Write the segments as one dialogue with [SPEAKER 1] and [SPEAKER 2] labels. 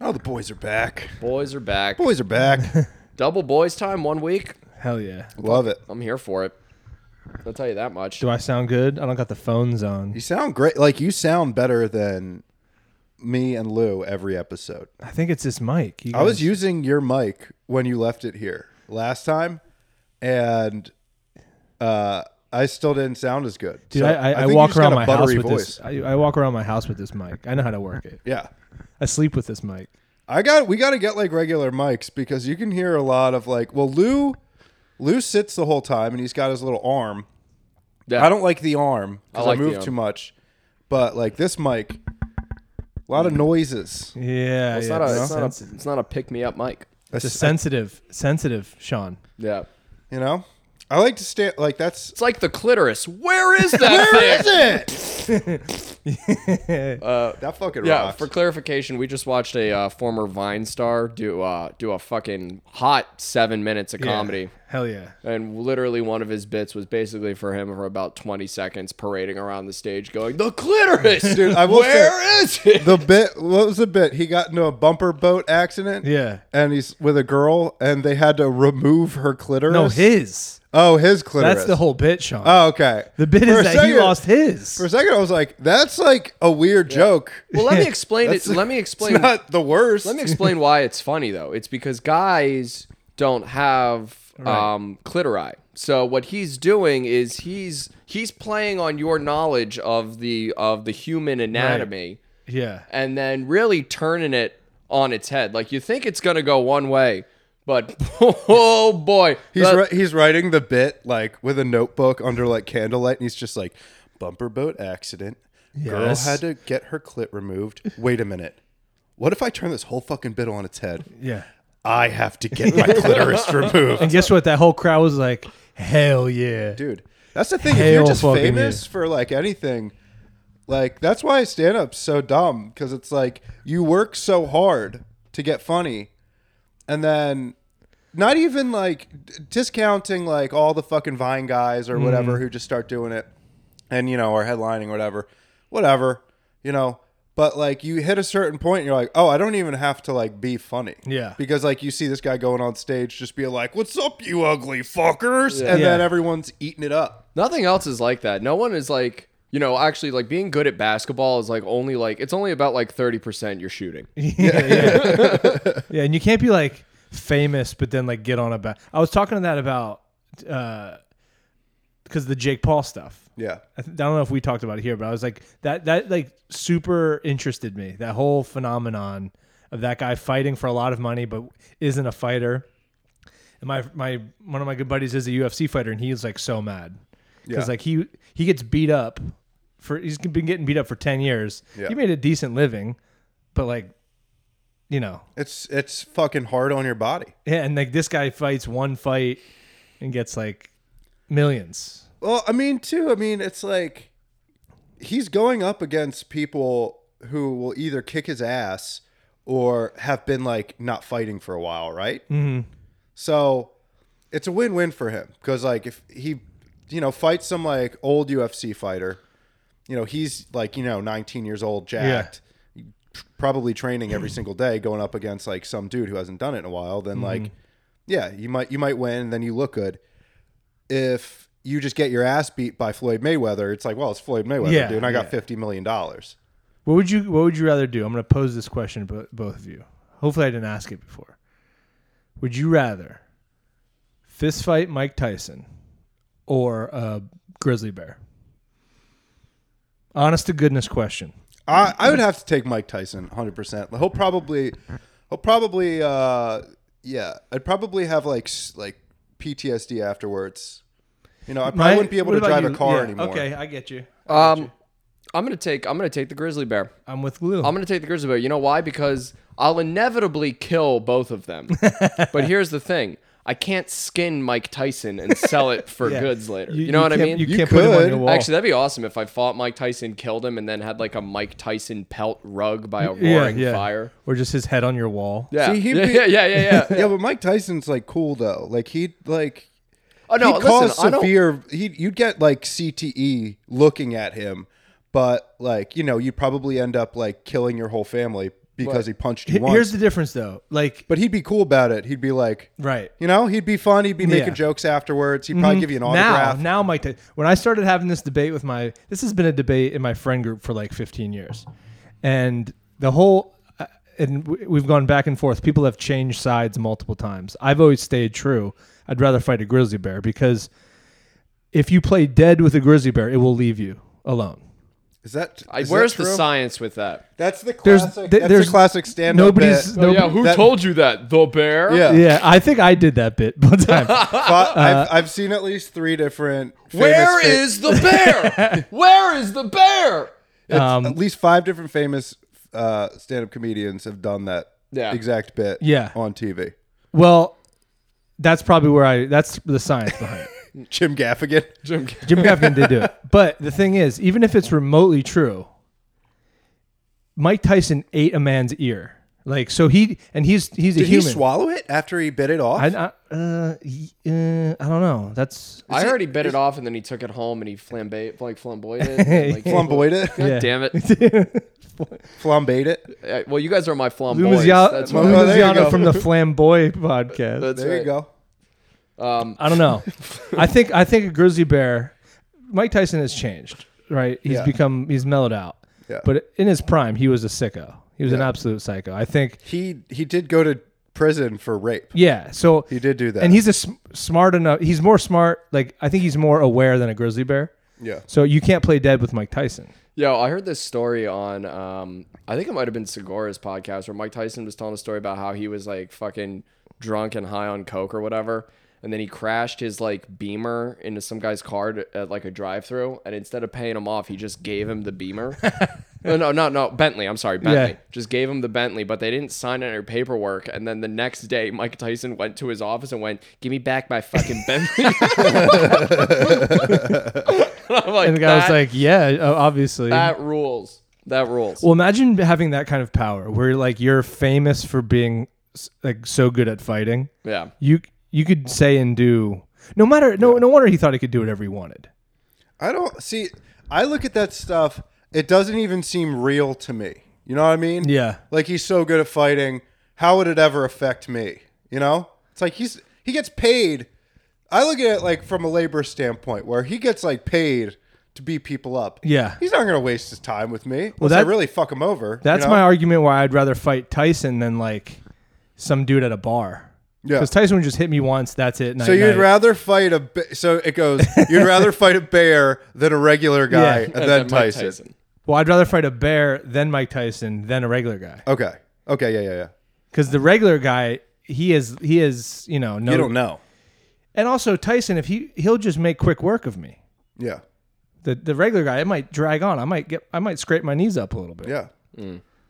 [SPEAKER 1] Oh, the boys are back.
[SPEAKER 2] Boys are back.
[SPEAKER 1] Boys are back.
[SPEAKER 2] Double boys time one week.
[SPEAKER 3] Hell yeah.
[SPEAKER 1] Love it.
[SPEAKER 2] I'm here for it. I'll tell you that much.
[SPEAKER 3] Do I sound good? I don't got the phones on.
[SPEAKER 1] You sound great. Like you sound better than me and Lou every episode.
[SPEAKER 3] I think it's this mic. You
[SPEAKER 1] I was
[SPEAKER 3] guys-
[SPEAKER 1] using your mic when you left it here last time, and uh, I still didn't sound as good.
[SPEAKER 3] Dude,
[SPEAKER 1] So
[SPEAKER 3] I, I, I,
[SPEAKER 1] think you
[SPEAKER 3] walk
[SPEAKER 1] just got
[SPEAKER 3] around
[SPEAKER 1] a
[SPEAKER 3] my house
[SPEAKER 1] buttery
[SPEAKER 3] with this. I, I walk around my house with this mic. I know how to work it.
[SPEAKER 1] Yeah,
[SPEAKER 3] I sleep with this mic.
[SPEAKER 1] I got. We got to get like regular mics because you can hear a lot of like. Well, Lou, Lou sits the whole time and he's got his little arm.
[SPEAKER 2] Yeah.
[SPEAKER 1] I don't like the arm because
[SPEAKER 2] I
[SPEAKER 1] I,
[SPEAKER 2] like the
[SPEAKER 1] move
[SPEAKER 2] arm.
[SPEAKER 1] too much. But like this mic, a lot of noises.
[SPEAKER 3] Yeah.
[SPEAKER 2] It's,
[SPEAKER 3] yeah,
[SPEAKER 2] not a,
[SPEAKER 3] it's
[SPEAKER 2] it's, not
[SPEAKER 3] sensi-
[SPEAKER 2] a, it's not a pick me up mic.
[SPEAKER 1] That's
[SPEAKER 3] it's a sensitive, sensitive, Sean.
[SPEAKER 2] Yeah.
[SPEAKER 1] you know. I like to stand like that's.
[SPEAKER 2] It's like the clitoris. Where is that
[SPEAKER 1] Where
[SPEAKER 2] thing?
[SPEAKER 1] is it? that fucking
[SPEAKER 2] Uh, Yeah,
[SPEAKER 1] rocks.
[SPEAKER 2] for clarification, we just watched a uh, former Vine star do uh, do a fucking hot seven minutes of
[SPEAKER 3] Yeah.
[SPEAKER 2] comedy,
[SPEAKER 3] Hell yeah.
[SPEAKER 2] and literally one of his bits was basically for him for about twenty seconds parading around the stage, going the clitoris,
[SPEAKER 1] Dude, I will say-
[SPEAKER 2] Where is it?
[SPEAKER 1] the bit what was the bit he got into a bumper boat accident
[SPEAKER 3] Yeah.
[SPEAKER 1] and he's with a girl and they had to remove her clitoris
[SPEAKER 3] No, his.
[SPEAKER 1] oh his clitoris
[SPEAKER 3] That's the whole bit, Sean.
[SPEAKER 1] oh okay
[SPEAKER 3] the bit
[SPEAKER 1] For
[SPEAKER 3] is
[SPEAKER 1] a
[SPEAKER 3] that he
[SPEAKER 1] second-
[SPEAKER 3] lost his.
[SPEAKER 1] for a second i was like that's like a weird joke
[SPEAKER 2] Well, let me explain it.
[SPEAKER 1] That's-
[SPEAKER 2] Let me
[SPEAKER 1] it's
[SPEAKER 2] explain.
[SPEAKER 1] not the worst
[SPEAKER 2] Let me explain why it's funny though. It's because guys don't have um, clitori. So what he's doing is he's he's playing on your knowledge of the of the human anatomy,
[SPEAKER 3] yeah.
[SPEAKER 2] and then really turning it on its head. Like you think it's gonna go one way, but oh boy,
[SPEAKER 1] he's
[SPEAKER 2] the-
[SPEAKER 1] wri- he's writing the bit like with a notebook under like candlelight and he's just like bumper boat accident girl
[SPEAKER 3] Yes.
[SPEAKER 1] had to get her clit removed wait a minute what if i turn this whole fucking bit on its head
[SPEAKER 3] Yeah.
[SPEAKER 1] I have to get my clitoris removed.
[SPEAKER 3] And guess what? That whole crowd was like, hell yeah.
[SPEAKER 1] dude. That's the thing. if you're
[SPEAKER 3] Hail
[SPEAKER 1] just
[SPEAKER 3] fucking
[SPEAKER 1] famous for like anything, like that's why stand up's so dumb because it's like you work so hard to get funny, and then not even like d- discounting like all the fucking Vine guys or whatever
[SPEAKER 3] Mm-hmm.
[SPEAKER 1] who just start doing it, and you know or headlining or whatever, whatever, you know. But like you hit a certain point, and you're like, oh, I don't even have to like be funny,
[SPEAKER 3] Yeah.
[SPEAKER 1] Because like you see this guy going on stage, just be like, "What's up, you ugly fuckers," and then
[SPEAKER 3] Yeah.
[SPEAKER 1] everyone's eating it up.
[SPEAKER 2] Nothing else is like that. No one is like, you know, actually like being good at basketball is like only like it's only about like 30% you're shooting.
[SPEAKER 3] yeah, yeah. yeah, and you can't be like famous, but then like get on a bat. I was talking to that about because the Jake Paul stuff.
[SPEAKER 1] Yeah.
[SPEAKER 3] I, th- I don't know if we talked about it here, but I was like that that like super interested me. That whole phenomenon of that guy fighting for a lot of money but isn't a fighter. And my my one of my good buddies is a UFC fighter, and he's like so mad
[SPEAKER 1] Yeah.
[SPEAKER 3] because like he he gets beat up for he's been getting beat up for ten years.
[SPEAKER 1] Yeah.
[SPEAKER 3] He made a decent living, but like you know,
[SPEAKER 1] It's it's fucking hard on your body.
[SPEAKER 3] yeah, and like this guy fights one fight and gets like millions.
[SPEAKER 1] Well, I mean, too, I mean, it's like he's going up against people who will either kick his ass or have been like not fighting for a while, right? Mm-hmm. So it's a win-win for him because like if he, you know, fights some like old UFC fighter, you know, he's like you know 19 years old, jacked, probably training every single day, going up against like some dude who hasn't done it in a while. Then like, yeah, you might you might win, and then you look good. If you just get your ass beat by Floyd Mayweather, it's like, well, it's Floyd Mayweather,
[SPEAKER 3] Yeah,
[SPEAKER 1] dude, and I got
[SPEAKER 3] yeah.
[SPEAKER 1] 50 million dollars.
[SPEAKER 3] What would you What would you rather do? I'm going to pose this question to bo- both of you. Hopefully, I didn't ask it before. Would you rather fist fight Mike Tyson or a grizzly bear? Honest to goodness question.
[SPEAKER 1] I, I would have to take Mike Tyson 100. percent He'll probably, he'll probably, uh, yeah, I'd probably have like s- like PTSD afterwards. You know, I probably
[SPEAKER 3] Right?
[SPEAKER 1] wouldn't be able
[SPEAKER 3] What
[SPEAKER 1] to
[SPEAKER 3] about
[SPEAKER 1] drive
[SPEAKER 3] you?
[SPEAKER 1] a car
[SPEAKER 3] Yeah,
[SPEAKER 1] anymore. Uh,
[SPEAKER 3] Okay, I get you.
[SPEAKER 2] Um, I'm gonna take I'm gonna take the grizzly bear.
[SPEAKER 3] I'm with Lou.
[SPEAKER 2] I'm gonna take the grizzly bear. You know why? Because I'll inevitably kill both of them. but here's the thing: I can't skin Mike Tyson and sell it for
[SPEAKER 3] Yeah.
[SPEAKER 2] goods later. You, know what I mean?
[SPEAKER 3] can't- You, can't put him on
[SPEAKER 1] could.
[SPEAKER 3] your wall.
[SPEAKER 2] Actually, that'd be awesome if I fought Mike Tyson, killed him, and then had like a Mike Tyson pelt rug by a
[SPEAKER 3] Yeah,
[SPEAKER 2] roaring
[SPEAKER 3] yeah.
[SPEAKER 2] fire.
[SPEAKER 3] or just his head on your wall.
[SPEAKER 2] Yeah.
[SPEAKER 1] See, he'd
[SPEAKER 2] yeah,
[SPEAKER 1] be-
[SPEAKER 2] yeah, yeah, yeah, yeah.
[SPEAKER 1] Yeah, but Mike Tyson's like cool though. Like he like
[SPEAKER 2] Oh no,
[SPEAKER 1] he
[SPEAKER 2] listen,
[SPEAKER 1] caused
[SPEAKER 2] I don't.
[SPEAKER 1] severe. He you'd get like E CTE looking at him, but like you know you'd probably end up like killing your whole family because he punched you
[SPEAKER 3] H-
[SPEAKER 1] once.
[SPEAKER 3] Here's the difference, though. Like,
[SPEAKER 1] but he'd be cool about it. He'd be like,
[SPEAKER 3] right.
[SPEAKER 1] you know, he'd be fun. He'd be making
[SPEAKER 3] Yeah. Mm-hmm.
[SPEAKER 1] jokes afterwards. He'd probably give you an autograph.
[SPEAKER 3] Now, now, Mike, Ty- when I started having this debate with my, this has been a debate in my friend group for like 15 years, and the whole, uh, and w- we've gone back and forth. People have changed sides multiple times. I've always stayed true. I'd rather fight a grizzly bear because if you play dead with a grizzly bear, it will leave you alone.
[SPEAKER 1] Is that
[SPEAKER 2] I,
[SPEAKER 1] is
[SPEAKER 2] where's
[SPEAKER 1] that
[SPEAKER 2] the
[SPEAKER 1] true?
[SPEAKER 2] science with that?
[SPEAKER 1] That's the
[SPEAKER 3] There's-
[SPEAKER 1] classic.
[SPEAKER 3] th-
[SPEAKER 1] that's
[SPEAKER 3] there's-
[SPEAKER 1] the classic stand.
[SPEAKER 3] nobody's-
[SPEAKER 1] Bit.
[SPEAKER 3] no-
[SPEAKER 2] yeah, who
[SPEAKER 1] that-
[SPEAKER 2] told you that? The bear.
[SPEAKER 1] Yeah.
[SPEAKER 3] Yeah, Uh, I think I did that bit one time.
[SPEAKER 1] But I've, I've seen at least three different. famous
[SPEAKER 2] Where
[SPEAKER 1] fa-
[SPEAKER 2] is the bear? Where is the bear?
[SPEAKER 1] it's-
[SPEAKER 3] Um,
[SPEAKER 1] at least five different famous uh, stand-up comedians have done that
[SPEAKER 2] Yeah.
[SPEAKER 1] exact bit.
[SPEAKER 3] Yeah.
[SPEAKER 1] on TV.
[SPEAKER 3] well, that's probably where I. That's the science behind it.
[SPEAKER 1] Jim Gaffigan.
[SPEAKER 2] Jim,
[SPEAKER 3] Jim Gaffigan did do it. But the thing is, even if it's remotely true, Mike Tyson ate a man's ear. Like so he and he's he's a
[SPEAKER 1] Did he
[SPEAKER 3] human.
[SPEAKER 1] swallow it after he bit it off?
[SPEAKER 3] I, I, uh, he- uh, I don't know. That's
[SPEAKER 2] I heard he bit it off and then he took it home and he flambe like flamboyed it. and, like,
[SPEAKER 1] Flamboyed it.
[SPEAKER 2] God
[SPEAKER 3] Yeah.
[SPEAKER 2] damn it.
[SPEAKER 1] Flambéed it.
[SPEAKER 2] Uh, Well, you guys are my flamboyants.
[SPEAKER 3] Lumizia-
[SPEAKER 2] That's what
[SPEAKER 1] Oh, there you go.
[SPEAKER 3] Lumiziano from the Flamboy podcast.
[SPEAKER 2] that's
[SPEAKER 1] There you
[SPEAKER 2] right.
[SPEAKER 1] go.
[SPEAKER 2] Um,
[SPEAKER 3] I don't know. I think I think a grizzly bear. Mike Tyson has changed, right? He's
[SPEAKER 1] Yeah.
[SPEAKER 3] become he's mellowed out.
[SPEAKER 1] Yeah.
[SPEAKER 3] But in his prime, he was a sicko. He was an
[SPEAKER 1] Yeah.
[SPEAKER 3] absolute psycho. I think.
[SPEAKER 1] He he did go to prison for rape.
[SPEAKER 3] Yeah. So
[SPEAKER 1] He did do that.
[SPEAKER 3] and he's a sm- smart enough. He's more smart. Like I think he's more aware than a grizzly bear.
[SPEAKER 1] yeah.
[SPEAKER 3] So you can't play dead with Mike Tyson.
[SPEAKER 2] Yo, I heard this story on um I think it might have been Segura's podcast where Mike Tyson was telling a story about how he was like fucking drunk and high on coke or whatever and then he crashed his like beamer into some guy's car to, at like a drive-through and instead of paying him off he just gave him the beamer. no, no, no, no, Bentley, I'm sorry, Bentley. Just gave him the Bentley, but they didn't sign any paperwork and then the next day Mike Tyson went to his office and went, "Give me back my fucking Bentley." I'm like,
[SPEAKER 3] And the guy was
[SPEAKER 2] "That-
[SPEAKER 3] like, "Yeah, uh, obviously."
[SPEAKER 2] that rules. That rules.
[SPEAKER 3] well, imagine having that kind of power, where like you're famous for being s- like so good at fighting.
[SPEAKER 2] yeah.
[SPEAKER 3] You you could say and do. No matter no no wonder he thought he could do whatever he wanted.
[SPEAKER 1] I don't see. I look at that stuff. It doesn't even seem real to me. You know what I mean?
[SPEAKER 3] Yeah.
[SPEAKER 1] Like he's so good at fighting. How would it ever affect me? You know? It's like he's he gets paid. I look at it like from a labor standpoint, where he gets like paid to beat people up.
[SPEAKER 3] Yeah.
[SPEAKER 1] He's not gonna waste his time with me. Well, I
[SPEAKER 3] that-
[SPEAKER 1] really fuck him over.
[SPEAKER 3] That's
[SPEAKER 1] you know?
[SPEAKER 3] my argument why I'd rather fight Tyson than like some dude at a bar.
[SPEAKER 1] Yeah.
[SPEAKER 3] Because Tyson would just hit me once. That's it.
[SPEAKER 1] So you'd
[SPEAKER 3] night-night.
[SPEAKER 1] rather fight a ba- so it goes. You'd rather fight a bear than a regular guy,
[SPEAKER 3] Yeah.
[SPEAKER 1] and,
[SPEAKER 2] And
[SPEAKER 1] then
[SPEAKER 2] Mike
[SPEAKER 1] Tyson.
[SPEAKER 3] Well, I'd rather fight a bear than Mike Tyson than a regular guy.
[SPEAKER 1] Okay. Okay. Yeah. Yeah. Yeah.
[SPEAKER 3] because the regular guy he is he is you know no
[SPEAKER 1] You don't know.
[SPEAKER 3] and also tyson if he he'll just make quick work of me
[SPEAKER 1] Yeah.
[SPEAKER 3] the the regular guy it might drag on i might get i might scrape my knees up a little bit
[SPEAKER 1] Yeah.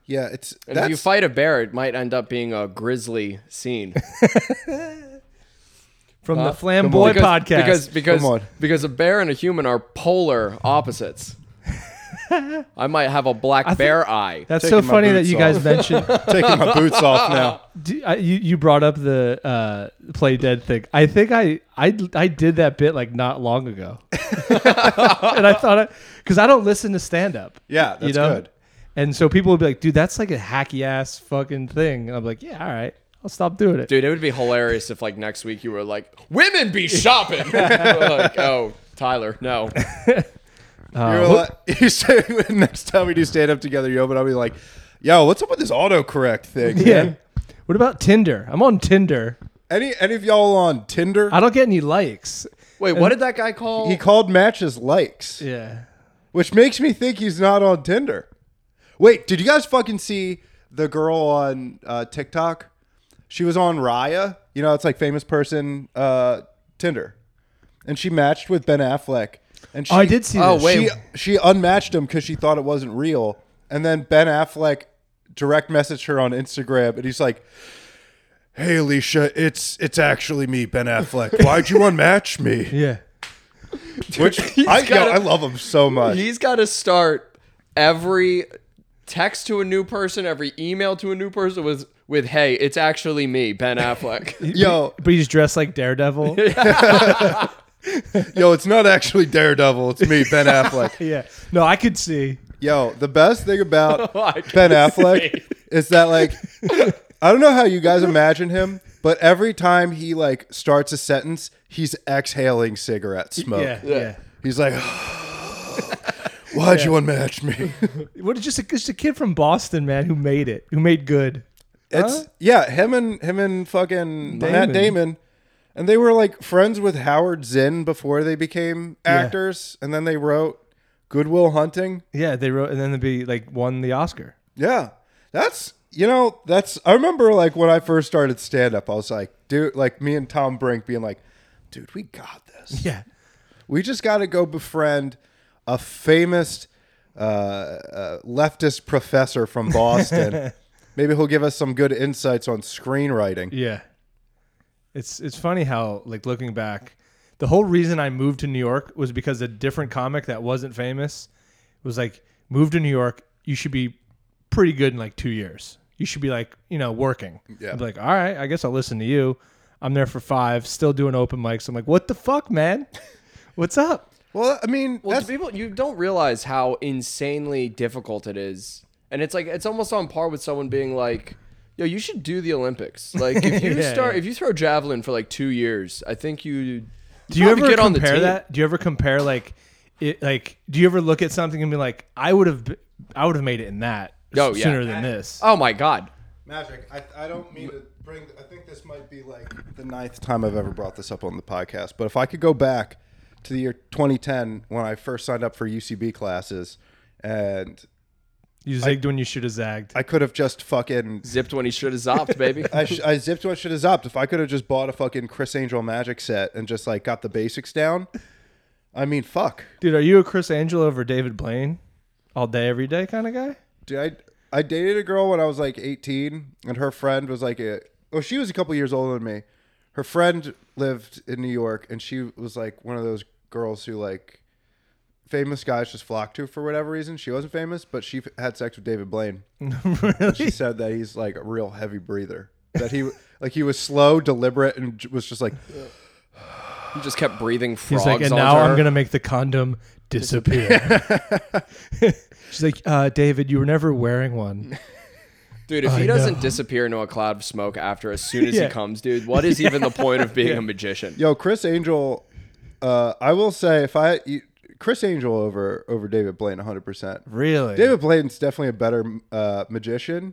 [SPEAKER 1] Yeah, it's
[SPEAKER 2] Mm. And
[SPEAKER 1] that's
[SPEAKER 2] if you fight a bear, it might end up being a grizzly scene.
[SPEAKER 3] from the flamboy
[SPEAKER 2] because,
[SPEAKER 3] podcast
[SPEAKER 1] Come
[SPEAKER 2] Because because
[SPEAKER 1] on.
[SPEAKER 2] because a bear and a human are polar opposites. I might have a black bear eye.
[SPEAKER 3] that's so
[SPEAKER 1] Taking my
[SPEAKER 3] funny that
[SPEAKER 1] boots
[SPEAKER 3] you
[SPEAKER 1] off.
[SPEAKER 3] guys mentioned
[SPEAKER 1] taking my boots off now.
[SPEAKER 3] do, I, you, you brought up the uh, play dead thing i think I, I i did that bit like not long ago and i thought I because i don't listen to stand-up
[SPEAKER 1] Yeah, that's good.
[SPEAKER 3] and so people would be like dude that's like a hacky ass fucking thing and i'm like yeah all right i'll stop doing it
[SPEAKER 2] Dude, it would be hilarious if like next week you were like, "Women be shopping." like, oh, Tyler, no.
[SPEAKER 3] Uh-huh.
[SPEAKER 1] You're like, you say next time we do stand up together, yo, but I'll be like, yo, what's up with this autocorrect thing?
[SPEAKER 3] Yeah.
[SPEAKER 1] man?
[SPEAKER 3] What about Tinder? I'm on Tinder.
[SPEAKER 1] Any any of y'all on Tinder?
[SPEAKER 3] I don't get any likes.
[SPEAKER 2] Wait, what did that guy call?
[SPEAKER 1] he called matches likes,
[SPEAKER 3] Yeah.
[SPEAKER 1] which makes me think he's not on Tinder. Wait, did you guys fucking see the girl on uh, TikTok? She was on Raya. You know, it's like famous person uh, Tinder, and she matched with Ben Affleck. And she,
[SPEAKER 3] Oh, I did see
[SPEAKER 2] Oh,
[SPEAKER 3] this.
[SPEAKER 2] wait.
[SPEAKER 1] she she unmatched him because she thought it wasn't real, and then Ben Affleck direct messaged her on Instagram, and he's like, "Hey, Alicia, it's it's actually me, Ben Affleck. Why'd you unmatch me?"
[SPEAKER 3] Yeah.
[SPEAKER 1] Which I yo,
[SPEAKER 2] gotta-
[SPEAKER 1] I love him so much.
[SPEAKER 2] He's got to start every text to a new person, every email to a new person with with "Hey, it's actually me, Ben Affleck."
[SPEAKER 1] Yo,
[SPEAKER 3] But he's dressed like Daredevil.
[SPEAKER 1] yo, it's not actually Daredevil. It's me, Ben Affleck.
[SPEAKER 3] yeah. No, I could see.
[SPEAKER 1] Yo, the best thing about
[SPEAKER 2] I
[SPEAKER 1] Ben
[SPEAKER 2] can
[SPEAKER 1] Affleck
[SPEAKER 2] see.
[SPEAKER 1] is that like I don't know how you guys imagine him, but every time he like starts a sentence, he's exhaling cigarette smoke.
[SPEAKER 3] Yeah, yeah.
[SPEAKER 1] He's like, "Why'd you unmatch me?"
[SPEAKER 3] What is just a, just a kid from Boston, man, who made it, who made good.
[SPEAKER 1] It's yeah, him and him and fucking Matt Damon, and they were like friends with Howard Zinn before they became actors, and then they wrote Goodwill Hunting.
[SPEAKER 3] Yeah, they wrote, and then they be like won the Oscar.
[SPEAKER 1] Yeah, that's you know that's I remember like when I first started stand up, I was like, dude, like me and Tom Brink being like, dude, we got this.
[SPEAKER 3] Yeah,
[SPEAKER 1] We just got to go befriend a famous uh, uh, leftist professor from Boston. Maybe he'll give us some good insights on screenwriting.
[SPEAKER 3] yeah. It's it's funny how like looking back, the whole reason I moved to New York was because a different comic that wasn't famous was like, move to New York, you should be pretty good in like two years. You should be like you know working.
[SPEAKER 1] Yeah.
[SPEAKER 3] I'd be like, all right, I guess I'll listen to you. I'm there for five, still doing open mics. I'm like, what the fuck, man? What's up?
[SPEAKER 1] Well, I mean,
[SPEAKER 2] Well, to
[SPEAKER 1] that's,
[SPEAKER 2] people, you don't realize how insanely difficult it is, and it's like it's almost on par with someone being like, "Yo, you should do the Olympics." Like if you
[SPEAKER 3] Yeah,
[SPEAKER 2] start,
[SPEAKER 3] yeah.
[SPEAKER 2] if you throw javelin for like two years, I think you.
[SPEAKER 3] Do you ever
[SPEAKER 2] probably
[SPEAKER 3] compare
[SPEAKER 2] get on the team.
[SPEAKER 3] that? Do you ever compare like, it, like? Do you ever look at something and be like, I would have, I would have made it in that
[SPEAKER 2] Oh, yeah.
[SPEAKER 3] sooner than this?
[SPEAKER 2] Oh my god!
[SPEAKER 1] magic. I, I don't mean to bring. I think this might be like the ninth time I've ever brought this up on the podcast. But if I could go back to the year 2010 when I first signed up for UCB classes, and
[SPEAKER 3] you zigged when you should have zagged.
[SPEAKER 1] I could have just fucking
[SPEAKER 2] Zipped when he should have zopped, baby.
[SPEAKER 1] I, sh- I zipped what should have zipped. If I could have just bought a fucking Chris Angel magic set and just like got the basics down, I mean, fuck,
[SPEAKER 3] Dude, are you a Chris Angel over David Blaine, all day every day kind of guy?
[SPEAKER 1] dude. I I dated a girl when I was like 18, and her friend was like a oh, she was a couple years older than me. Her friend lived in New York, and she was like one of those girls who like famous guys just flock to for whatever reason. She wasn't famous, but she f- had sex with David Blaine. And she said that he's like a real heavy breather. That he like he was slow, deliberate, and j- was just like.
[SPEAKER 2] He just kept breathing frogs
[SPEAKER 3] He's like, and
[SPEAKER 2] onto
[SPEAKER 3] now I'm
[SPEAKER 2] her."
[SPEAKER 3] gonna make the condom disappear. She's like, uh, David, you were never wearing one.
[SPEAKER 2] Dude, if he doesn't
[SPEAKER 3] know.
[SPEAKER 2] disappear into a cloud of smoke after as soon as
[SPEAKER 3] Yeah.
[SPEAKER 2] he comes, dude, what is even the point of being a magician?
[SPEAKER 1] Yo, Chris Angel, uh, I will say if I you- Chris Angel over over David Blaine 100%.
[SPEAKER 3] Really?
[SPEAKER 1] David Blaine's definitely a better uh, magician.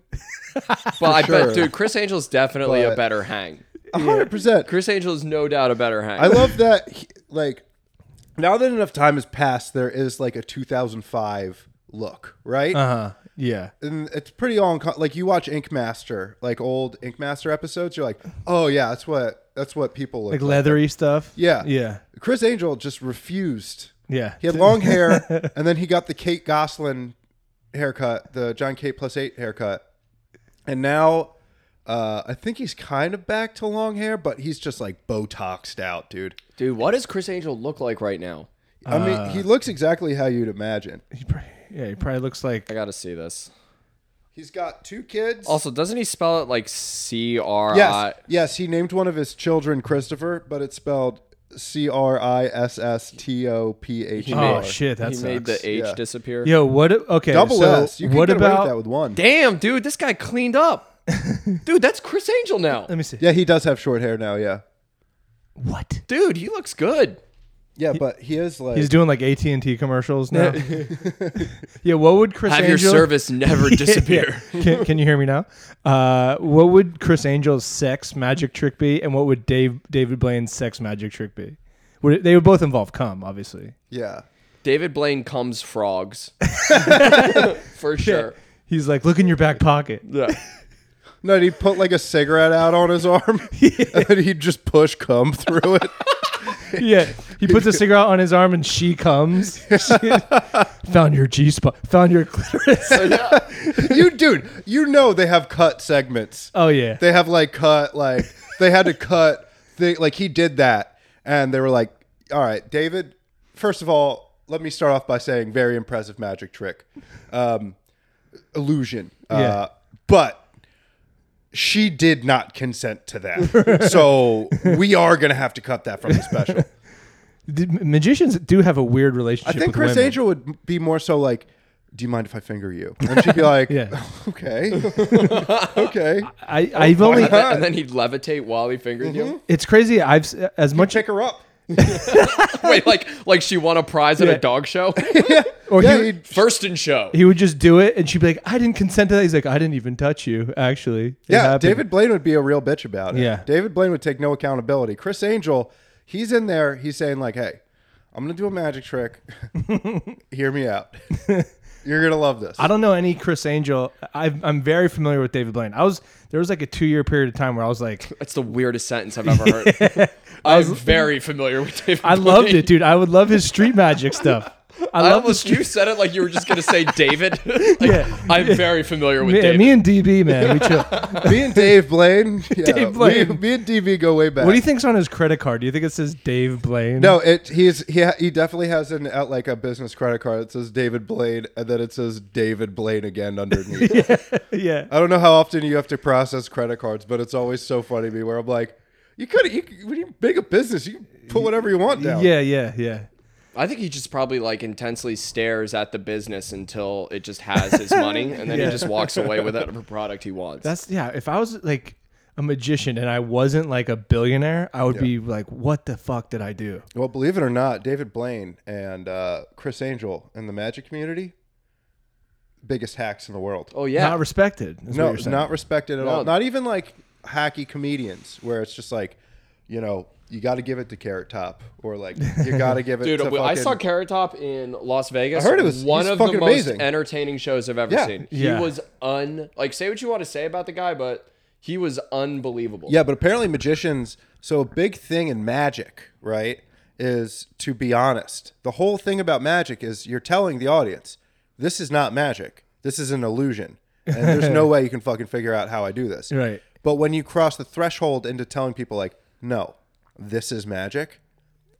[SPEAKER 2] but I
[SPEAKER 1] sure.
[SPEAKER 2] bet, dude, Chris Angel's definitely
[SPEAKER 1] But-
[SPEAKER 2] a better hang.
[SPEAKER 1] 100%.
[SPEAKER 2] Chris Angel is no doubt a better hang.
[SPEAKER 1] I love that he- like now that enough time has passed there is like a 2005 look, right?
[SPEAKER 3] Uh huh. Yeah.
[SPEAKER 1] and it's pretty all inco- like you watch Ink Master, like old Ink Master episodes, you're like, "Oh yeah, that's what that's what people look
[SPEAKER 3] Like
[SPEAKER 1] like."
[SPEAKER 3] leathery stuff.
[SPEAKER 1] Yeah.
[SPEAKER 3] Yeah.
[SPEAKER 1] Chris Angel just refused
[SPEAKER 3] Yeah.
[SPEAKER 1] He had long hair, and then he got the Kate Goslin haircut, the John Kate plus eight haircut, and now uh, I think he's kind of back to long hair, but he's just like Botoxed out, dude.
[SPEAKER 2] dude, what does Chris Angel look like right now?
[SPEAKER 1] I mean,
[SPEAKER 3] Uh.
[SPEAKER 1] he looks exactly how you'd imagine.
[SPEAKER 3] He pr- yeah. He probably looks like
[SPEAKER 2] I gotta see this.
[SPEAKER 1] He's got two kids.
[SPEAKER 2] Also, uh, doesn't he spell it like C R
[SPEAKER 1] yes,
[SPEAKER 2] I?
[SPEAKER 1] yes, he named one of his children Christopher, but it's spelled C R I S S T O P H E
[SPEAKER 3] Oh
[SPEAKER 1] R.
[SPEAKER 3] shit, that
[SPEAKER 2] He
[SPEAKER 3] sucks.
[SPEAKER 2] made the H
[SPEAKER 1] Yeah.
[SPEAKER 2] disappear.
[SPEAKER 3] Yo, what? a- Okay,
[SPEAKER 1] Double
[SPEAKER 3] so
[SPEAKER 1] S. You can
[SPEAKER 3] what
[SPEAKER 1] get away
[SPEAKER 3] about?
[SPEAKER 1] with that with one.
[SPEAKER 2] Damn, dude, this guy cleaned up. dude, that's Chris Angel now.
[SPEAKER 3] let me see.
[SPEAKER 1] Yeah, he does have short hair now. Yeah,
[SPEAKER 3] What?
[SPEAKER 2] Dude, he looks good.
[SPEAKER 1] yeah, but he is like
[SPEAKER 3] He's doing like AT and T commercials now. yeah, what would Chris
[SPEAKER 2] Have
[SPEAKER 3] Angel?
[SPEAKER 2] your service never
[SPEAKER 3] Yeah, yeah.
[SPEAKER 2] disappear.
[SPEAKER 3] Can, can you hear me now? Uh, what would Chris Angel's sex magic trick be, and what would Dave David Blaine's sex magic trick be? Would it, they would both involve cum, obviously.
[SPEAKER 1] yeah.
[SPEAKER 2] David Blaine comes frogs. For sure.
[SPEAKER 3] He's like, look in your back pocket.
[SPEAKER 2] Yeah.
[SPEAKER 1] No, he'd put like a cigarette out on his arm, and then he'd just push cum through it.
[SPEAKER 3] yeah, he puts a cigarette on his arm, and she comes. found your G spot. Found your clitoris.
[SPEAKER 1] you, dude, you know they have cut segments.
[SPEAKER 3] Oh yeah.
[SPEAKER 1] They have like cut, like they had to cut. They like he did that, and they were like, "All right, David. First of all, let me start off by saying very impressive magic trick, um, illusion.
[SPEAKER 3] Yeah.
[SPEAKER 1] Uh, but." She did not consent to that. so we are going to have to cut that from the special.
[SPEAKER 3] The magicians do have a weird
[SPEAKER 1] I
[SPEAKER 3] relationship.
[SPEAKER 1] think
[SPEAKER 3] with
[SPEAKER 1] Chris
[SPEAKER 3] women.
[SPEAKER 1] Angel would be more so like do you mind if I finger you? And she'd be like,
[SPEAKER 3] Yeah.
[SPEAKER 1] okay, okay.
[SPEAKER 3] I, I've only.
[SPEAKER 2] and, then, and then he'd levitate while he fingered you.
[SPEAKER 3] It's crazy. I've s- as much
[SPEAKER 1] Pick her up.
[SPEAKER 2] Wait, like like she won a prize at
[SPEAKER 3] Yeah.
[SPEAKER 2] a dog show,
[SPEAKER 3] or
[SPEAKER 1] Yeah,
[SPEAKER 3] Oh, he,
[SPEAKER 1] he'd-
[SPEAKER 2] first in show.
[SPEAKER 3] he would just do it, and she'd be like, "I didn't consent to that." He's like, "I didn't even touch you, actually." It
[SPEAKER 1] yeah,
[SPEAKER 3] happened."
[SPEAKER 1] David Blaine would be a real bitch about it.
[SPEAKER 3] Yeah.
[SPEAKER 1] David Blaine would take no accountability. Chris Angel, he's in there. He's saying like, hey, I'm gonna do a magic trick. Hear me out. You're gonna love this.
[SPEAKER 3] I don't know any Chris Angel. I've, I'm very familiar with David Blaine. I was there was like a two year period of time where I was like,
[SPEAKER 2] That's the weirdest sentence I've ever heard. I'm very familiar with David.
[SPEAKER 3] I loved
[SPEAKER 2] Blaine.
[SPEAKER 3] it, dude. I would love his street magic stuff. I
[SPEAKER 2] I
[SPEAKER 3] love the
[SPEAKER 2] almost
[SPEAKER 3] street.
[SPEAKER 2] you said it like you were just gonna say David. Like,
[SPEAKER 3] Yeah.
[SPEAKER 2] I'm very familiar with
[SPEAKER 3] Yeah,
[SPEAKER 2] David.
[SPEAKER 3] me and DB man, we chill.
[SPEAKER 1] me and Dave Blaine. Yeah,
[SPEAKER 3] Dave Blaine.
[SPEAKER 1] We, me and DB go way back.
[SPEAKER 3] What do you think's on his credit card? Do you think it says Dave Blaine?
[SPEAKER 1] No, it he's he ha- he definitely has an out like a business credit card that says David Blaine and then it says David Blaine again underneath.
[SPEAKER 3] yeah.
[SPEAKER 1] I don't know how often you have to process credit cards, but it's always so funny to me where I'm like, you could you could- when you make a business, you can put whatever you want down.
[SPEAKER 3] Yeah, yeah, yeah.
[SPEAKER 2] I think he just probably like intensely stares at the business until it just has his money, and then he just walks away with whatever product he wants.
[SPEAKER 3] That's yeah. If I was like a magician and I wasn't like a billionaire, I would be like, what the fuck did I do?
[SPEAKER 1] Well, believe it or not, David Blaine and uh, Chris Angel in the magic community, biggest hacks in the world.
[SPEAKER 2] oh yeah,
[SPEAKER 3] Not respected. Is
[SPEAKER 1] no,
[SPEAKER 3] what you're saying.
[SPEAKER 1] not respected at all.
[SPEAKER 2] No.
[SPEAKER 1] Not even like hacky comedians, where it's just like, you know, you got to give it to Carrot Top, or like you got to give it.
[SPEAKER 2] Dude,
[SPEAKER 1] to
[SPEAKER 2] w- I
[SPEAKER 1] fucking-
[SPEAKER 2] saw Carrot Top in Las Vegas.
[SPEAKER 1] I heard it was-
[SPEAKER 2] one
[SPEAKER 1] he's
[SPEAKER 2] of the
[SPEAKER 1] fucking
[SPEAKER 2] most
[SPEAKER 1] amazing.
[SPEAKER 2] entertaining shows I've ever
[SPEAKER 1] Yeah.
[SPEAKER 2] seen.
[SPEAKER 3] Yeah.
[SPEAKER 2] He was un like say what you want to say about the guy, but he was unbelievable.
[SPEAKER 1] Yeah, but apparently magicians. So a big thing in magic, right, is to be honest. The whole thing about magic is you're telling the audience, this is not magic. This is an illusion, and there's no way you can fucking figure out how I do this.
[SPEAKER 3] Right.
[SPEAKER 1] But when you cross the threshold into telling people like, no, this is magic,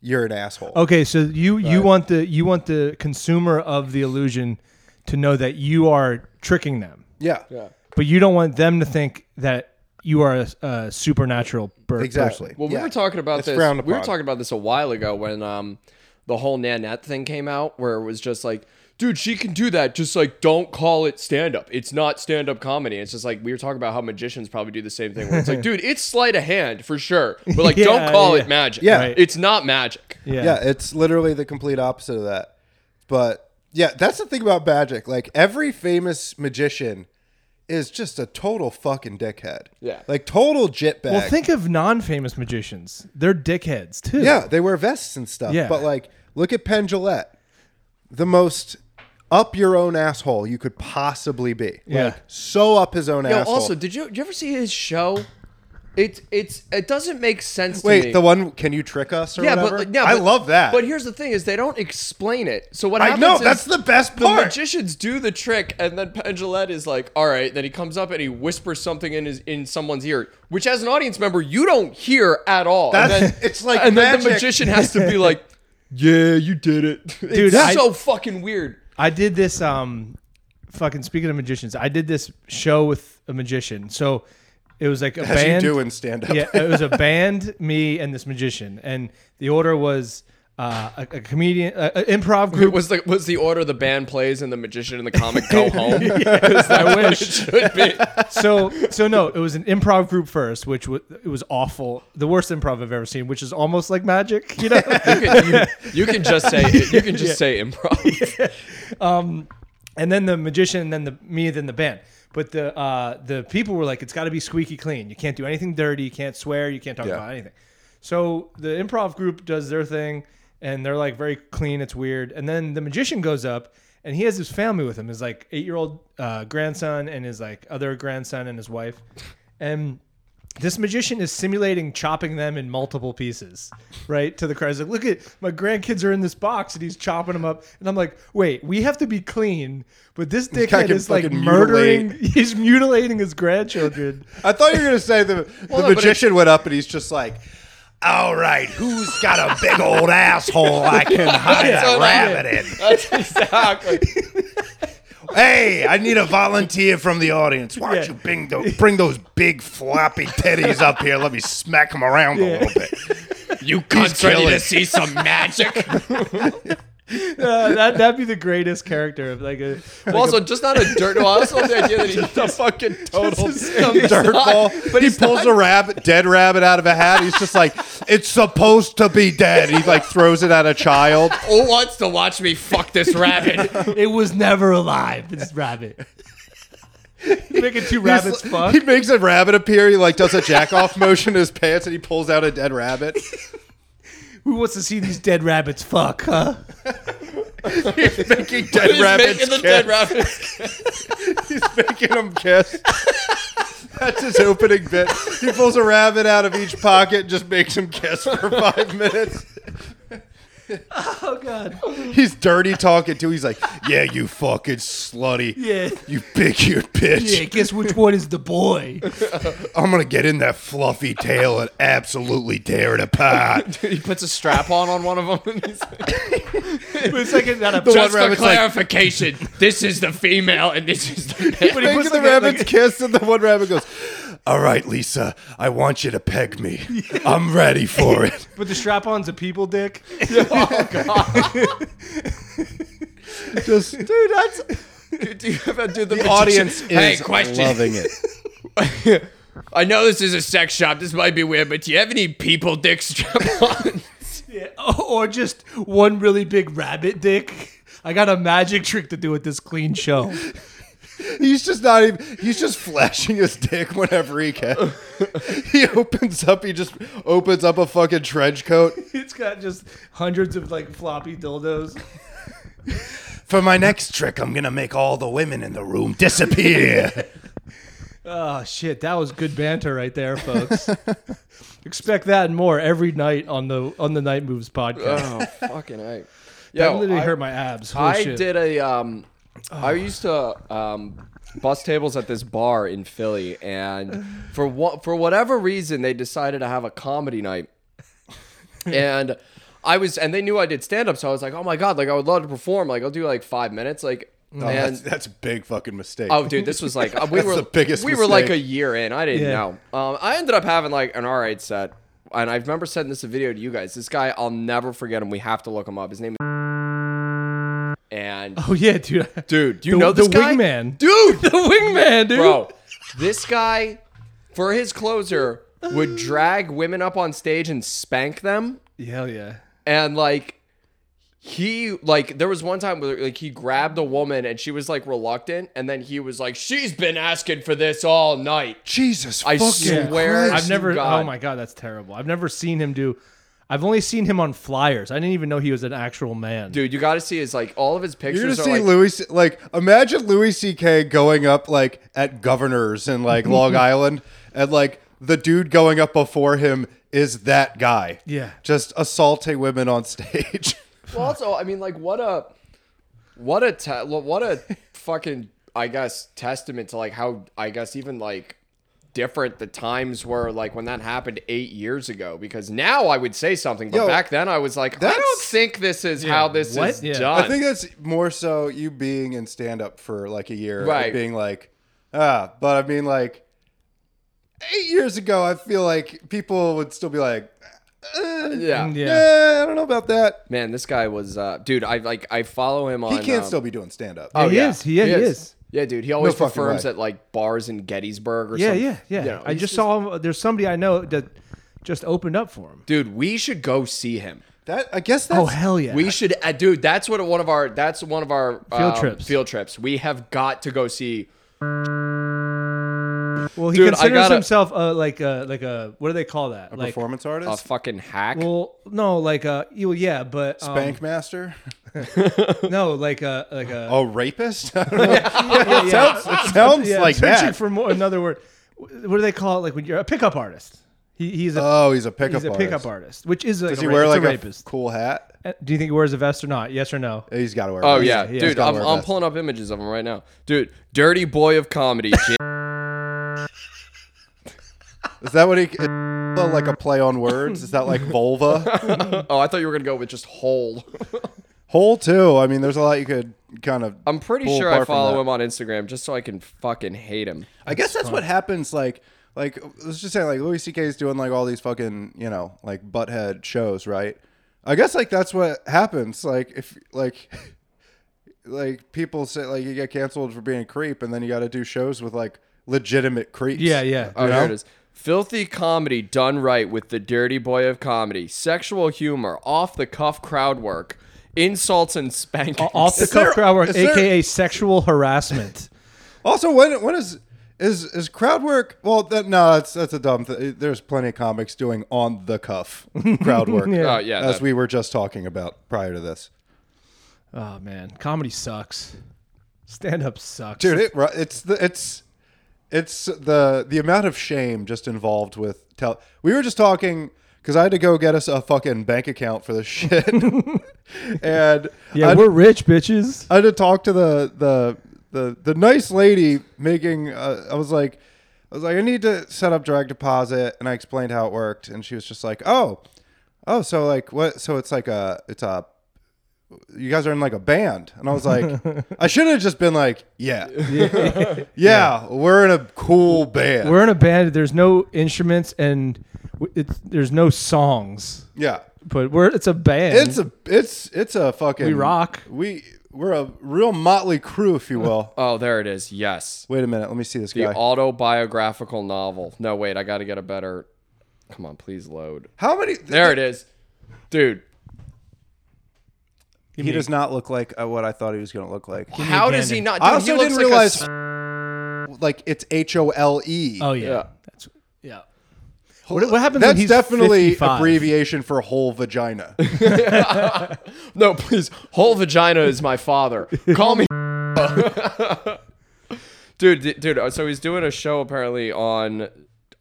[SPEAKER 1] you're an asshole.
[SPEAKER 3] Okay, so you you want the you want the consumer of the illusion to know that you are tricking them,
[SPEAKER 1] Yeah.
[SPEAKER 2] Yeah.
[SPEAKER 3] but you don't want them to think that you are a, a supernatural ber-
[SPEAKER 1] Exactly.
[SPEAKER 3] person.
[SPEAKER 2] Well, we
[SPEAKER 1] Yeah.
[SPEAKER 2] were talking about
[SPEAKER 1] It's
[SPEAKER 2] this.
[SPEAKER 1] frowned
[SPEAKER 2] We were
[SPEAKER 1] upon.
[SPEAKER 2] talking about this a while ago when um the whole Nanette thing came out, where it was just like, dude, she can do that. Just like, don't call it stand up. It's not stand up comedy. It's just like we were talking about how magicians probably do the same thing. Where it's like, dude, it's sleight of hand for sure, but like,
[SPEAKER 3] Yeah,
[SPEAKER 2] don't call
[SPEAKER 3] yeah.
[SPEAKER 2] it magic.
[SPEAKER 1] Yeah. Right.
[SPEAKER 2] it's not magic.
[SPEAKER 3] Yeah.
[SPEAKER 1] yeah. it's literally the complete opposite of that. But yeah, that's the thing about magic. Like every famous magician is just a total fucking dickhead.
[SPEAKER 2] Yeah.
[SPEAKER 1] Like total jitbag.
[SPEAKER 3] Well, think of non-famous magicians. They're dickheads too.
[SPEAKER 1] yeah, they wear vests and stuff.
[SPEAKER 3] Yeah.
[SPEAKER 1] But like look at Penn Jillette. The most up your own asshole you could possibly be.
[SPEAKER 3] Yeah.
[SPEAKER 1] Like so up his own
[SPEAKER 2] Yo,
[SPEAKER 1] asshole.
[SPEAKER 2] also, did you did you ever see his show? It it's it doesn't make sense. to me.
[SPEAKER 1] Wait, the one can you trick us or
[SPEAKER 2] yeah,
[SPEAKER 1] whatever?
[SPEAKER 2] but like, yeah,
[SPEAKER 1] I
[SPEAKER 2] but-
[SPEAKER 1] love that.
[SPEAKER 2] But here's the thing: is they don't explain it. So what
[SPEAKER 1] I
[SPEAKER 2] happens
[SPEAKER 1] know
[SPEAKER 2] is
[SPEAKER 1] that's the best
[SPEAKER 2] the
[SPEAKER 1] part.
[SPEAKER 2] magicians do the trick, and then Pendulette is like, "All right." Then he comes up and he whispers something in his in someone's ear, which as an audience member you don't hear at all. and
[SPEAKER 1] That's-
[SPEAKER 2] then,
[SPEAKER 1] it's like
[SPEAKER 2] and then the
[SPEAKER 1] magic.
[SPEAKER 2] magician has to be like, "Yeah, you did it." It's
[SPEAKER 3] Dude, I-
[SPEAKER 2] so fucking weird.
[SPEAKER 3] I did this um fucking speaking of magicians, I did this show with a magician. So it was like a
[SPEAKER 1] As
[SPEAKER 3] band
[SPEAKER 1] you do in stand up.
[SPEAKER 3] yeah, it was a band, me, and this magician, and the order was uh, a, a comedian, uh, an improv group.
[SPEAKER 2] Was the was the order the band plays and the magician and the comic go home?
[SPEAKER 3] I wish.
[SPEAKER 2] Should be.
[SPEAKER 3] So, so no, it was an improv group first, which was it was awful, the worst improv I've ever seen, which is almost like magic, you know.
[SPEAKER 2] You can, you, you can just say you can just say improv.
[SPEAKER 3] and then the magician, then the me, then the band. But the uh, the people were like, it's got to be squeaky clean. You can't do anything dirty. You can't swear. You can't talk about anything. So the improv group does their thing, and they're like very clean. It's weird. And then the magician goes up, and he has his family with him. His like eight year old uh, grandson and his like other grandson and his wife, and. This magician is simulating chopping them in multiple pieces, right? To the crowd. He's like, look at my grandkids are in this box and he's chopping them up. And I'm like, wait, we have to be clean, but this dickhead
[SPEAKER 1] can
[SPEAKER 3] is like
[SPEAKER 1] fucking
[SPEAKER 3] murdering, he's mutilating his grandchildren.
[SPEAKER 1] I thought you were going to say the,
[SPEAKER 2] no,
[SPEAKER 1] the
[SPEAKER 2] but
[SPEAKER 1] magician went up and he's just like, all right, who's got a big old asshole I can hide a
[SPEAKER 2] what I did.
[SPEAKER 1] rabbit in?
[SPEAKER 2] That's exactly.
[SPEAKER 1] Hey, I need a volunteer from the audience. Why
[SPEAKER 3] Yeah.
[SPEAKER 1] don't you bring, tho- bring those big floppy titties up here? Let me smack them around a little bit.
[SPEAKER 2] You cunts ready
[SPEAKER 1] killing.
[SPEAKER 2] to see some magic?
[SPEAKER 3] Uh, that that'd be the greatest character of like a
[SPEAKER 2] Well, also, just not a dirt. No, I also love the idea that he's a fucking total
[SPEAKER 1] Dirtball. But he pulls a rabbit, dead rabbit out of a hat. He's just like, it's supposed to be dead. He like throws it at a child.
[SPEAKER 2] Who wants to watch me fuck this rabbit?
[SPEAKER 3] it was never alive. This rabbit. Making two rabbits
[SPEAKER 1] He's-
[SPEAKER 3] fuck.
[SPEAKER 1] He makes a rabbit appear. He like does a jack off motion in his pants, and he pulls out a dead rabbit.
[SPEAKER 3] Who wants to see these dead rabbits fuck? Huh?
[SPEAKER 1] He's making dead
[SPEAKER 2] He's
[SPEAKER 1] rabbits.
[SPEAKER 2] making the
[SPEAKER 1] kiss.
[SPEAKER 2] dead rabbits.
[SPEAKER 1] He's making them kiss. That's his opening bit. He pulls a rabbit out of each pocket and just makes him kiss for five minutes.
[SPEAKER 3] Oh god.
[SPEAKER 1] He's dirty talking too. He's like, "Yeah, you fucking slutty.
[SPEAKER 3] Yeah.
[SPEAKER 1] you big eared bitch.
[SPEAKER 3] Yeah. Guess which one is the boy?
[SPEAKER 1] I'm gonna get in that fluffy tail and absolutely tear it apart."
[SPEAKER 2] He puts a strap on on one of them. And he's like,
[SPEAKER 3] It's like a- not a
[SPEAKER 1] one
[SPEAKER 2] Just for
[SPEAKER 1] rabbit's like-
[SPEAKER 2] clarification, this is the female and this is the male.
[SPEAKER 3] But he
[SPEAKER 1] Making
[SPEAKER 3] puts
[SPEAKER 1] the
[SPEAKER 3] like a-
[SPEAKER 1] rabbits kiss, and the one rabbit goes, "All right, Lisa, I want you to peg me. I'm ready for it."
[SPEAKER 3] But the strap-on's a people dick.
[SPEAKER 1] Just the
[SPEAKER 3] Dude, that's
[SPEAKER 2] Dude, do you ever do the
[SPEAKER 1] audience is
[SPEAKER 2] hey, question.
[SPEAKER 1] loving it.
[SPEAKER 2] I know this is a sex shop. This might be weird, but do you have any people dick strap on?
[SPEAKER 3] yeah. or just one really big rabbit dick. I got a magic trick to do with this clean show.
[SPEAKER 1] He's just not even. He's just flashing his dick whenever he can. he opens up. He just opens up a fucking trench coat.
[SPEAKER 3] It's got just hundreds of like floppy dildos.
[SPEAKER 1] For my next trick, I'm gonna make all the women in the room disappear.
[SPEAKER 3] Oh shit, that was good banter right there, folks. Expect that and more every night on the on the Night Moves podcast.
[SPEAKER 2] oh, fucking I.
[SPEAKER 3] that
[SPEAKER 2] Yo,
[SPEAKER 3] literally
[SPEAKER 2] I,
[SPEAKER 3] hurt my abs. Holy
[SPEAKER 2] I
[SPEAKER 3] shit.
[SPEAKER 2] did a um I used to um bus tables at this bar in Philly and for what for whatever reason they decided to have a comedy night. And I was and they knew I did stand up so I was like, "Oh my god, like I would love to perform. Like I'll do like 5 minutes like
[SPEAKER 1] that's,
[SPEAKER 2] and
[SPEAKER 1] Oh, that's a big fucking mistake.
[SPEAKER 2] Oh, dude, this was like uh, we
[SPEAKER 1] That's
[SPEAKER 2] were
[SPEAKER 1] the biggest
[SPEAKER 2] We were like a
[SPEAKER 1] mistake.
[SPEAKER 2] year in. I didn't
[SPEAKER 3] Yeah.
[SPEAKER 2] know. Um, I ended up having like an all right set, and I remember sending this video to you guys. This guy, I'll never forget him. We have to look him up. His name is and
[SPEAKER 3] Oh yeah, dude.
[SPEAKER 2] dude, do you
[SPEAKER 3] The-
[SPEAKER 2] know this
[SPEAKER 3] the
[SPEAKER 2] guy?
[SPEAKER 3] wingman.
[SPEAKER 2] dude,
[SPEAKER 3] The wingman, dude.
[SPEAKER 2] bro. This guy, for his closer, would drag women up on stage and spank them
[SPEAKER 3] Hell yeah.
[SPEAKER 2] and like he like there was one time where like he grabbed a woman and she was like reluctant and then he was like she's been asking for this all night
[SPEAKER 1] Jesus,
[SPEAKER 2] I
[SPEAKER 1] fucking
[SPEAKER 2] swear-
[SPEAKER 1] Christ.
[SPEAKER 3] I've never.
[SPEAKER 2] God.
[SPEAKER 3] Oh my god, that's terrible. I've never seen him do. I've only seen him on flyers. I didn't even know he was an actual man.
[SPEAKER 2] dude you gotta see his like all of his pictures
[SPEAKER 1] You're gonna
[SPEAKER 2] are
[SPEAKER 1] see
[SPEAKER 2] like
[SPEAKER 1] Louis, C- like imagine Louis C.K. going up like at Governors in like Long Island, and like the dude going up before him is that guy.
[SPEAKER 3] Yeah.
[SPEAKER 1] just assaulting women on stage.
[SPEAKER 2] well, also i mean like what a what a te- what a fucking i guess testament to like how i guess even like different the times were like when that happened eight years ago because now i would say something but
[SPEAKER 1] Yo,
[SPEAKER 2] back then i was like i
[SPEAKER 1] that's-
[SPEAKER 2] don't think this is how this
[SPEAKER 3] what?
[SPEAKER 2] is
[SPEAKER 3] Yeah.
[SPEAKER 2] done
[SPEAKER 1] I think that's more so you being in stand up for like a year, and
[SPEAKER 2] Right.
[SPEAKER 1] Being like, ah, but I mean, like eight years ago, I feel like people would still be like,
[SPEAKER 2] yeah
[SPEAKER 3] Mm, Yeah.
[SPEAKER 1] yeah, Eh, I don't know about that.
[SPEAKER 2] Man, this guy was, uh, dude. I like, I follow him on.
[SPEAKER 1] He can't
[SPEAKER 2] um,
[SPEAKER 1] still be doing stand up.
[SPEAKER 2] Oh,
[SPEAKER 3] He
[SPEAKER 2] yeah.
[SPEAKER 3] is. He- yeah, he is.
[SPEAKER 2] Yeah, dude. He always
[SPEAKER 1] fucking
[SPEAKER 2] performs
[SPEAKER 1] way.
[SPEAKER 2] at like bars in Gettysburg or
[SPEAKER 3] Yeah.
[SPEAKER 2] something.
[SPEAKER 3] Yeah. Yeah.
[SPEAKER 2] You know,
[SPEAKER 3] I
[SPEAKER 2] he's
[SPEAKER 3] just saw him. There's somebody I know that just opened up for him.
[SPEAKER 2] Dude, we should go see him.
[SPEAKER 1] That I guess that's
[SPEAKER 3] Oh hell yeah.
[SPEAKER 2] We should, uh, dude. That's what one of our. That's one of our
[SPEAKER 3] Field
[SPEAKER 2] um,
[SPEAKER 3] trips.
[SPEAKER 2] Field trips. We have got to go see.
[SPEAKER 3] well, he
[SPEAKER 2] Dude, I
[SPEAKER 3] considers
[SPEAKER 2] gotta-
[SPEAKER 3] himself uh, like a like a what do they call that? like
[SPEAKER 1] performance
[SPEAKER 2] A
[SPEAKER 1] artist,
[SPEAKER 2] fucking hack.
[SPEAKER 3] well, no, like a well, yeah, but um,
[SPEAKER 1] bank master,
[SPEAKER 3] no, like a like a
[SPEAKER 4] Oh,
[SPEAKER 2] Oh,
[SPEAKER 1] a rapist.
[SPEAKER 3] yeah, yeah.
[SPEAKER 1] it sounds
[SPEAKER 3] Yeah, I'm
[SPEAKER 1] like
[SPEAKER 3] searching
[SPEAKER 1] that.
[SPEAKER 3] for more, another word. What do they call it? Like when you're a pickup artist. He, he's a
[SPEAKER 4] Uh,
[SPEAKER 1] oh, he's a pickup.
[SPEAKER 3] he's a pickup artist, which is like
[SPEAKER 1] Does
[SPEAKER 3] a,
[SPEAKER 1] he
[SPEAKER 3] ra-
[SPEAKER 1] wear
[SPEAKER 3] it's
[SPEAKER 1] like
[SPEAKER 3] a
[SPEAKER 1] a,
[SPEAKER 3] rapist.
[SPEAKER 1] cool hat?
[SPEAKER 3] Uh, Do you think he wears a vest or not? Yes or no?
[SPEAKER 1] He's got to wear. a
[SPEAKER 2] oh
[SPEAKER 1] vest.
[SPEAKER 2] yeah,
[SPEAKER 3] yeah, he's
[SPEAKER 2] dude.
[SPEAKER 1] gotta
[SPEAKER 2] I'm,
[SPEAKER 1] wear a
[SPEAKER 2] I'm
[SPEAKER 1] vest.
[SPEAKER 2] pulling up images of him right now, dude. Dirty boy of comedy. J-
[SPEAKER 1] Is that what he? is Like a play on words? Is that like vulva?
[SPEAKER 2] oh, I thought you were gonna go with just whole.
[SPEAKER 1] Whole too. I mean, there's a lot you could kind of.
[SPEAKER 2] I'm pretty
[SPEAKER 1] pull
[SPEAKER 2] sure
[SPEAKER 1] apart
[SPEAKER 2] I
[SPEAKER 1] from
[SPEAKER 2] follow
[SPEAKER 1] that.
[SPEAKER 2] him on Instagram just so I can fucking hate him.
[SPEAKER 1] I guess that's what happens. Like, like I was just saying, like Louis C.K. is doing like all these fucking, you know, like butthead shows, right? I guess like that's what happens. Like if like like people say like you get canceled for being a creep, and then you got to do shows with like legitimate creeps.
[SPEAKER 3] Yeah, yeah.
[SPEAKER 2] Oh, there it is. Filthy comedy done right with the dirty boy of comedy. Sexual humor, off the cuff crowd work, insults and spankings.
[SPEAKER 3] Off the
[SPEAKER 1] Is there-
[SPEAKER 3] cuff crowd work,
[SPEAKER 1] is there-
[SPEAKER 3] aka sexual harassment.
[SPEAKER 1] Also, when when is is is crowd work? Well, that no, that's that's a dumb. thing. There's plenty of comics doing on the cuff crowd work.
[SPEAKER 2] Oh, yeah,
[SPEAKER 1] as
[SPEAKER 2] that-
[SPEAKER 1] we were just talking about prior to this,
[SPEAKER 3] Oh man, comedy sucks. Stand up sucks.
[SPEAKER 1] dude. It, ru- it's the it's it's the the amount of shame just involved with tell. We were just talking because I had to go get us a fucking bank account for this shit, and
[SPEAKER 3] yeah,
[SPEAKER 1] I-
[SPEAKER 3] we're rich bitches.
[SPEAKER 1] I had to talk to the the the, the nice lady making. Uh, I was like, I was like, I need to set up direct deposit, and I explained how it worked, and she was just like, oh, oh, so like what? So it's like a it's a you guys are in like a band, and I was like, I should have just been like, yeah, yeah, we're in a cool band,
[SPEAKER 3] We're in a band. There's no instruments and w- it's there's no songs,
[SPEAKER 1] yeah.
[SPEAKER 3] but we're it's a band.
[SPEAKER 1] It's a it's it's a fucking
[SPEAKER 3] We rock.
[SPEAKER 1] We we're a real motley crew, if you will.
[SPEAKER 2] Oh, there it is. Yes.
[SPEAKER 1] Wait a minute, let me see this
[SPEAKER 2] The
[SPEAKER 1] guy.
[SPEAKER 2] autobiographical novel. No, wait, I got to get a better. Come on, please load.
[SPEAKER 1] How many?
[SPEAKER 2] There it is. Dude,
[SPEAKER 1] He does not look like uh, what I thought he was going to look like.
[SPEAKER 2] how does
[SPEAKER 3] Gannon.
[SPEAKER 2] he not? Dude,
[SPEAKER 1] I
[SPEAKER 2] he
[SPEAKER 1] also
[SPEAKER 2] looks
[SPEAKER 1] didn't
[SPEAKER 2] like a
[SPEAKER 1] realize,
[SPEAKER 2] s-
[SPEAKER 1] like it's H O L E.
[SPEAKER 3] oh yeah,
[SPEAKER 2] Yeah.
[SPEAKER 3] that's yeah. What, what happens? when
[SPEAKER 1] That's
[SPEAKER 3] he's
[SPEAKER 1] definitely
[SPEAKER 3] 55?
[SPEAKER 1] abbreviation for whole vagina.
[SPEAKER 2] no, please. Whole vagina is my father. Call me. dude, d- dude. uh, So he's doing a show apparently on.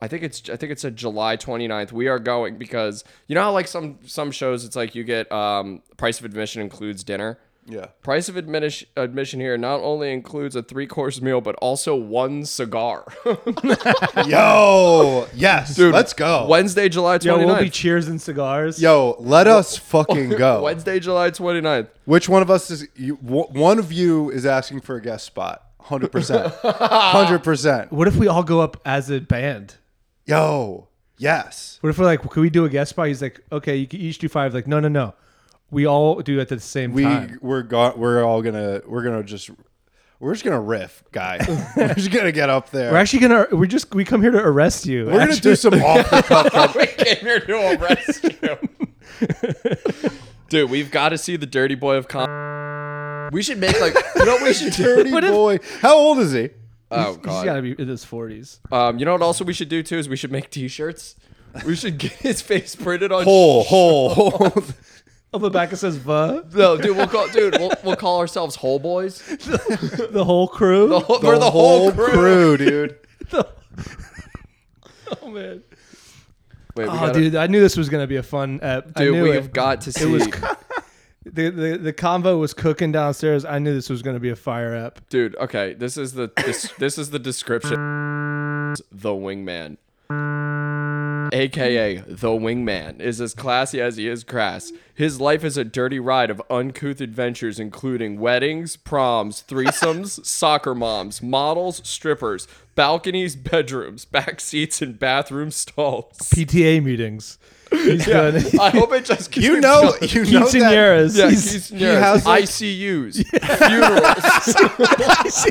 [SPEAKER 2] I think it's I think it's a July 29th. We are going because you know how like some some shows it's like you get um price of admission includes dinner.
[SPEAKER 1] yeah.
[SPEAKER 2] Price of admission admission here not only includes a three course meal but also one cigar.
[SPEAKER 1] Yo, yes, let's go.
[SPEAKER 2] Wednesday, July 29th.
[SPEAKER 3] Yo, we'll be cheers and cigars.
[SPEAKER 1] Yo, let us fucking go.
[SPEAKER 2] Wednesday, July 29th.
[SPEAKER 1] Which one of us is you, w- one of you is asking for a guest spot? Hundred percent, hundred percent.
[SPEAKER 3] What if we all go up as a band?
[SPEAKER 1] Yo, yes.
[SPEAKER 3] What if we're like, could we do a guest spot? He's like, okay, you can each do five. Like, no, no, no. We all do it at the same
[SPEAKER 1] We
[SPEAKER 3] time.
[SPEAKER 1] we're go- we're all gonna we're gonna just we're just gonna riff, guy. we're just gonna get up there.
[SPEAKER 3] We're actually gonna. We just we come here to arrest you.
[SPEAKER 1] We're gonna do some off the cuff.
[SPEAKER 2] we came here to arrest you. Dude, we've got to see the dirty boy of com. We should make like you know what we should do.
[SPEAKER 1] Dirty boy. How old is he?
[SPEAKER 2] Oh
[SPEAKER 3] He's
[SPEAKER 2] god.
[SPEAKER 3] gotta be in his forties.
[SPEAKER 2] Um, you know what? Also, we should do too is we should make T-shirts. We should get his face printed on.
[SPEAKER 1] Hole, hole, hole.
[SPEAKER 3] On the back it says "the
[SPEAKER 2] No, dude, we'll call dude. We'll, we'll call ourselves Hole Boys.
[SPEAKER 3] the whole crew.
[SPEAKER 2] The whole- we're the whole, crew.
[SPEAKER 1] dude.
[SPEAKER 3] oh man.
[SPEAKER 2] Wait, we
[SPEAKER 3] Oh,
[SPEAKER 2] gotta-
[SPEAKER 3] dude, I knew this was gonna be a fun. Ep. I
[SPEAKER 2] dude,
[SPEAKER 3] knew
[SPEAKER 2] we've
[SPEAKER 3] it.
[SPEAKER 2] got to see.
[SPEAKER 3] was the, the the convo was cooking downstairs. I knew this was gonna be a fire up.
[SPEAKER 2] dude, okay, this is the this, this is the description. The wingman. AKA the wingman is as classy as he is crass. His life is a dirty ride of uncouth adventures, including weddings, proms, threesomes, soccer moms, models, strippers, balconies, bedrooms, back seats, and bathroom stalls.
[SPEAKER 3] PTA meetings. He's done
[SPEAKER 2] I hope it just keeps
[SPEAKER 1] You know,
[SPEAKER 2] going.
[SPEAKER 1] you know that.
[SPEAKER 3] quinceañeras.
[SPEAKER 2] yeah,
[SPEAKER 3] He's-
[SPEAKER 2] he's,
[SPEAKER 1] has, like-
[SPEAKER 2] ICUs, funerals.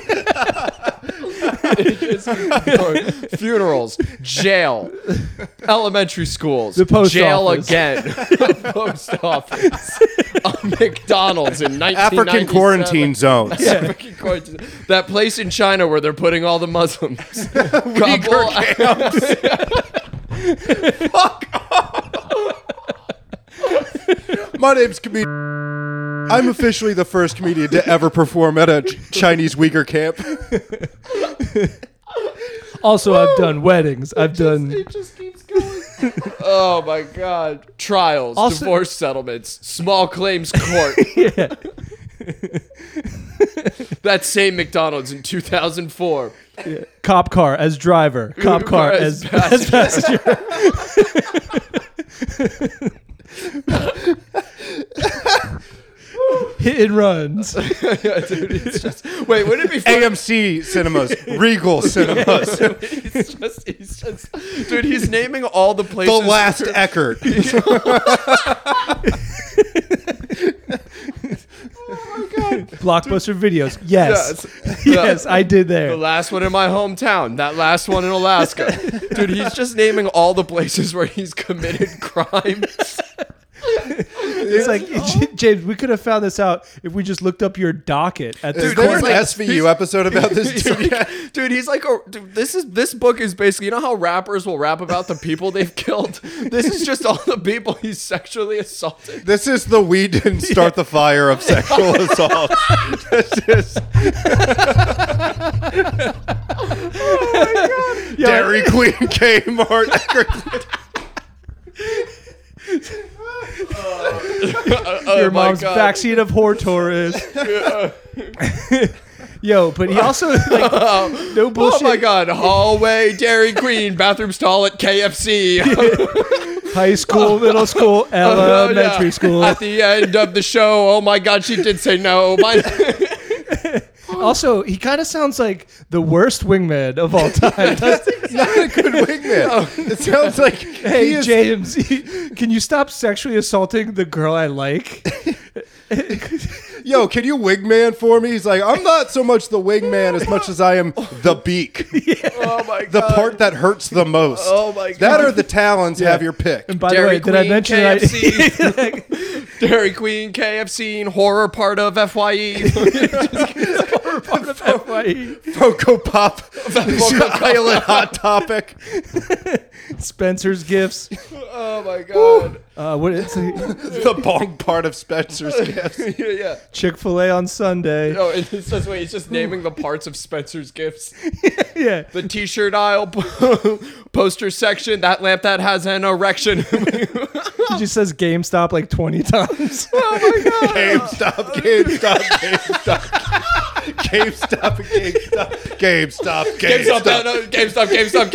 [SPEAKER 2] It just keeps going. funerals, jail, elementary schools,
[SPEAKER 3] The post
[SPEAKER 2] jail
[SPEAKER 3] office.
[SPEAKER 2] again, the post office, a McDonald's in 1997.
[SPEAKER 1] African quarantine zones.
[SPEAKER 2] African quarantine. That place in China where they're putting all the Muslims. Couple-
[SPEAKER 1] My name's comedian. I'm officially the first comedian to ever perform at a Ch- Chinese Uyghur camp.
[SPEAKER 3] Also, I've done weddings. I've done.
[SPEAKER 2] It just keeps going. oh my god. Trials,
[SPEAKER 3] Also-
[SPEAKER 2] divorce settlements, small claims court.
[SPEAKER 3] Yeah.
[SPEAKER 2] that same McDonald's in 2004.
[SPEAKER 3] Cop car as driver. Cop car as, as passenger. Hit and runs.
[SPEAKER 2] yeah, dude, it's just Wait, wouldn't it be funny?
[SPEAKER 1] AMC cinemas, Regal cinemas, the
[SPEAKER 2] he's just he's just Dude, he's naming all the places
[SPEAKER 1] last Eckerd.
[SPEAKER 3] Blockbuster videos. Yes.
[SPEAKER 2] Yes.
[SPEAKER 3] Yes, I did
[SPEAKER 2] The
[SPEAKER 3] there.
[SPEAKER 2] last one in my hometown. That last one in Alaska. Dude, he's just naming all the places where he's committed crimes.
[SPEAKER 3] It's like, J- James, we could have found this out if we just looked up your docket at the
[SPEAKER 1] Is there
[SPEAKER 3] corner.
[SPEAKER 1] an SVU episode about this?
[SPEAKER 2] He's
[SPEAKER 1] Dude?
[SPEAKER 2] like, dude, he's like a dude, this is this book is basically you know how rappers will rap about the people they've killed? This is just all the people he's sexually assaulted.
[SPEAKER 1] This is the we didn't start the fire of sexual assault. That's just
[SPEAKER 3] Yeah,
[SPEAKER 1] Dairy Queen, Kmart.
[SPEAKER 2] Oh
[SPEAKER 3] your
[SPEAKER 2] my
[SPEAKER 3] mom's
[SPEAKER 2] God.
[SPEAKER 3] backseat of whore tour is. Yo, but he also like no
[SPEAKER 2] Oh
[SPEAKER 3] bullshit.
[SPEAKER 2] my god, hallway, Dairy Queen, bathroom stall at KFC.
[SPEAKER 3] High school, middle school,
[SPEAKER 2] Oh, yeah.
[SPEAKER 3] elementary school.
[SPEAKER 2] At the end of the show, oh my god, she did say no. My-
[SPEAKER 3] Also, he kind of sounds like the worst wingman of all time. doesn't he?
[SPEAKER 1] Not a good wingman. It sounds like
[SPEAKER 3] hey,
[SPEAKER 1] he is
[SPEAKER 3] James, can you stop sexually assaulting the girl I like?
[SPEAKER 1] yo, can you wingman for me? He's like, I'm not so much the wingman as much as I am the beak,
[SPEAKER 2] oh my god.
[SPEAKER 1] the part that hurts the most.
[SPEAKER 2] Oh my
[SPEAKER 1] That
[SPEAKER 2] God.
[SPEAKER 1] or the talons have your pick.
[SPEAKER 3] And by
[SPEAKER 2] Dairy
[SPEAKER 3] the way,
[SPEAKER 2] Queen,
[SPEAKER 3] did I mention that
[SPEAKER 2] KFC. Dairy Queen, KFC, horror part of E. FYE.
[SPEAKER 3] E.
[SPEAKER 1] Funko Pop, Island Hot Topic.
[SPEAKER 3] Spencer's gifts?
[SPEAKER 2] oh my god.
[SPEAKER 3] Uh, what is
[SPEAKER 1] the bong part of Spencer's gifts.
[SPEAKER 2] yeah, yeah.
[SPEAKER 3] Chick Fil A on Sunday?
[SPEAKER 2] No, it's just that's wait, it's just naming the parts of Spencer's gifts.
[SPEAKER 3] Yeah,
[SPEAKER 2] The t-shirt aisle, poster section, that lamp that has an erection.
[SPEAKER 3] he just says GameStop like twenty times.
[SPEAKER 1] Oh, GameStop, GameStop, GameStop, GameStop, GameStop, GameStop,
[SPEAKER 2] GameStop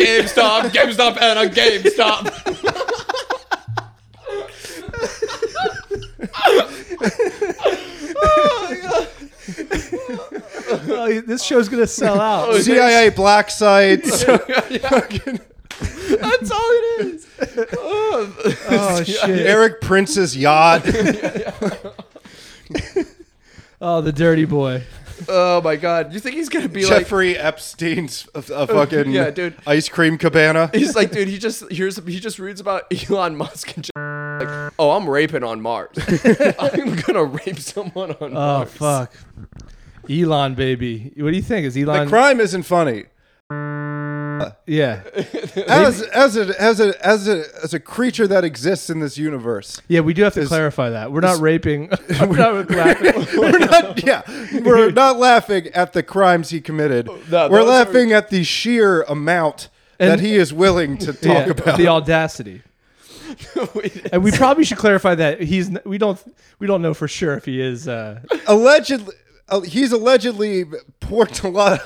[SPEAKER 1] GameStop.
[SPEAKER 2] and a GameStop, GameStop, GameStop, GameStop and a GameStop.
[SPEAKER 3] Oh, this show's gonna sell
[SPEAKER 1] Oh,
[SPEAKER 3] out.
[SPEAKER 1] CIA black sites.
[SPEAKER 2] That's all it is. Oh.
[SPEAKER 3] Oh shit!
[SPEAKER 1] Eric Prince's yacht.
[SPEAKER 3] Oh, the dirty boy.
[SPEAKER 2] Oh my god. You think he's gonna be like
[SPEAKER 1] Jeffrey Epstein's a, a fucking
[SPEAKER 2] Yeah, dude.
[SPEAKER 1] ice cream cabana.
[SPEAKER 2] He's like, dude, he just hears he just reads about Elon Musk and like, oh, I'm raping on Mars. I'm gonna rape someone on
[SPEAKER 3] Oh
[SPEAKER 2] Mars.
[SPEAKER 3] fuck. Elon baby, what do you think? Is
[SPEAKER 1] The
[SPEAKER 3] Elon?
[SPEAKER 1] crime isn't funny.
[SPEAKER 3] yeah,
[SPEAKER 1] As as a as a as a as a creature that exists in this universe,
[SPEAKER 3] yeah. We do have to clarify that we're not raping. we're not laughing.
[SPEAKER 1] we're not yeah we're not laughing at the crimes he committed.
[SPEAKER 2] No,
[SPEAKER 1] we're
[SPEAKER 2] those are-
[SPEAKER 1] laughing at the sheer amount that
[SPEAKER 3] And-
[SPEAKER 1] he is willing to talk
[SPEAKER 3] Yeah,
[SPEAKER 1] about.
[SPEAKER 3] the audacity.
[SPEAKER 2] Wait,
[SPEAKER 3] And we probably should clarify that he's n- we don't we don't know for sure if he is uh,
[SPEAKER 1] allegedly uh, he's allegedly porked a lot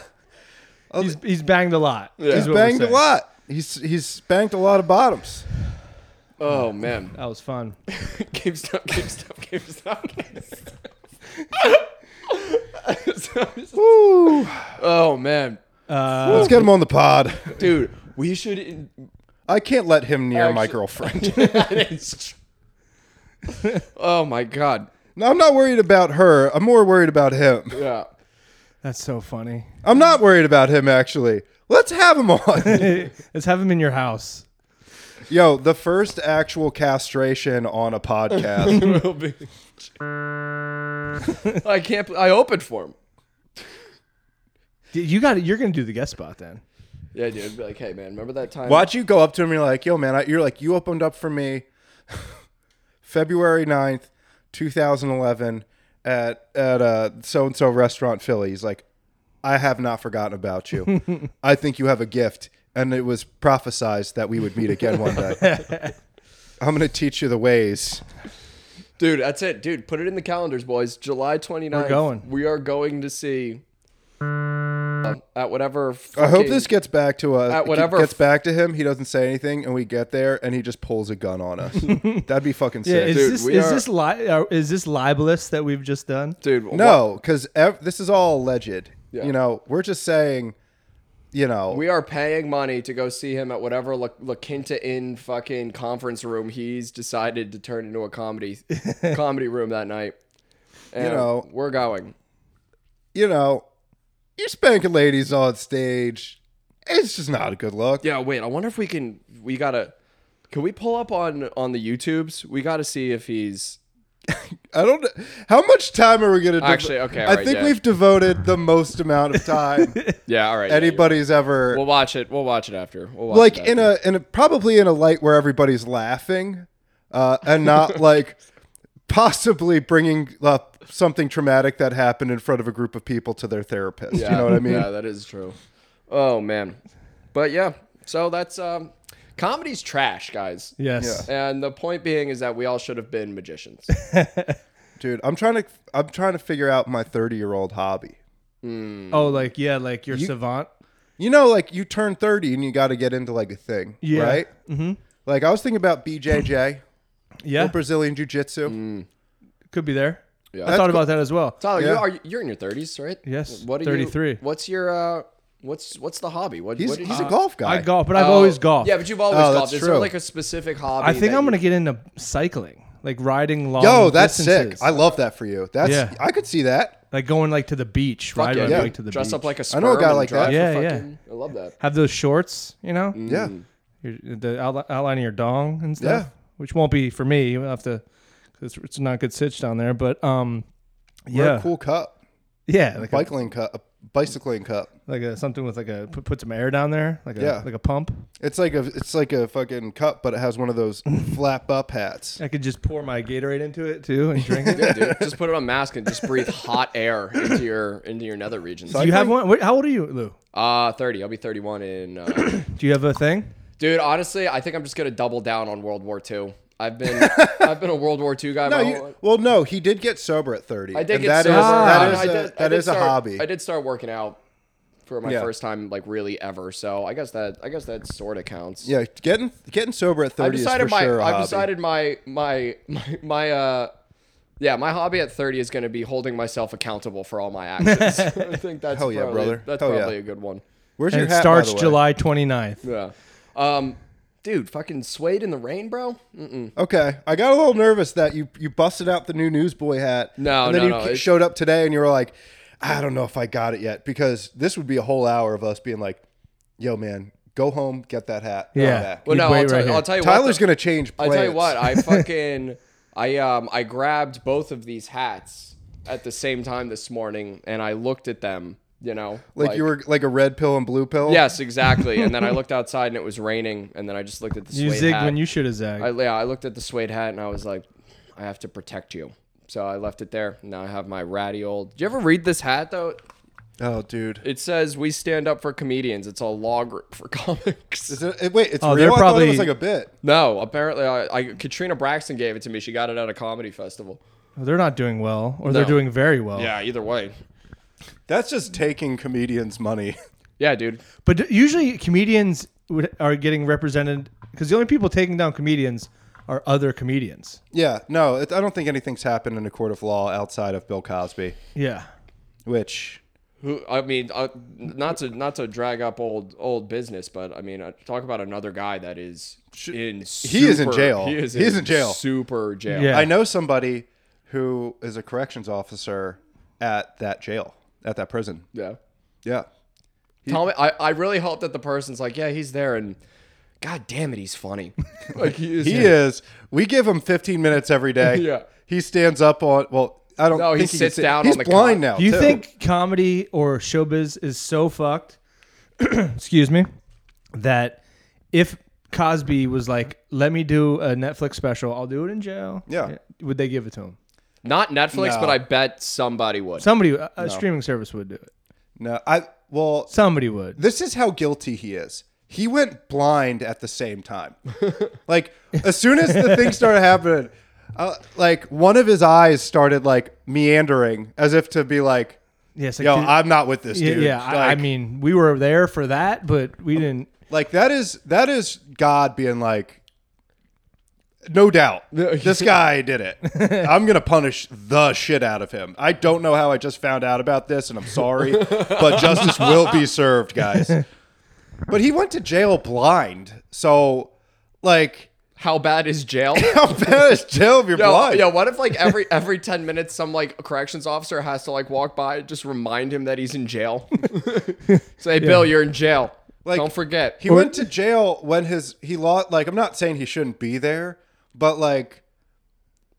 [SPEAKER 3] he's he's banged a lot.
[SPEAKER 2] Yeah.
[SPEAKER 3] is
[SPEAKER 2] He's
[SPEAKER 3] what we're
[SPEAKER 1] banged a
[SPEAKER 3] saying.
[SPEAKER 1] lot he's he's banked a lot of bottoms
[SPEAKER 2] oh man.
[SPEAKER 3] That was fun.
[SPEAKER 2] GameStop, GameStop, GameStop, GameStop.
[SPEAKER 1] Woo.
[SPEAKER 2] oh man.
[SPEAKER 3] Uh,
[SPEAKER 1] let's get him on the pod
[SPEAKER 2] Dude, we should in-
[SPEAKER 1] i can't let him near my
[SPEAKER 2] Actually-
[SPEAKER 1] girlfriend
[SPEAKER 2] that is tr- Oh my god.
[SPEAKER 1] no, i'm not worried about her i'm more worried about him
[SPEAKER 2] Yeah.
[SPEAKER 3] that's so funny.
[SPEAKER 1] i'm not worried about him actually let's have him on
[SPEAKER 3] Let's have him in your house.
[SPEAKER 1] yo the first actual castration on a podcast
[SPEAKER 2] Will be. I can't I opened for him.
[SPEAKER 3] D- You got it. You're gonna do the guest spot then.
[SPEAKER 2] Yeah, dude. Be like, hey man, remember that time?
[SPEAKER 1] watch you go up to him and you're like yo man I, you're like you opened up for me february 9th 2011 at at uh so and so restaurant philly he's like i have not forgotten about you i think you have a gift and it was prophesized that we would meet again one day i'm gonna teach you the ways
[SPEAKER 2] Dude, that's it. Dude, put it in the calendars, boys. July 29th.
[SPEAKER 3] We're going.
[SPEAKER 2] We are going to see uh, at whatever.
[SPEAKER 1] i hope
[SPEAKER 2] fucking-
[SPEAKER 1] this gets back to us
[SPEAKER 2] At whatever-
[SPEAKER 1] gets back to him he doesn't say anything and we get there and he just pulls a gun on us that'd be fucking
[SPEAKER 3] Yeah,
[SPEAKER 1] sick
[SPEAKER 3] is
[SPEAKER 2] Dude,
[SPEAKER 3] this
[SPEAKER 2] we
[SPEAKER 3] is
[SPEAKER 2] are-
[SPEAKER 3] this li- uh, is this libelous that we've just done?
[SPEAKER 2] Dude, wha-
[SPEAKER 1] No, because ev- this is all alleged.
[SPEAKER 2] Yeah.
[SPEAKER 1] You know, we're just saying, you know,
[SPEAKER 2] We are paying money to go see him at whatever La, La Quinta Inn fucking conference room he's decided to turn into a comedy comedy room that night. And
[SPEAKER 1] know.
[SPEAKER 2] we're going.
[SPEAKER 1] you know, you're spanking ladies on stage. It's just not a good look.
[SPEAKER 2] Yeah, wait. I wonder if we can. We gotta. Can we pull up on on the YouTubes? We gotta see if he's.
[SPEAKER 1] I don't. How much time are we gonna? dev-
[SPEAKER 2] Actually, okay,
[SPEAKER 1] I
[SPEAKER 2] alright,
[SPEAKER 1] think
[SPEAKER 2] yeah.
[SPEAKER 1] we've devoted the most amount of time
[SPEAKER 2] Yeah, all right. yeah, yeah.
[SPEAKER 1] anybody's ever.
[SPEAKER 2] We'll watch it. We'll watch it after. We'll watch
[SPEAKER 1] like
[SPEAKER 2] it after.
[SPEAKER 1] in a in a probably in a light where everybody's laughing, uh, and not like possibly bringing up something traumatic that happened in front of a group of people to their therapist. You know what I mean?
[SPEAKER 2] Yeah, that is true. Oh man, but yeah. So that's um, comedy's trash, guys.
[SPEAKER 3] Yes.
[SPEAKER 2] And the point being is that we all should have been magicians.
[SPEAKER 1] Dude, I'm trying to I'm trying to figure out my 30 year old hobby.
[SPEAKER 2] Mm.
[SPEAKER 3] Oh, like yeah, like your savant.
[SPEAKER 1] You know, like you turn 30 and you got to get into like a thing,
[SPEAKER 3] Yeah.
[SPEAKER 1] right? Mm-hmm. Like I was thinking about BJJ,
[SPEAKER 3] Yeah,
[SPEAKER 1] Brazilian Jiu Jitsu.
[SPEAKER 3] Mm. could be there.
[SPEAKER 2] Yeah.
[SPEAKER 3] I thought about that as well.
[SPEAKER 2] Tyler, you
[SPEAKER 1] Yeah.
[SPEAKER 2] are you're in your thirties, right?
[SPEAKER 3] Yes,
[SPEAKER 2] are you-
[SPEAKER 3] 33.
[SPEAKER 2] what's your uh, what's what's the hobby? What,
[SPEAKER 1] He's
[SPEAKER 2] what did
[SPEAKER 1] he's
[SPEAKER 2] you-
[SPEAKER 1] a golf guy.
[SPEAKER 3] I golf, but I've
[SPEAKER 2] Oh,
[SPEAKER 3] always golfed.
[SPEAKER 2] Yeah, but you've always
[SPEAKER 1] Oh,
[SPEAKER 2] golfed.
[SPEAKER 1] that's
[SPEAKER 2] Is there
[SPEAKER 1] true.
[SPEAKER 2] like a specific hobby?
[SPEAKER 3] I think
[SPEAKER 2] that
[SPEAKER 3] I'm gonna
[SPEAKER 2] you-
[SPEAKER 3] get into cycling, like riding long.
[SPEAKER 1] Yo, that's sick.
[SPEAKER 3] distances.
[SPEAKER 1] I love that for you. That's
[SPEAKER 3] Yeah.
[SPEAKER 1] I could see that.
[SPEAKER 3] like going like to the beach,
[SPEAKER 2] Fuck
[SPEAKER 3] ride
[SPEAKER 2] yeah,
[SPEAKER 3] my
[SPEAKER 2] dude.
[SPEAKER 3] bike to the
[SPEAKER 2] dress
[SPEAKER 3] beach.
[SPEAKER 2] up like a
[SPEAKER 1] I
[SPEAKER 2] sperm
[SPEAKER 1] know a guy
[SPEAKER 2] and
[SPEAKER 1] like
[SPEAKER 2] drive
[SPEAKER 3] that.
[SPEAKER 2] for
[SPEAKER 3] Yeah, yeah.
[SPEAKER 2] fucking- I love that.
[SPEAKER 3] have those shorts, you know,
[SPEAKER 2] Mm.
[SPEAKER 1] Yeah.
[SPEAKER 3] your, the outli- outline of your dong and stuff,
[SPEAKER 1] Yeah.
[SPEAKER 3] which won't be for me. You have to, because it's not good sitch down there. But um,
[SPEAKER 1] Wear
[SPEAKER 3] yeah,
[SPEAKER 1] a cool cup.
[SPEAKER 3] yeah, like a,
[SPEAKER 1] Bicycling cup. A bicycling cup.
[SPEAKER 3] like a something with like a put, put some air down there, like a
[SPEAKER 1] Yeah.
[SPEAKER 3] like a pump.
[SPEAKER 1] It's like a it's like a fucking cup, but it has one of those flap up hats.
[SPEAKER 3] I could just pour my Gatorade into it too and drink it.
[SPEAKER 2] Yeah, dude. Just put it on mask and just breathe hot air into your into your nether regions.
[SPEAKER 3] Do you have one? Wait, how old are you, Lou?
[SPEAKER 2] Uh, thirty. I'll be thirty-one in. Uh,
[SPEAKER 3] Do you have a thing?
[SPEAKER 2] Dude, honestly, I think I'm just gonna double down on World War II. I've been I've been a World War II guy.
[SPEAKER 1] No,
[SPEAKER 2] my whole,
[SPEAKER 1] Oh, you, well, no, he did get sober at thirty.
[SPEAKER 2] Oh, I did
[SPEAKER 1] and
[SPEAKER 2] get
[SPEAKER 1] that is-
[SPEAKER 2] sober.
[SPEAKER 1] that
[SPEAKER 2] and
[SPEAKER 1] is
[SPEAKER 2] I
[SPEAKER 1] a-
[SPEAKER 2] did- I
[SPEAKER 1] that
[SPEAKER 2] did
[SPEAKER 1] is a
[SPEAKER 2] start-
[SPEAKER 1] hobby.
[SPEAKER 2] I did start working out for my
[SPEAKER 1] Yeah.
[SPEAKER 2] first time, like really ever. So I guess that I guess that sort of counts.
[SPEAKER 1] Yeah, getting getting sober at
[SPEAKER 2] I've
[SPEAKER 1] thirty
[SPEAKER 2] decided
[SPEAKER 1] is for
[SPEAKER 2] my
[SPEAKER 1] sure a
[SPEAKER 2] I've
[SPEAKER 1] hobby.
[SPEAKER 2] decided my my my my uh yeah my hobby at 30 is gonna be holding myself accountable for all my actions. I think that's
[SPEAKER 1] Hell yeah,
[SPEAKER 2] probably,
[SPEAKER 1] brother.
[SPEAKER 2] That's
[SPEAKER 1] Hell yeah.
[SPEAKER 2] probably a good one.
[SPEAKER 1] Where's
[SPEAKER 3] And
[SPEAKER 1] your
[SPEAKER 3] it
[SPEAKER 1] hat, by
[SPEAKER 3] starts
[SPEAKER 1] the way?
[SPEAKER 3] July 29th.
[SPEAKER 2] Yeah. Um, dude, fucking suede in the rain, bro. Mm-mm.
[SPEAKER 1] Okay, I got a little nervous that you you busted out the new newsboy hat.
[SPEAKER 2] No,
[SPEAKER 1] and then
[SPEAKER 2] no,
[SPEAKER 1] you
[SPEAKER 2] no,
[SPEAKER 1] ca-
[SPEAKER 2] it's-
[SPEAKER 1] showed up today and you were like, I don't know if I got it yet because this would be a whole hour of us being like, Yo, man, go home, get that hat. come
[SPEAKER 3] Yeah.
[SPEAKER 1] back."
[SPEAKER 2] Well,
[SPEAKER 3] You'd
[SPEAKER 2] no,
[SPEAKER 3] wait
[SPEAKER 2] I'll, tell
[SPEAKER 3] right
[SPEAKER 2] you
[SPEAKER 3] here.
[SPEAKER 2] I'll tell you what.
[SPEAKER 1] Tyler's
[SPEAKER 2] though.
[SPEAKER 1] gonna change.
[SPEAKER 2] I
[SPEAKER 1] Plans.
[SPEAKER 2] tell you what, I fucking I um I grabbed both of these hats at the same time this morning and I looked at them, you know.
[SPEAKER 1] like, you were like a red pill and blue pill.
[SPEAKER 2] Yes, exactly. and then I looked outside and it was raining and then I just looked at the
[SPEAKER 3] You
[SPEAKER 2] suede
[SPEAKER 3] zig
[SPEAKER 2] hat.
[SPEAKER 3] when you should have zagged.
[SPEAKER 2] I yeah, I looked at the suede hat and I was like, I have to protect you. So I left it there. Now I have my ratty old. Do you ever read this hat though?
[SPEAKER 1] Oh, dude.
[SPEAKER 2] It says we stand up for comedians. It's a log for comics.
[SPEAKER 1] Is it, it- Uh, wait, it's
[SPEAKER 3] Oh,
[SPEAKER 1] real.
[SPEAKER 3] they're
[SPEAKER 1] I thought it was
[SPEAKER 3] probably-
[SPEAKER 1] like a bit.
[SPEAKER 2] no, apparently I, I Katrina Braxton gave it to me. She got it at a comedy festival.
[SPEAKER 3] they're not doing well, or they're
[SPEAKER 2] No.
[SPEAKER 3] doing very well.
[SPEAKER 2] Yeah, either way.
[SPEAKER 1] That's just taking comedians' money.
[SPEAKER 2] Yeah, dude.
[SPEAKER 3] But d- usually comedians would, are getting represented because the only people taking down comedians are other comedians.
[SPEAKER 1] yeah, no, it, I don't think anything's happened in a court of law outside of Bill Cosby,
[SPEAKER 3] Yeah.
[SPEAKER 1] which
[SPEAKER 2] Who I mean, uh, not to not to drag up old old business, but I mean, uh, talk about another guy that is in super,
[SPEAKER 1] he is in jail.
[SPEAKER 2] He is
[SPEAKER 1] He is in jail.
[SPEAKER 2] Super jail.
[SPEAKER 3] Yeah.
[SPEAKER 1] I know somebody who is a corrections officer at that jail, at that prison.
[SPEAKER 2] yeah.
[SPEAKER 1] Yeah.
[SPEAKER 2] Tell me, I, I really hope that the person's like, yeah, he's there, and God damn it, he's funny. like he is.
[SPEAKER 1] He is. We give him 15 minutes every day.
[SPEAKER 2] Yeah.
[SPEAKER 1] He stands up on, well, I don't
[SPEAKER 2] No, he
[SPEAKER 1] think can
[SPEAKER 2] sits
[SPEAKER 1] sit-
[SPEAKER 2] down
[SPEAKER 1] He's
[SPEAKER 2] on the
[SPEAKER 1] blind
[SPEAKER 2] cot.
[SPEAKER 1] now.
[SPEAKER 3] Do you
[SPEAKER 1] too.
[SPEAKER 3] think comedy or showbiz is so fucked? excuse me. That if Cosby was like, "Let me do a Netflix special. I'll do it in jail." eh,
[SPEAKER 1] Yeah.
[SPEAKER 3] Would they give it to him?
[SPEAKER 2] Not Netflix,
[SPEAKER 1] No.
[SPEAKER 2] but I bet somebody would.
[SPEAKER 3] Somebody, a a streaming service would do it.
[SPEAKER 1] No, I, well,
[SPEAKER 3] Somebody would.
[SPEAKER 1] this is how guilty he is. He went blind at the same time. like as soon as the thing started happening, uh, like one of his eyes started like meandering as if to be like,
[SPEAKER 3] Yes.
[SPEAKER 1] "Yo, I'm not with this
[SPEAKER 3] yeah.
[SPEAKER 1] dude."
[SPEAKER 3] yeah, I, I
[SPEAKER 1] Like-
[SPEAKER 3] mean, we were there for that, but we didn't.
[SPEAKER 1] Like that is that is God being like, no doubt, this guy did it. I'm gonna punish the shit out of him. I don't know how I just found out about this, and I'm sorry, but justice will be served, guys. But he went to jail blind, so like
[SPEAKER 2] How bad is jail?
[SPEAKER 1] How bad is jail if you're
[SPEAKER 2] Yo,
[SPEAKER 1] blind?
[SPEAKER 2] yo, what if like every every ten minutes some like corrections officer has to like walk by and just remind him that he's in jail? Say, Bill, you're in jail.
[SPEAKER 1] Like,
[SPEAKER 2] Don't forget.
[SPEAKER 1] He went to jail when his he lost. Like I'm not saying he shouldn't be there, but like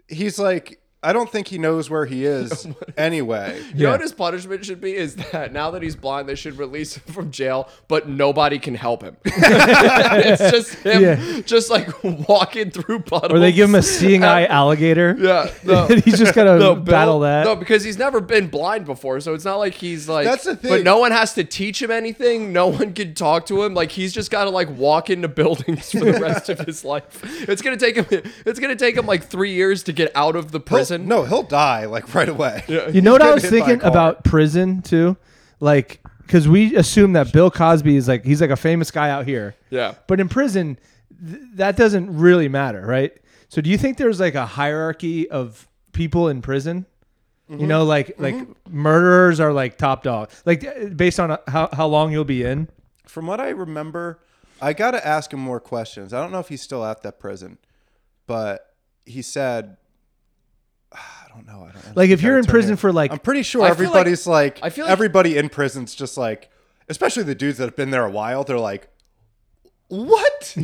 [SPEAKER 1] he's like I don't think he knows where he is anyway.
[SPEAKER 2] You know
[SPEAKER 3] Yeah.
[SPEAKER 2] what his punishment should be is that now that he's blind, they should release him from jail, but nobody can help him. it's just him,
[SPEAKER 3] Yeah.
[SPEAKER 2] just like walking through puddles.
[SPEAKER 3] Or they give him a seeing eye alligator.
[SPEAKER 2] yeah. No,
[SPEAKER 3] he's just gonna
[SPEAKER 2] no, Bill-
[SPEAKER 3] Oh, battle that.
[SPEAKER 2] No, because he's never been blind before, so it's not like he's like.
[SPEAKER 1] That's the
[SPEAKER 2] But
[SPEAKER 1] thing.
[SPEAKER 2] no one has to teach him anything. No one can talk to him. Like he's just got to like walk into buildings for the rest of his life. It's gonna take him. It's gonna take him like three years to get out of the
[SPEAKER 1] He'll-
[SPEAKER 2] prison.
[SPEAKER 1] no, he'll die like right away.
[SPEAKER 3] You know what I
[SPEAKER 1] been
[SPEAKER 3] was
[SPEAKER 1] hit by a
[SPEAKER 3] thinking
[SPEAKER 1] car.
[SPEAKER 3] about prison too, like because we assume that Bill Cosby is like he's like a famous guy out here.
[SPEAKER 2] Yeah.
[SPEAKER 3] But in prison, th- that doesn't really matter, right? So do you think there's like a hierarchy of people in prison?
[SPEAKER 1] Mm-hmm.
[SPEAKER 3] You know, like like murderers are like top dog, like uh, based on uh, how how long you'll be in.
[SPEAKER 1] From what I remember, I got to ask him more questions. I don't know if he's still at that prison, but he said, I don't know. I don't know
[SPEAKER 3] Like if
[SPEAKER 1] The
[SPEAKER 3] you're in
[SPEAKER 1] term
[SPEAKER 3] prison
[SPEAKER 1] here.
[SPEAKER 3] for like
[SPEAKER 1] I'm pretty sure
[SPEAKER 2] I feel like-
[SPEAKER 1] everybody's like,
[SPEAKER 2] I feel like-
[SPEAKER 1] everybody in prison's just like, especially the dudes that have been there a while. They're like, what?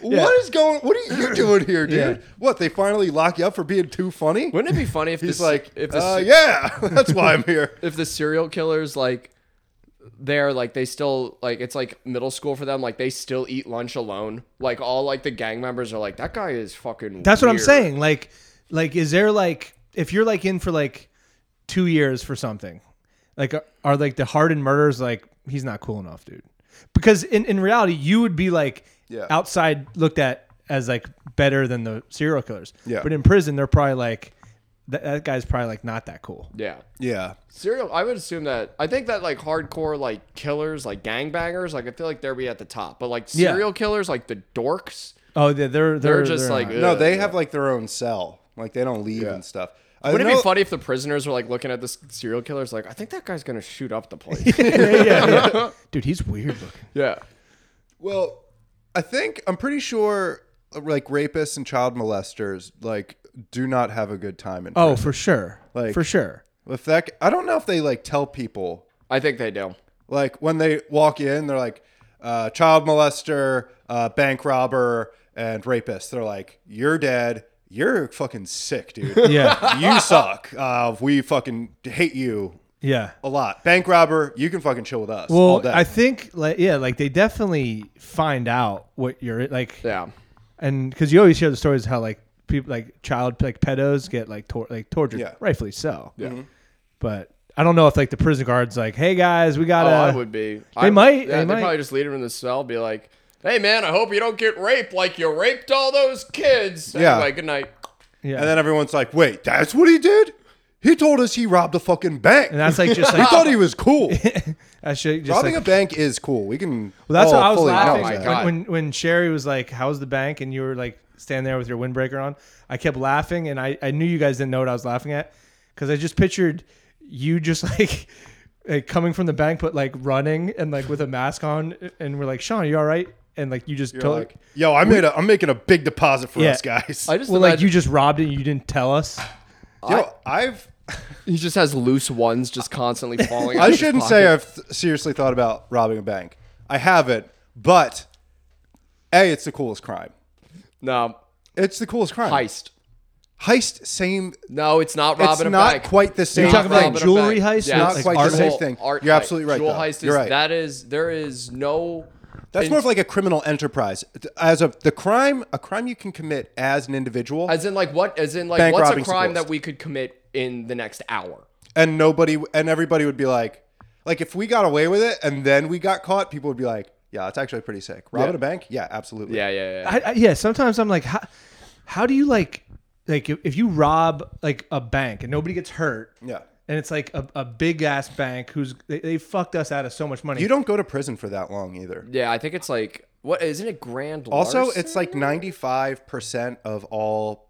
[SPEAKER 1] What is going? What are you doing here, dude?
[SPEAKER 3] Yeah.
[SPEAKER 1] What? They finally lock you up for being too funny?
[SPEAKER 2] Wouldn't it be funny if
[SPEAKER 1] He's
[SPEAKER 2] this,
[SPEAKER 1] like,
[SPEAKER 2] if this,
[SPEAKER 1] uh, yeah, that's why I'm here.
[SPEAKER 2] if the serial killers like they're like they still like it's like middle school for them like they still eat lunch alone like all like the gang members are like that guy is fucking
[SPEAKER 3] That's what I'm
[SPEAKER 2] weird."
[SPEAKER 3] saying. Like, like, is there like, if you're like in for like two years for something, like, are, are like the hardened murderers like he's not cool enough, dude? Because in in reality, you would be like
[SPEAKER 1] Yeah.
[SPEAKER 3] outside looked at as like better than the serial killers.
[SPEAKER 1] Yeah.
[SPEAKER 3] But in prison, they're probably like that, that guy's probably like not that cool.
[SPEAKER 2] yeah
[SPEAKER 1] Yeah,
[SPEAKER 2] serial i would assume that i think that like hardcore like killers like gangbangers like i feel like they'd be at the top but like
[SPEAKER 3] Yeah.
[SPEAKER 2] serial killers like the dorks
[SPEAKER 3] Oh, they're they're they're,
[SPEAKER 2] they're just like
[SPEAKER 3] not.
[SPEAKER 1] no,
[SPEAKER 2] "Ugh."
[SPEAKER 1] they have like their own cell. Like they don't leave and stuff. I
[SPEAKER 2] wouldn't it
[SPEAKER 1] know-
[SPEAKER 2] be funny if the prisoners were like looking at this serial killers like i think that guy's gonna shoot up the place
[SPEAKER 3] Yeah, yeah, yeah. dude, he's weird looking.
[SPEAKER 2] yeah
[SPEAKER 1] Well, I think I'm pretty sure like rapists and child molesters like do not have a good time in
[SPEAKER 3] Oh, for sure,
[SPEAKER 1] Like-
[SPEAKER 3] for sure.
[SPEAKER 1] If that I don't know if they like tell people
[SPEAKER 2] i think they do
[SPEAKER 1] like when they walk in they're like uh, child molester, uh, bank robber and rapist. They're like you're dead. You're fucking sick, dude.
[SPEAKER 3] Yeah,
[SPEAKER 1] you suck. Uh, we fucking hate you
[SPEAKER 3] yeah.
[SPEAKER 1] a lot. Bank robber, you can fucking chill with us all
[SPEAKER 3] Well,
[SPEAKER 1] day.
[SPEAKER 3] I think like yeah, like they definitely find out what you're like,
[SPEAKER 2] yeah
[SPEAKER 3] and because you always hear the stories how like people like child like pedos get like tor- like tortured,
[SPEAKER 1] Yeah.
[SPEAKER 3] rightfully so.
[SPEAKER 2] Yeah.
[SPEAKER 3] But I don't know if like the prison guards like, hey guys, we gotta.
[SPEAKER 2] Oh, I would be. They I,
[SPEAKER 3] might,
[SPEAKER 2] Yeah,
[SPEAKER 3] Uh,
[SPEAKER 2] they
[SPEAKER 3] they might.
[SPEAKER 2] probably just lead him in the cell. Be like, "Hey, man, I hope you don't get raped like you raped all those kids."
[SPEAKER 1] Yeah.
[SPEAKER 2] Anyway, good night.
[SPEAKER 3] yeah.
[SPEAKER 1] and then everyone's like, "Wait, that's what he did? He told us he robbed a fucking bank."
[SPEAKER 3] And that's like just
[SPEAKER 1] I
[SPEAKER 3] like
[SPEAKER 1] thought he was cool.
[SPEAKER 3] that shit. Just
[SPEAKER 1] Robbing
[SPEAKER 3] like,
[SPEAKER 1] a bank is cool. We can.
[SPEAKER 3] well, that's
[SPEAKER 1] all
[SPEAKER 3] what I was
[SPEAKER 1] fully
[SPEAKER 3] laughing
[SPEAKER 1] acknowledge
[SPEAKER 2] Oh,
[SPEAKER 1] that.
[SPEAKER 2] my God.
[SPEAKER 3] when, when when Sherry was like, "How's the bank?" and you were like standing there with your windbreaker on. I kept laughing, and I I knew you guys didn't know what I was laughing at because I just pictured you just like. Like coming from the bank, but like running and like with a mask on, and we're like, "Sean, you all right?" And like you just
[SPEAKER 1] You're
[SPEAKER 3] totally,
[SPEAKER 1] like, yo, I made a. I'm making a big deposit for
[SPEAKER 3] Yeah.
[SPEAKER 1] us guys.
[SPEAKER 2] I just
[SPEAKER 3] well, like
[SPEAKER 2] imagine
[SPEAKER 3] you just robbed it, and you didn't tell us.
[SPEAKER 1] yo, I've.
[SPEAKER 2] he just has loose ones just constantly falling. out
[SPEAKER 1] I
[SPEAKER 2] of his
[SPEAKER 1] shouldn't
[SPEAKER 2] pocket.
[SPEAKER 1] say I've th- seriously thought about robbing a bank. I haven't, but a, it's the coolest crime.
[SPEAKER 2] no
[SPEAKER 1] It's the coolest crime.
[SPEAKER 2] heist.
[SPEAKER 1] Heist, same.
[SPEAKER 2] No, it's not robbing
[SPEAKER 1] it's
[SPEAKER 2] a
[SPEAKER 1] not
[SPEAKER 2] bank.
[SPEAKER 1] quite the same.
[SPEAKER 3] You're talking about
[SPEAKER 1] thing.
[SPEAKER 2] Robbing a
[SPEAKER 3] jewelry
[SPEAKER 2] bank.
[SPEAKER 3] heist? Not
[SPEAKER 2] it's
[SPEAKER 3] quite
[SPEAKER 2] art
[SPEAKER 3] the same
[SPEAKER 2] heist.
[SPEAKER 1] thing.
[SPEAKER 2] Art
[SPEAKER 1] You're
[SPEAKER 2] heist.
[SPEAKER 1] absolutely right,
[SPEAKER 2] Jewel
[SPEAKER 1] though.
[SPEAKER 2] heist is
[SPEAKER 1] You're right.
[SPEAKER 2] that is there is no.
[SPEAKER 1] That's more
[SPEAKER 2] in-
[SPEAKER 1] of like a criminal enterprise. As a the crime, a crime you can commit as an individual,
[SPEAKER 2] as in like what as in like
[SPEAKER 1] Bank
[SPEAKER 2] what's a
[SPEAKER 1] robbing's the
[SPEAKER 2] crime
[SPEAKER 1] coolest.
[SPEAKER 2] that we could commit in the next hour.
[SPEAKER 1] and nobody and everybody would be like, like if we got away with it and then we got caught, people would be like, yeah, it's actually pretty sick. Robbing a bank, yeah, absolutely.
[SPEAKER 2] Yeah, yeah, yeah.
[SPEAKER 3] I, I, yeah, sometimes I'm like, how, how do you like, like if, if you rob like a bank and nobody gets hurt,
[SPEAKER 1] Yeah.
[SPEAKER 3] and it's like a, a big ass bank who's they, they fucked us out of so much money.
[SPEAKER 1] You don't go to prison for that long either.
[SPEAKER 2] yeah, I think it's like what isn't it grand?
[SPEAKER 1] Also,
[SPEAKER 2] larceny?
[SPEAKER 1] it's like 95% of all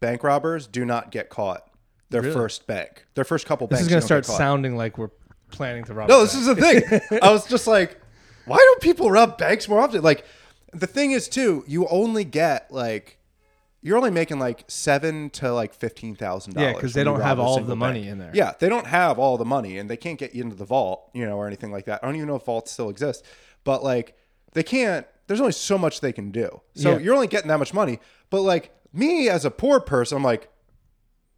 [SPEAKER 1] bank robbers do not get caught their first bank. Their first couple
[SPEAKER 3] this
[SPEAKER 1] banks.
[SPEAKER 3] is gonna
[SPEAKER 1] they don't
[SPEAKER 3] start
[SPEAKER 1] get caught.
[SPEAKER 3] sounding like we're planning to rob.
[SPEAKER 1] Oh, No, this is the thing. I was just like, why don't people rob banks more often? Like, the thing is too, you only get like you're only making like seven to like fifteen thousand dollars.
[SPEAKER 3] Yeah, 'cause they don't have all of the money in there.
[SPEAKER 1] Yeah, they don't have all the money, and they can't get you into the vault, you know, or anything like that. I don't even know if vaults still exist, but like they can't. There's only so much they can do. So
[SPEAKER 3] Yeah.
[SPEAKER 1] you're only getting that much money. But like me as a poor person, I'm like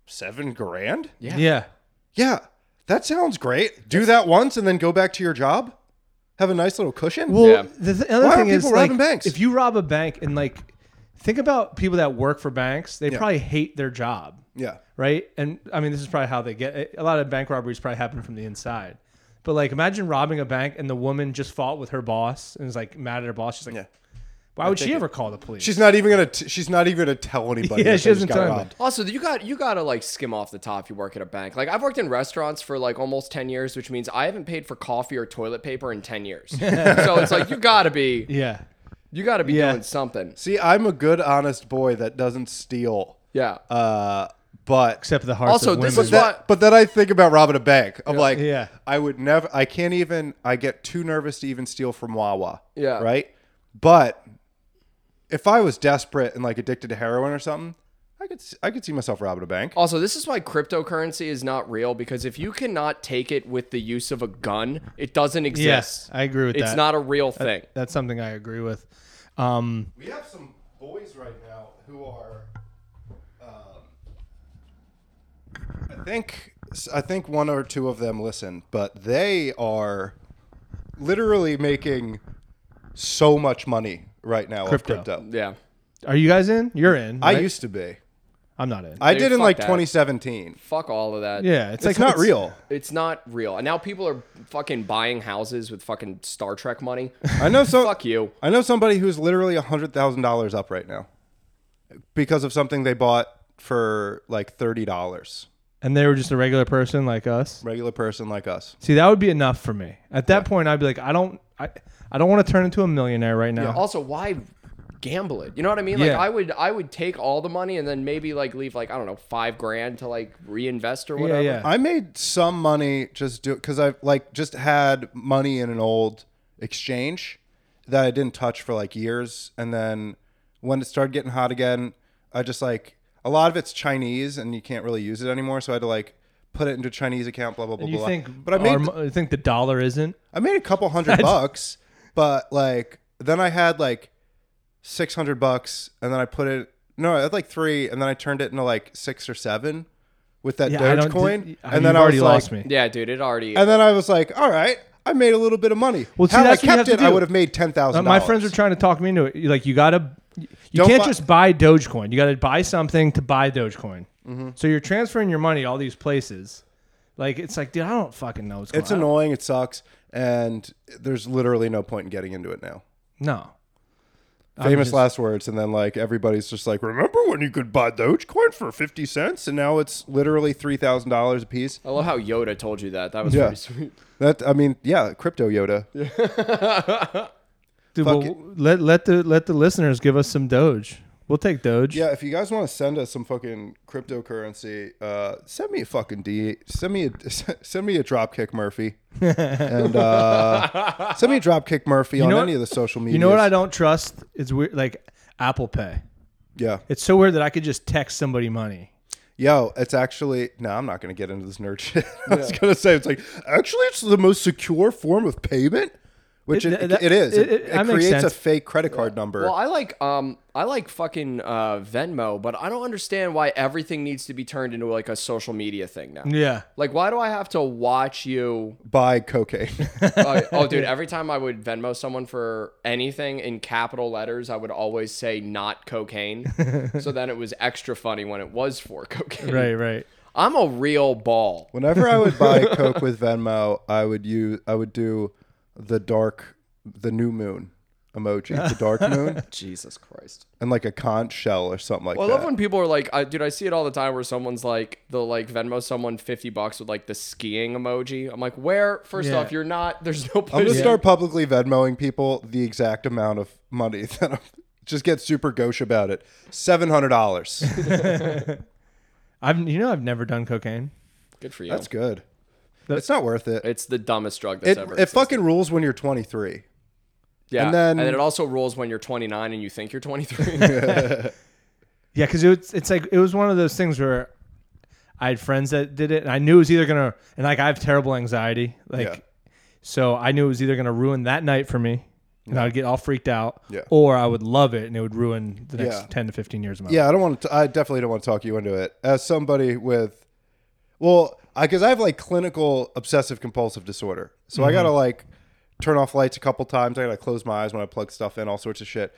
[SPEAKER 1] seven grand.
[SPEAKER 2] Yeah.
[SPEAKER 3] yeah.
[SPEAKER 1] Yeah, that sounds great. Do that once and then go back to your job. Have a nice little cushion.
[SPEAKER 3] Well,
[SPEAKER 2] Yeah.
[SPEAKER 3] the th- other
[SPEAKER 1] Why are
[SPEAKER 3] thing is
[SPEAKER 1] people robbing
[SPEAKER 3] like,
[SPEAKER 1] banks?
[SPEAKER 3] if you rob a bank and like think about people that work for banks, they probably hate their job,
[SPEAKER 1] yeah.
[SPEAKER 3] right? And I mean, this is probably how they get it. a lot of bank robberies probably happen from the inside. But like, imagine robbing a bank and the woman just fought with her boss and is like mad at her boss. She's like,
[SPEAKER 1] Yeah.
[SPEAKER 3] why would she ever call the police?
[SPEAKER 1] She's not even gonna. T- she's not even gonna tell anybody.
[SPEAKER 3] Yeah,
[SPEAKER 1] that
[SPEAKER 3] she
[SPEAKER 1] they just
[SPEAKER 3] doesn't
[SPEAKER 1] got
[SPEAKER 3] tell anybody.
[SPEAKER 1] robbed.
[SPEAKER 2] Also, you got you gotta like skim off the top. if You work at a bank. Like I've worked in restaurants for like almost ten years, which means I haven't paid for coffee or toilet paper in ten years. so it's like you gotta be
[SPEAKER 3] yeah.
[SPEAKER 2] you gotta be
[SPEAKER 3] Yeah.
[SPEAKER 2] doing something.
[SPEAKER 1] See, I'm a good, honest boy that doesn't steal.
[SPEAKER 2] Yeah.
[SPEAKER 1] Uh, but
[SPEAKER 3] Except the hearts
[SPEAKER 2] Also,
[SPEAKER 3] of
[SPEAKER 2] this
[SPEAKER 3] women.
[SPEAKER 2] is
[SPEAKER 1] but
[SPEAKER 2] why-
[SPEAKER 1] that, but then I think about robbing a bank. I'm like,
[SPEAKER 3] Yeah.
[SPEAKER 1] I would never. I can't even. I get too nervous to even steal from Wawa.
[SPEAKER 2] Yeah.
[SPEAKER 1] Right. But if I was desperate and like addicted to heroin or something, I could. s- I could see myself robbing a bank.
[SPEAKER 2] Also, this is why cryptocurrency is not real because if you cannot take it with the use of a gun, it doesn't exist.
[SPEAKER 3] Yes, I agree with
[SPEAKER 2] it's
[SPEAKER 3] that. Uh,
[SPEAKER 2] not a real thing.
[SPEAKER 3] That's something I agree with. Um,
[SPEAKER 1] We have some boys right now who are. Um, I think I think one or two of them listen, but they are literally making so much money right now.
[SPEAKER 3] Crypto.
[SPEAKER 1] Off crypto.
[SPEAKER 2] yeah.
[SPEAKER 3] are you guys in? You're in.
[SPEAKER 1] I
[SPEAKER 3] right?
[SPEAKER 1] used to be.
[SPEAKER 3] I'm not in.
[SPEAKER 1] I
[SPEAKER 2] Dude,
[SPEAKER 1] did in
[SPEAKER 2] fuck
[SPEAKER 1] like
[SPEAKER 2] that.
[SPEAKER 1] 2017.
[SPEAKER 2] Fuck all of that.
[SPEAKER 3] yeah, it's,
[SPEAKER 1] It's,
[SPEAKER 3] like
[SPEAKER 1] not real.
[SPEAKER 2] It's not real. And now people are fucking buying houses with fucking Star Trek money.
[SPEAKER 1] I know so.
[SPEAKER 2] Fuck you.
[SPEAKER 1] I know somebody who's literally hundred thousand dollars up right now because of something they bought for like thirty dollars.
[SPEAKER 3] And they were just a regular person like us.
[SPEAKER 1] Regular person like us.
[SPEAKER 3] See, that would be enough for me. At that point, I'd be like, I don't, I, I don't want to turn into a millionaire right now.
[SPEAKER 2] Also, why gamble it? You know what I mean? Like
[SPEAKER 3] Yeah.
[SPEAKER 2] I would I would take all the money and then maybe like leave like, I don't know, five grand to like reinvest or
[SPEAKER 3] yeah,
[SPEAKER 2] whatever.
[SPEAKER 3] yeah.
[SPEAKER 1] I made some money just do because I've like just had money in an old exchange that I didn't touch for like years, and then when it started getting hot again, I just like a lot of it's Chinese and you can't really use it anymore, so I had to like put it into a Chinese account, blah blah blah.
[SPEAKER 3] you
[SPEAKER 1] blah.
[SPEAKER 3] think,
[SPEAKER 1] but I made
[SPEAKER 3] our mo- you think the dollar isn't?
[SPEAKER 1] I made a couple hundred bucks, but like then I had like six hundred bucks, and then I put it. No, I had like three, and then I turned it into like six or seven with that
[SPEAKER 3] Yeah, I don't-
[SPEAKER 1] Dogecoin,
[SPEAKER 3] did- I mean,
[SPEAKER 1] and then
[SPEAKER 3] you've
[SPEAKER 1] I
[SPEAKER 3] already
[SPEAKER 1] was
[SPEAKER 3] lost
[SPEAKER 1] like,
[SPEAKER 3] me.
[SPEAKER 2] Yeah, dude, it already
[SPEAKER 1] and then I was like, all right, I made a little bit of money.
[SPEAKER 3] Well, see,
[SPEAKER 1] Had I
[SPEAKER 3] that's what you
[SPEAKER 1] kept
[SPEAKER 3] have to
[SPEAKER 1] it, I
[SPEAKER 3] do.
[SPEAKER 1] would have made ten thousand.
[SPEAKER 3] Uh, My friends are trying to talk me into it. You- Like, you gotta, you
[SPEAKER 1] Don't
[SPEAKER 3] can't
[SPEAKER 1] buy-
[SPEAKER 3] just buy Dogecoin. You gotta buy something to buy Dogecoin.
[SPEAKER 1] Mm-hmm.
[SPEAKER 3] So you're transferring your money to all these places. Like, it's like, dude, I don't fucking know what's going
[SPEAKER 1] It's
[SPEAKER 3] on.
[SPEAKER 1] annoying. It sucks, and there's literally no point in getting into it now.
[SPEAKER 3] No.
[SPEAKER 1] Famous last words, and then like everybody's just like, remember when you could buy Dogecoin for fifty cents, and now it's literally three thousand dollars a piece.
[SPEAKER 2] I love how Yoda told you that. That was
[SPEAKER 1] Yeah.
[SPEAKER 2] pretty sweet.
[SPEAKER 1] That I mean, yeah, crypto Yoda.
[SPEAKER 3] Dude,
[SPEAKER 1] Fuck
[SPEAKER 3] well, let let the let the listeners give us some Doge. We'll take Doge.
[SPEAKER 1] Yeah, if you guys want to send us some fucking cryptocurrency, uh, send me a fucking D. Send me a send me a dropkick Murphy, and uh, send me a dropkick Murphy on
[SPEAKER 3] know what-
[SPEAKER 1] any of the social media.
[SPEAKER 3] You know what I don't trust? It's weird, like Apple Pay.
[SPEAKER 1] Yeah,
[SPEAKER 3] It's so weird that I could just text somebody money.
[SPEAKER 1] yo, it's actually no. I'm not gonna get into this nerd shit. I was gonna say it's like actually it's the most secure form of payment, which
[SPEAKER 3] It-
[SPEAKER 1] it,
[SPEAKER 3] that-
[SPEAKER 1] it is.
[SPEAKER 3] it-
[SPEAKER 1] It,
[SPEAKER 3] it-
[SPEAKER 1] it
[SPEAKER 3] that makes
[SPEAKER 1] creates a
[SPEAKER 3] sense.
[SPEAKER 1] fake credit card number.
[SPEAKER 2] Well, I like um I like fucking uh Venmo, but I don't understand why everything needs to be turned into like a social media thing now.
[SPEAKER 3] Yeah.
[SPEAKER 2] Like why do I have to watch you
[SPEAKER 1] buy cocaine.
[SPEAKER 2] uh, Oh dude, every time I would Venmo someone for anything in capital letters, I would always say not cocaine. so then it was extra funny when it was for cocaine.
[SPEAKER 3] Right, right.
[SPEAKER 2] I'm a real ball.
[SPEAKER 1] Whenever I would buy Coke with Venmo, I would use I would do the dark the new moon emoji, the dark moon,
[SPEAKER 2] Jesus Christ.
[SPEAKER 1] and like a conch shell or something like
[SPEAKER 2] Well, I
[SPEAKER 1] that.
[SPEAKER 2] love when people are like, I, dude, I see it all the time where someone's like, they'll like Venmo someone 50 bucks with like the skiing emoji. I'm like, where? First
[SPEAKER 3] Yeah.
[SPEAKER 2] off, you're not, there's no
[SPEAKER 1] I'm
[SPEAKER 2] place.
[SPEAKER 1] gonna start publicly Venmoing people the exact amount of money that I'm just get super gauche about it. Seven hundred dollars.
[SPEAKER 3] I've you know I've never done cocaine.
[SPEAKER 2] Good for you.
[SPEAKER 1] That's good. It's not worth it.
[SPEAKER 2] It's the dumbest drug
[SPEAKER 1] It,
[SPEAKER 2] that's ever.
[SPEAKER 1] it
[SPEAKER 2] existed.
[SPEAKER 1] fucking rules when you're 23.
[SPEAKER 2] Yeah.
[SPEAKER 1] And then-
[SPEAKER 2] it also rolls when you're 29 and you think you're 23.
[SPEAKER 3] Yeah, because it's it's like it was one of those things where I had friends that did it, and I knew it was either gonna and like I have terrible anxiety, like
[SPEAKER 1] Yeah.
[SPEAKER 3] so I knew it was either gonna ruin that night for me, and I'd get all freaked out,
[SPEAKER 1] Yeah.
[SPEAKER 3] or I would love it and it would ruin the next
[SPEAKER 1] Yeah.
[SPEAKER 3] ten to fifteen years of my life.
[SPEAKER 1] Yeah, I don't want to. I definitely don't want to talk you into it. As somebody with, well, because I, have like clinical obsessive compulsive disorder, so I gotta like turn off lights a couple times. I gotta close my eyes when I plug stuff in, all sorts of shit.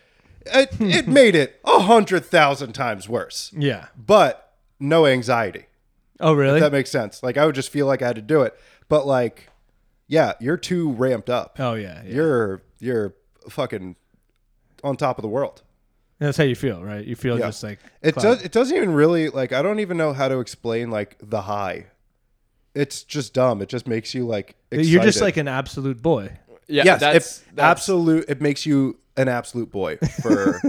[SPEAKER 1] It it made it a hundred thousand times worse,
[SPEAKER 3] Yeah.
[SPEAKER 1] but no anxiety.
[SPEAKER 3] Oh, really?
[SPEAKER 1] That makes sense. Like I would just feel like I had to do it, but like, yeah, you're too ramped up.
[SPEAKER 3] oh, yeah. yeah.
[SPEAKER 1] You're you're fucking on top of the world.
[SPEAKER 3] That's how you feel, right? You feel just like
[SPEAKER 1] It
[SPEAKER 3] cloud.
[SPEAKER 1] does. It doesn't even really like. I don't even know how to explain like the high. It's just dumb. It just makes you like. Excited.
[SPEAKER 3] You're just like an absolute boy.
[SPEAKER 2] yeah,
[SPEAKER 1] yes.
[SPEAKER 2] that's,
[SPEAKER 1] it,
[SPEAKER 2] that's
[SPEAKER 1] absolute. It makes you an absolute boy for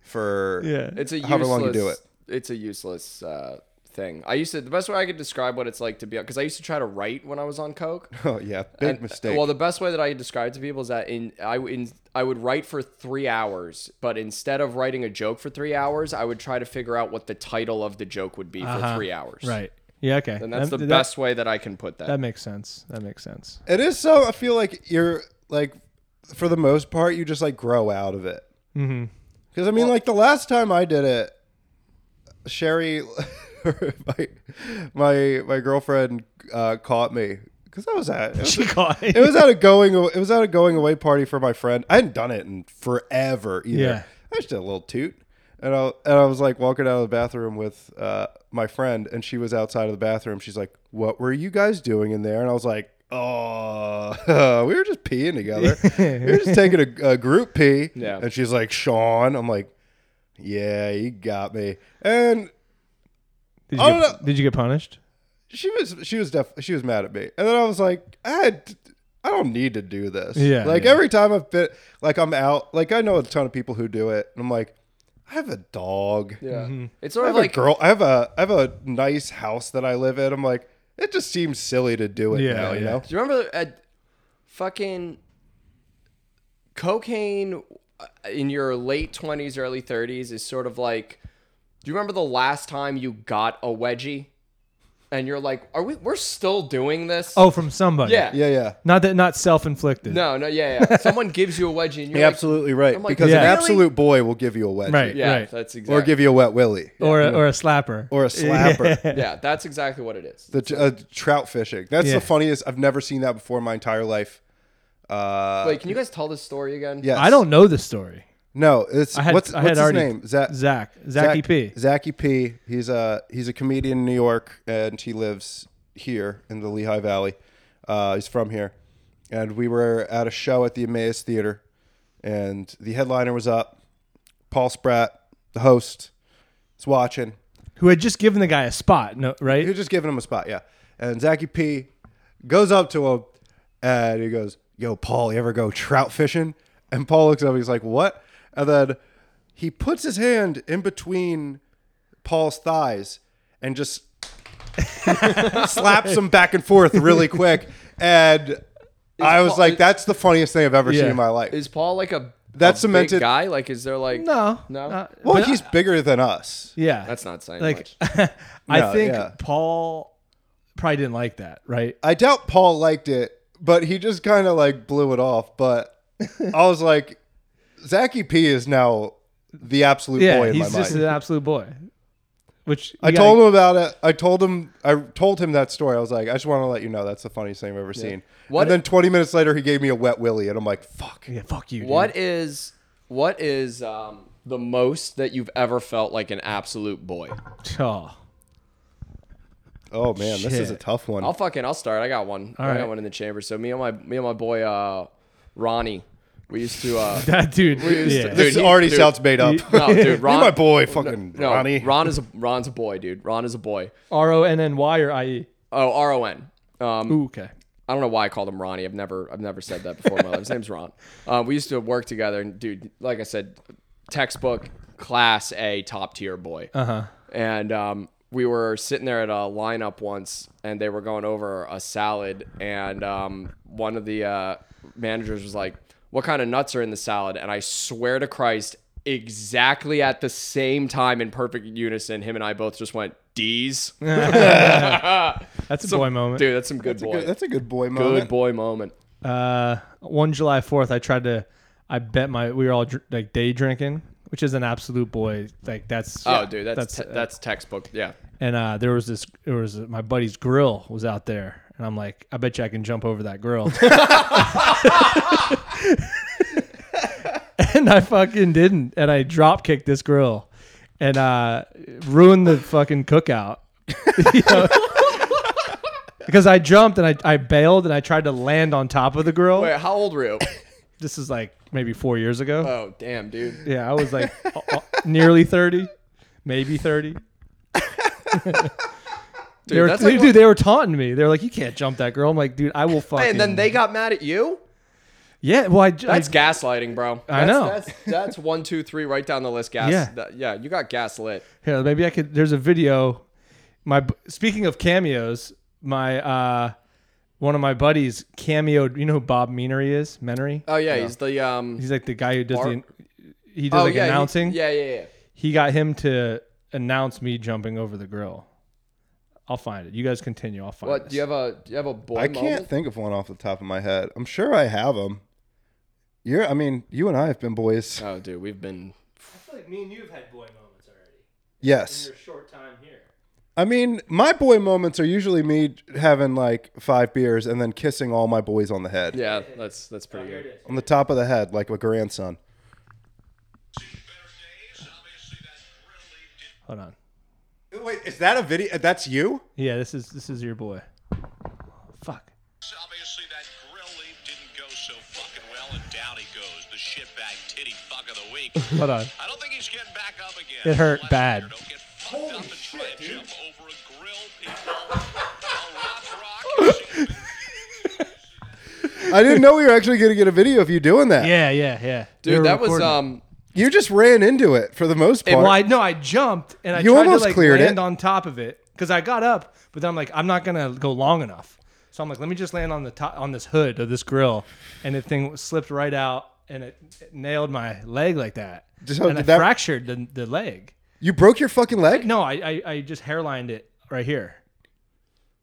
[SPEAKER 1] for
[SPEAKER 2] It's a
[SPEAKER 1] however
[SPEAKER 2] useless,
[SPEAKER 1] long you do it.
[SPEAKER 2] It's a useless uh, thing. I used to the best way I could describe what it's like to be because I used to try to write when I was on coke.
[SPEAKER 1] Oh yeah, big
[SPEAKER 2] And-
[SPEAKER 1] mistake.
[SPEAKER 2] Well, the best way that I describe to people is that in I w- in I would write for three hours, but instead of writing a joke for three hours, I would try to figure out what the title of the joke would be for three hours.
[SPEAKER 3] Uh-huh. Right. Yeah. Okay.
[SPEAKER 2] and that's
[SPEAKER 3] That-
[SPEAKER 2] the
[SPEAKER 3] that-
[SPEAKER 2] best way that I can put that.
[SPEAKER 3] That makes sense. That makes sense.
[SPEAKER 1] it is so. I feel like you're like, for the most part, you just like grow out of it. Because mm-hmm. I mean, like the last time I did it, Sherry, my my my girlfriend uh, caught me because I was at. it was-
[SPEAKER 3] She caught
[SPEAKER 1] it was at a going it was at a going away party for my friend. I hadn't done it in forever either.
[SPEAKER 3] Yeah.
[SPEAKER 1] I just did a little toot. And I, and I was like walking out of the bathroom with uh, my friend, and she was outside of the bathroom. She's like, "What were you guys doing in there?" And I was like, "Oh, we were just peeing together. we were just taking a, a group pee."
[SPEAKER 2] Yeah.
[SPEAKER 1] And she's like, "Sean," I'm like, "Yeah, you got me." And
[SPEAKER 3] Did
[SPEAKER 1] I
[SPEAKER 3] you,
[SPEAKER 1] don't
[SPEAKER 3] get, did you get punished?
[SPEAKER 1] she was she was def- she was mad at me, and then I was like, I had, I don't need to do this.
[SPEAKER 3] Yeah,
[SPEAKER 1] Like
[SPEAKER 3] yeah.
[SPEAKER 1] every time I've been like I'm out, like I know a ton of people who do it, and I'm like, I have a dog.
[SPEAKER 2] yeah,
[SPEAKER 3] Mm-hmm.
[SPEAKER 2] it's
[SPEAKER 1] I
[SPEAKER 2] sort of
[SPEAKER 1] have
[SPEAKER 2] like
[SPEAKER 1] a girl. I have a I have a nice house that I live in. I'm like, it just seems silly to do it
[SPEAKER 3] Yeah,
[SPEAKER 1] now. You
[SPEAKER 3] yeah.
[SPEAKER 1] know?
[SPEAKER 2] Do you remember at fucking cocaine uh, in your late 20s, early 30s is sort of like, do you remember the last time you got a wedgie? And you're like, are we, we're still doing this?
[SPEAKER 3] Oh, from somebody.
[SPEAKER 2] yeah.
[SPEAKER 1] Yeah, yeah.
[SPEAKER 3] Not that. Not self-inflicted.
[SPEAKER 2] No, no, yeah, yeah. Someone gives you a wedgie and you're
[SPEAKER 1] You're
[SPEAKER 2] like,
[SPEAKER 1] absolutely right.
[SPEAKER 2] I'm like,
[SPEAKER 1] because an
[SPEAKER 3] really?
[SPEAKER 1] absolute boy will give you a wedgie,
[SPEAKER 3] Right.
[SPEAKER 2] yeah,
[SPEAKER 3] right.
[SPEAKER 2] that's exactly.
[SPEAKER 1] or give you a wet willy,
[SPEAKER 3] Or a, or a slapper.
[SPEAKER 1] or a slapper.
[SPEAKER 2] yeah, that's exactly what it is.
[SPEAKER 1] The uh, trout fishing. That's
[SPEAKER 3] Yeah.
[SPEAKER 1] the funniest. I've never seen that before in my entire life. Uh,
[SPEAKER 2] Wait, can you guys tell this story again?
[SPEAKER 1] yes.
[SPEAKER 3] I don't know the story.
[SPEAKER 1] No, it's
[SPEAKER 3] I had
[SPEAKER 1] what's,
[SPEAKER 3] I had
[SPEAKER 1] what's his
[SPEAKER 3] already
[SPEAKER 1] name? Zach
[SPEAKER 3] Zach Zachy P.
[SPEAKER 1] Zachy P. He's a he's a comedian in New York, and he lives here in the Lehigh Valley. Uh, he's from here, and we were at a show at the Emmaus Theater, and the headliner was up. Paul Spratt, the host, is watching.
[SPEAKER 3] who had just given the guy a spot. No,
[SPEAKER 1] He
[SPEAKER 3] right?
[SPEAKER 1] was just giving him a spot, yeah. And Zachy P. goes up to him, and he goes, "Yo, Paul, you ever go trout fishing?" And Paul looks up, he's like, "What?" And then he puts his hand in between Paul's thighs and just slaps him back and forth really quick. And I was
[SPEAKER 2] Paul-
[SPEAKER 1] like, "That's the funniest thing I've ever
[SPEAKER 3] Yeah.
[SPEAKER 1] seen in my life."
[SPEAKER 2] Is Paul like a
[SPEAKER 1] That
[SPEAKER 2] a
[SPEAKER 1] cemented-
[SPEAKER 2] big guy? Like, is there like
[SPEAKER 3] No,
[SPEAKER 2] no?
[SPEAKER 3] Uh,
[SPEAKER 1] well,
[SPEAKER 3] but
[SPEAKER 1] he's
[SPEAKER 3] I-
[SPEAKER 1] bigger than us.
[SPEAKER 3] yeah.
[SPEAKER 2] that's not saying
[SPEAKER 3] like
[SPEAKER 2] much.
[SPEAKER 3] I
[SPEAKER 1] No,
[SPEAKER 3] think
[SPEAKER 1] yeah.
[SPEAKER 3] Paul probably didn't like that, right?
[SPEAKER 1] I doubt Paul liked it, but he just kind of like blew it off. But I was like, Zachy P is now the absolute
[SPEAKER 3] Yeah,
[SPEAKER 1] boy in
[SPEAKER 3] he's
[SPEAKER 1] my
[SPEAKER 3] just
[SPEAKER 1] mind.
[SPEAKER 3] an absolute boy. Which
[SPEAKER 1] I told him about it. I told him. I told him that story. I was like, I just want to let you know that's the funniest thing I've ever seen.
[SPEAKER 2] What-
[SPEAKER 1] and then 20 minutes later, he gave me a wet willy, and I'm like, fuck.
[SPEAKER 3] Yeah, fuck you. dude.
[SPEAKER 2] What is what is um, the most that you've ever felt like an absolute boy?
[SPEAKER 3] Oh.
[SPEAKER 1] Oh man, this is a
[SPEAKER 3] Shit.
[SPEAKER 1] tough one.
[SPEAKER 2] I'll fucking I'll start. I got one. I
[SPEAKER 3] right.
[SPEAKER 2] got one in the chamber. So me and my me and my boy uh, Ronnie, we used to. Uh,
[SPEAKER 3] That dude.
[SPEAKER 2] used to-
[SPEAKER 3] yeah.
[SPEAKER 1] this
[SPEAKER 2] dude, he-
[SPEAKER 1] already
[SPEAKER 2] dude.
[SPEAKER 1] sounds made up.
[SPEAKER 2] no, dude,
[SPEAKER 1] You're
[SPEAKER 2] Ron,
[SPEAKER 1] my boy, fucking
[SPEAKER 2] no,
[SPEAKER 1] Ronnie.
[SPEAKER 2] Ron is a Ron's a boy, dude. Ron is a boy.
[SPEAKER 3] R O N N Y or I E.
[SPEAKER 2] Oh, R O N. Um,
[SPEAKER 3] Ooh, okay.
[SPEAKER 2] I don't know why I called him Ronnie. I've never I've never said that before in my life. His name's Ron. Uh, we used to work together, and dude, like I said, textbook class A top tier boy. Uh
[SPEAKER 1] Uh-huh.
[SPEAKER 2] huh. And um, we were sitting there at a lineup once, and they were going over a salad, and um, one of the uh, managers was like, what kind of nuts are in the salad? And I swear to Christ, exactly at the same time in perfect unison, him and I both just went, D's.
[SPEAKER 3] That's a boy moment.
[SPEAKER 2] Dude, that's some good
[SPEAKER 1] That's a
[SPEAKER 2] boy.
[SPEAKER 1] good, that's a good boy
[SPEAKER 2] good
[SPEAKER 1] moment.
[SPEAKER 2] boy moment.
[SPEAKER 3] Uh, one July Fourth, I tried to. I bet my we were all dr- like day drinking, which is an absolute boy. Like that's
[SPEAKER 2] Oh, dude, that's that's, te- that's textbook. Yeah.
[SPEAKER 3] and uh, there was this there was uh, my buddy's grill was out there, and I'm like, I bet you I can jump over that grill. and I fucking didn't, and I drop kicked this grill, and uh, ruined the fucking cookout. You know? Because I jumped and I, I bailed and I tried to land on top of the grill.
[SPEAKER 2] Wait, how old were you?
[SPEAKER 3] This is like maybe four years ago.
[SPEAKER 2] oh, damn, dude.
[SPEAKER 3] Yeah, I was like uh, uh, nearly 30, maybe 30. they were,
[SPEAKER 2] that's
[SPEAKER 3] they-
[SPEAKER 2] like-
[SPEAKER 3] dude, they were taunting me. They were like, you can't jump that girl. I'm like, dude, I will fucking.
[SPEAKER 2] And then they got mad at you?
[SPEAKER 3] Yeah, well, I, I,
[SPEAKER 2] That's gaslighting, bro. That's-
[SPEAKER 3] I know.
[SPEAKER 2] That's that's one, two, three, right down the list. Gas.
[SPEAKER 3] Yeah.
[SPEAKER 2] that- yeah. You got gaslit.
[SPEAKER 3] here, maybe I could. There's a video. My b- Speaking of cameos, my uh, one of my buddies cameoed. You know who Bob Meanery is? Menery?
[SPEAKER 2] Oh yeah, he's the um.
[SPEAKER 3] He's like the guy who does
[SPEAKER 2] Bar-
[SPEAKER 3] the. He does
[SPEAKER 2] oh
[SPEAKER 3] like
[SPEAKER 2] yeah, he-
[SPEAKER 3] announcing.
[SPEAKER 2] yeah, yeah, yeah.
[SPEAKER 3] he got him to announce me jumping over the grill. I'll find it. You guys continue. I'll find
[SPEAKER 2] What
[SPEAKER 3] it.
[SPEAKER 2] do you have a do you have a boy?
[SPEAKER 1] I can't
[SPEAKER 2] moment?
[SPEAKER 1] think of one off the top of my head. I'm sure I have them. You're, I mean, you and I have been boys.
[SPEAKER 2] Oh, dude, we've been.
[SPEAKER 3] I feel like me and you have had boy moments already
[SPEAKER 1] Yes.
[SPEAKER 3] short time here.
[SPEAKER 1] I mean, my boy moments are usually me having like five beers and then kissing all my boys on the head.
[SPEAKER 2] Yeah, that's that's pretty good.
[SPEAKER 1] On the top of the head, like a grandson.
[SPEAKER 3] Hold on.
[SPEAKER 1] Wait, is that a video? That's you?
[SPEAKER 3] Yeah, this is this is your boy. Fuck.
[SPEAKER 5] Obviously, that grill leap didn't go so fucking well, and down he goes. The shitbag titty fuck of the week.
[SPEAKER 3] Hold on.
[SPEAKER 5] I don't think he's getting back up again.
[SPEAKER 3] It hurt
[SPEAKER 5] Lester,
[SPEAKER 3] bad.
[SPEAKER 5] Don't get fucked up and try to jump over a grill, people. Well, rock, rock, and see if
[SPEAKER 1] I didn't know we were actually going to get a video of you doing that.
[SPEAKER 3] Yeah, yeah, yeah.
[SPEAKER 2] Dude, that was um.
[SPEAKER 1] You just ran into it for the most part.
[SPEAKER 3] Well, I no, I jumped and I
[SPEAKER 1] You
[SPEAKER 3] tried
[SPEAKER 1] almost
[SPEAKER 3] to like
[SPEAKER 1] cleared
[SPEAKER 3] land
[SPEAKER 1] it.
[SPEAKER 3] on top of it because I got up, but then I'm like, I'm not gonna go long enough. So I'm like, let me just land on the top on this hood of this grill, and the thing slipped right out and it, it nailed my leg like that,
[SPEAKER 1] So
[SPEAKER 3] and I
[SPEAKER 1] did that-
[SPEAKER 3] fractured the, the leg.
[SPEAKER 1] you broke your fucking leg?
[SPEAKER 3] No, I, I I just hairlined it right here.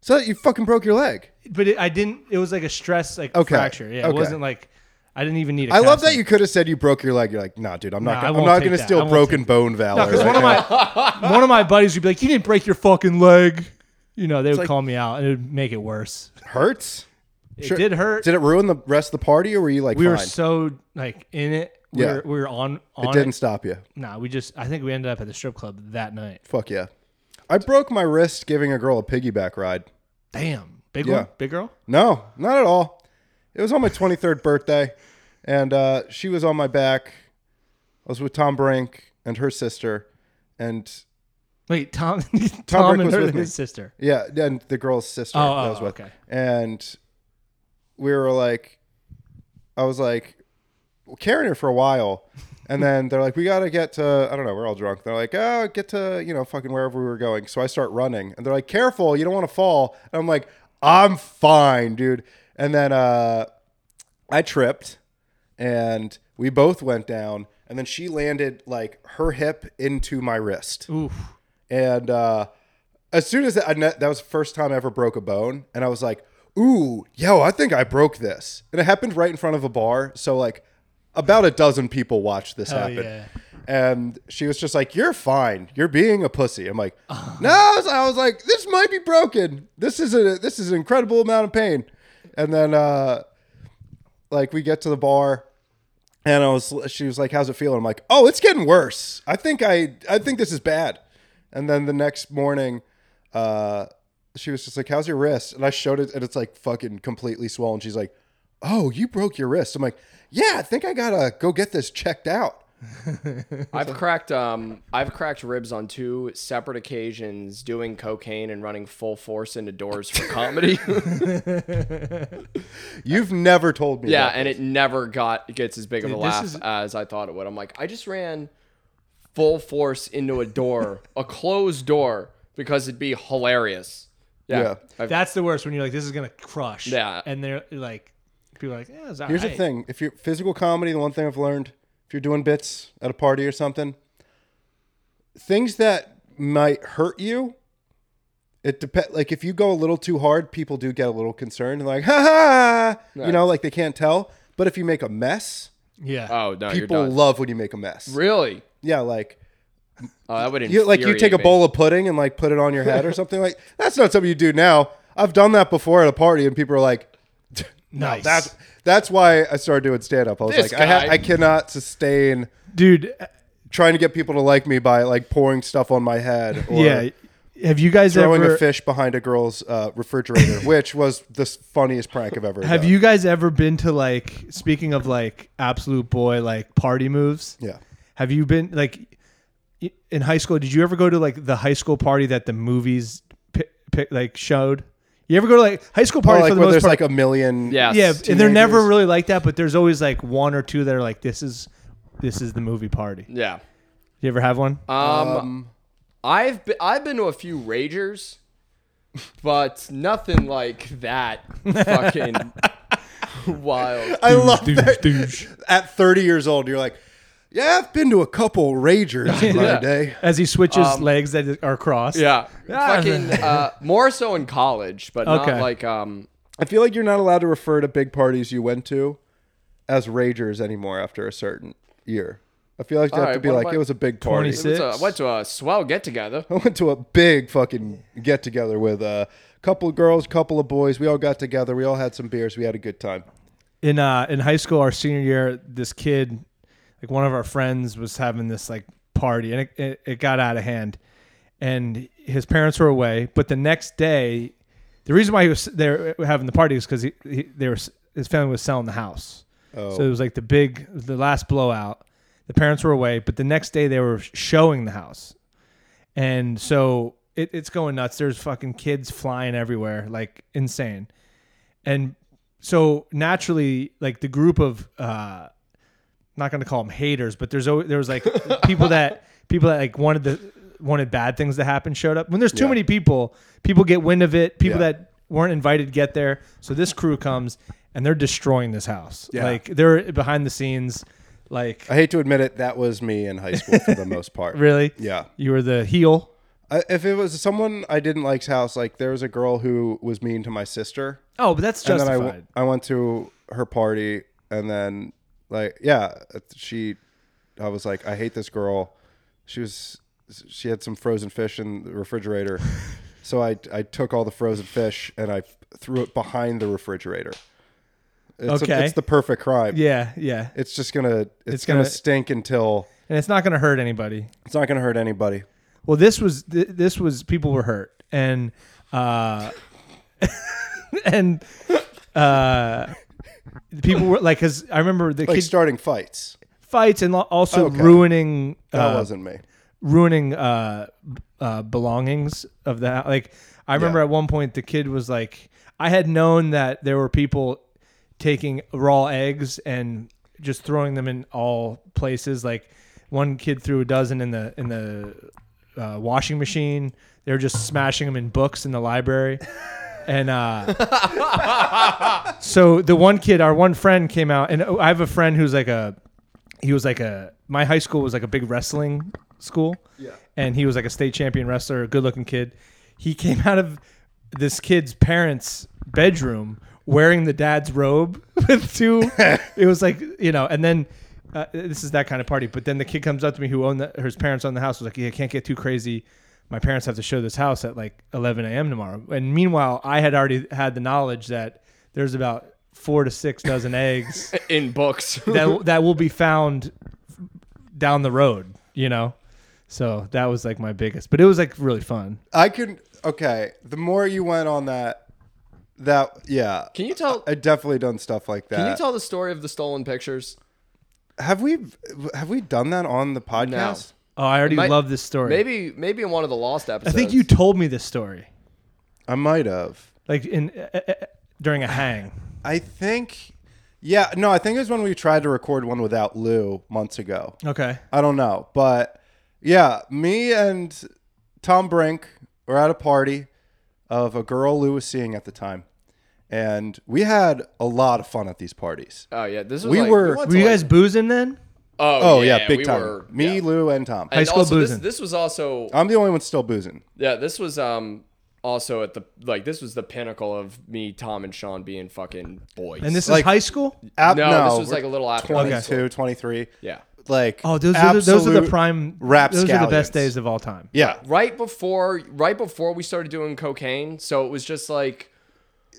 [SPEAKER 1] So you fucking broke your leg.
[SPEAKER 3] But it, I didn't. It was like a stress like
[SPEAKER 1] Okay.
[SPEAKER 3] fracture. Yeah, it
[SPEAKER 1] Okay.
[SPEAKER 3] wasn't like I didn't even need. I
[SPEAKER 1] I love that you could have said you broke your leg. You're like, nah, dude, I'm
[SPEAKER 3] Nah,
[SPEAKER 1] not.
[SPEAKER 3] I
[SPEAKER 1] gonna, I'm
[SPEAKER 3] won't
[SPEAKER 1] not
[SPEAKER 3] take
[SPEAKER 1] going to
[SPEAKER 3] that. I
[SPEAKER 1] steal
[SPEAKER 3] won't
[SPEAKER 1] broken bone valor.
[SPEAKER 3] because
[SPEAKER 1] right
[SPEAKER 3] one of
[SPEAKER 1] now.
[SPEAKER 3] my one of my buddies would be like, "You didn't break your fucking leg." You know, they would call me out, and it would make it worse.
[SPEAKER 1] hurts. Sure.
[SPEAKER 3] It did hurt.
[SPEAKER 1] Did it ruin the rest of the party, or were you like,
[SPEAKER 3] we
[SPEAKER 1] fine?
[SPEAKER 3] were so like in it. We
[SPEAKER 1] Yeah.
[SPEAKER 3] were, we were on on
[SPEAKER 1] it didn't stop you.
[SPEAKER 3] Nah, we just. I think we ended up at the strip club that night.
[SPEAKER 1] Fuck yeah. I broke my wrist giving a girl a piggyback ride.
[SPEAKER 3] Damn, big
[SPEAKER 1] Yeah.
[SPEAKER 3] one, big girl.
[SPEAKER 1] No, not at all. It was on my 23rd birthday, and uh, she was on my back. I was with Tom Brink and her sister, and
[SPEAKER 3] Wait, Tom, Tom,
[SPEAKER 1] Brick
[SPEAKER 3] and
[SPEAKER 1] was
[SPEAKER 3] her,
[SPEAKER 1] with me.
[SPEAKER 3] his sister.
[SPEAKER 1] yeah, and the girl's sister
[SPEAKER 3] Oh,
[SPEAKER 1] that I
[SPEAKER 3] oh,
[SPEAKER 1] was with.
[SPEAKER 3] okay.
[SPEAKER 1] And we were like, I was like carrying her for a while, and then they're like, we gotta get to. I don't know. We're all drunk. They're like, oh, get to you know fucking wherever we were going. So I start running, and they're like, careful, you don't want to fall. And I'm like, I'm fine, dude. And then uh, I tripped and we both went down and then she landed like her hip into my wrist
[SPEAKER 3] Oof.
[SPEAKER 1] and uh as soon as that, I kn- that was the first time i ever broke a bone and i was like ooh yo i think i broke this and it happened right in front of a bar so like about a dozen people watched this happen
[SPEAKER 3] yeah.
[SPEAKER 1] and she was just like you're fine you're being a pussy i'm like no I was, I was like this might be broken this is a this is an incredible amount of pain and then uh like we get to the bar and I was she was like, How's it feeling? I'm like, Oh, it's getting worse. I think I I think this is bad. And then the next morning, uh she was just like, How's your wrist? And I showed it and it's like fucking completely swollen. She's like, Oh, you broke your wrist. I'm like, Yeah, I think I gotta go get this checked out.
[SPEAKER 2] I've cracked um I've cracked ribs on two separate occasions doing cocaine and running full force into doors for comedy.
[SPEAKER 1] You've never told me
[SPEAKER 2] yeah,
[SPEAKER 1] that.
[SPEAKER 2] and it never got gets as big of a
[SPEAKER 3] Dude, this
[SPEAKER 2] laugh
[SPEAKER 3] is-
[SPEAKER 2] as I thought it would. I'm like, I just ran full force into a door, a closed door, because it'd be hilarious. Yeah.
[SPEAKER 1] Yeah.
[SPEAKER 2] I've-
[SPEAKER 3] That's the worst when you're like, this is gonna crush.
[SPEAKER 2] Yeah.
[SPEAKER 3] and they're like, People are like, yeah, it's all
[SPEAKER 1] Here's the
[SPEAKER 3] right."
[SPEAKER 1] thing: if you're physical comedy, the one thing I've learned, if you're doing bits at a party or something, things that might hurt you, it depend. Like if you go a little too hard, people do get a little concerned, like ha ha, you know, like they can't tell. But if you make a mess,
[SPEAKER 3] Yeah.
[SPEAKER 2] Oh no,
[SPEAKER 1] people
[SPEAKER 2] you're done.
[SPEAKER 1] love when you make a mess.
[SPEAKER 2] really?
[SPEAKER 1] Yeah, like
[SPEAKER 2] Oh, that would
[SPEAKER 1] you like you take a
[SPEAKER 2] infuriate me.
[SPEAKER 1] bowl of pudding and like put it on your head or something. Like that's not something you do now. I've done that before at a party, and people are like,
[SPEAKER 3] nice.
[SPEAKER 1] That's that's why I started doing stand up. I was
[SPEAKER 2] This
[SPEAKER 1] like, I, ha-
[SPEAKER 2] guy.
[SPEAKER 1] I cannot sustain
[SPEAKER 3] Dude, uh,
[SPEAKER 1] trying to get people to like me by like pouring stuff on my head or
[SPEAKER 3] yeah. Have you guys
[SPEAKER 1] throwing
[SPEAKER 3] ever
[SPEAKER 1] a fish behind a girl's uh, refrigerator, which was the s- funniest prank I've ever.
[SPEAKER 3] Have
[SPEAKER 1] done.
[SPEAKER 3] you guys ever been to like speaking of like absolute boy like party moves?
[SPEAKER 1] Yeah.
[SPEAKER 3] Have you been like y- in high school? Did you ever go to like the high school party that the movies pi- pi- like showed? You ever go to like high school
[SPEAKER 1] Or
[SPEAKER 3] party
[SPEAKER 1] Oh, like
[SPEAKER 3] for the
[SPEAKER 1] where
[SPEAKER 3] most
[SPEAKER 1] there's
[SPEAKER 3] part?
[SPEAKER 1] like a million.
[SPEAKER 2] Yes.
[SPEAKER 3] yeah, and they're never
[SPEAKER 1] teenagers.
[SPEAKER 3] really like that, but there's always like one or two that are like this is this is the movie party.
[SPEAKER 2] Yeah.
[SPEAKER 3] You ever have one?
[SPEAKER 2] Um, I've been I've been to a few ragers, but nothing like that fucking wild.
[SPEAKER 1] I love that. At 30 years old, you're like, yeah, I've been to a couple ragers in my
[SPEAKER 2] Yeah.
[SPEAKER 1] day.
[SPEAKER 3] As he switches legs that are crossed.
[SPEAKER 2] Um, Yeah, fucking uh, more so in college, but
[SPEAKER 3] Okay.
[SPEAKER 2] not like um.
[SPEAKER 1] I feel like you're not allowed to refer to big parties you went to as ragers anymore after a certain year. I feel like they have
[SPEAKER 2] All
[SPEAKER 1] to
[SPEAKER 2] right,
[SPEAKER 1] be
[SPEAKER 2] what
[SPEAKER 1] like,
[SPEAKER 2] about-
[SPEAKER 1] it was a big party.
[SPEAKER 2] It was a, I
[SPEAKER 3] 26.
[SPEAKER 2] went to a swell get together.
[SPEAKER 1] I went to a big fucking get together with a couple of girls, couple of boys. We all got together. We all had some beers. We had a good time.
[SPEAKER 3] in uh in high school our senior year this kid like one of our friends was having this like party and it, it, it got out of hand and his parents were away but the next day the reason why he was there having the party is because he, he they were his family was selling the house so it was like the big the last blowout the parents were away but the next day they were showing the house and so it, it's going nuts there's fucking kids flying everywhere like insane and so naturally like the group of uh not gonna call them haters but there's always there was like people that people that like wanted the wanted bad things to happen showed up when there's too many people people get wind of it people
[SPEAKER 1] Yeah.
[SPEAKER 3] that weren't invited get there so this crew comes and they're destroying this house like they're behind the scenes like
[SPEAKER 1] I hate to admit it, that was me in high school for the most part.
[SPEAKER 3] really
[SPEAKER 1] Yeah.
[SPEAKER 3] you were the heel
[SPEAKER 1] I, if it was someone I didn't like's house, like there was a girl who was mean to my sister.
[SPEAKER 3] oh but that's
[SPEAKER 1] And then
[SPEAKER 3] justified
[SPEAKER 1] I, w- I went to her party and then like yeah, she I was like I hate this girl. She was she had some frozen fish in the refrigerator. so I I took all the frozen fish and I threw it behind the refrigerator. It's a-
[SPEAKER 3] Okay.
[SPEAKER 1] it's the perfect crime.
[SPEAKER 3] yeah yeah
[SPEAKER 1] It's just going to it's,
[SPEAKER 3] gonna-
[SPEAKER 1] going to stink until
[SPEAKER 3] and it's not gonna hurt anybody
[SPEAKER 1] it's not going to hurt anybody.
[SPEAKER 3] Well, this was th- this was people were hurt and uh and uh people were like cuz I remember the
[SPEAKER 1] Like
[SPEAKER 3] kid
[SPEAKER 1] starting fights.
[SPEAKER 3] fights and lo- also
[SPEAKER 1] Okay. Oh,
[SPEAKER 3] ruining
[SPEAKER 1] That
[SPEAKER 3] uh,
[SPEAKER 1] wasn't me.
[SPEAKER 3] ruining uh b- uh belongings of the hou- like I remember at one point the kid was like I had known that there were people taking raw eggs and just throwing them in all places like one kid threw a dozen in the in the uh, washing machine. They were just smashing them in books in the library. And uh, so the one kid, our one friend came out, and I have a friend who's like a, he was like a, my high school was like a big wrestling school. Yeah. And he was like a state champion wrestler, a good looking kid. He came out of this kid's parents' bedroom wearing the dad's robe with two, it was like, you know, and then uh, this is that kind of party. But then the kid comes up to me who owned the, his parents owned the house. Was like, yeah, can't get too crazy. My parents have to show this house at like 11 a.m. tomorrow. And meanwhile, I had already had the knowledge that there's about four to six dozen eggs
[SPEAKER 2] in books.
[SPEAKER 3] that that will be found down the road. You know, so that was like my biggest. But it was like really fun.
[SPEAKER 1] I can okay. The more you went on that, that yeah,
[SPEAKER 2] Can you tell?
[SPEAKER 1] Uh, I definitely done stuff like that.
[SPEAKER 2] Can you tell the story of the stolen pictures?
[SPEAKER 1] have we have we done that on the podcast?
[SPEAKER 3] Oh, I already
[SPEAKER 2] Might-
[SPEAKER 3] love this story.
[SPEAKER 2] Maybe maybe in one of the lost
[SPEAKER 3] I
[SPEAKER 2] episodes.
[SPEAKER 3] think you told me this story
[SPEAKER 1] I might have.
[SPEAKER 3] like in uh, uh, uh, during a hang.
[SPEAKER 1] I think. Yeah, no, I think it was when we tried to record one without Lou months ago.
[SPEAKER 3] Okay.
[SPEAKER 1] I don't know, but yeah, me and Tom Brink were at a party of a girl Lou was seeing at the time,
[SPEAKER 4] and we had a lot of fun at these parties.
[SPEAKER 2] Oh yeah, this was
[SPEAKER 4] We
[SPEAKER 2] like-
[SPEAKER 4] were-
[SPEAKER 2] went
[SPEAKER 3] Were
[SPEAKER 2] to,
[SPEAKER 3] you
[SPEAKER 2] like-
[SPEAKER 3] guys boozing then?
[SPEAKER 2] Oh,
[SPEAKER 4] Oh yeah, big
[SPEAKER 2] we
[SPEAKER 4] time.
[SPEAKER 2] were-
[SPEAKER 4] Me,
[SPEAKER 2] yeah.
[SPEAKER 4] Lou, and Tom.
[SPEAKER 2] And
[SPEAKER 3] school
[SPEAKER 2] also, this,
[SPEAKER 3] boozing.
[SPEAKER 2] this was also
[SPEAKER 4] I'm the only one still boozing.
[SPEAKER 2] yeah, this was um also at the like this was the pinnacle of me, Tom, and Sean being fucking boys.
[SPEAKER 3] And this
[SPEAKER 4] Like-
[SPEAKER 3] is high school.
[SPEAKER 4] Ab-
[SPEAKER 2] no, this was
[SPEAKER 4] we're
[SPEAKER 2] like a little after. high
[SPEAKER 4] 22,
[SPEAKER 2] school.
[SPEAKER 4] 23.
[SPEAKER 2] Yeah,
[SPEAKER 4] Like
[SPEAKER 3] Oh, those are the, those are the
[SPEAKER 4] absolute-
[SPEAKER 3] prime. Those are the
[SPEAKER 4] rapscallions.
[SPEAKER 3] best days of all time.
[SPEAKER 4] Yeah,
[SPEAKER 2] right before right before we started doing cocaine, so it was just like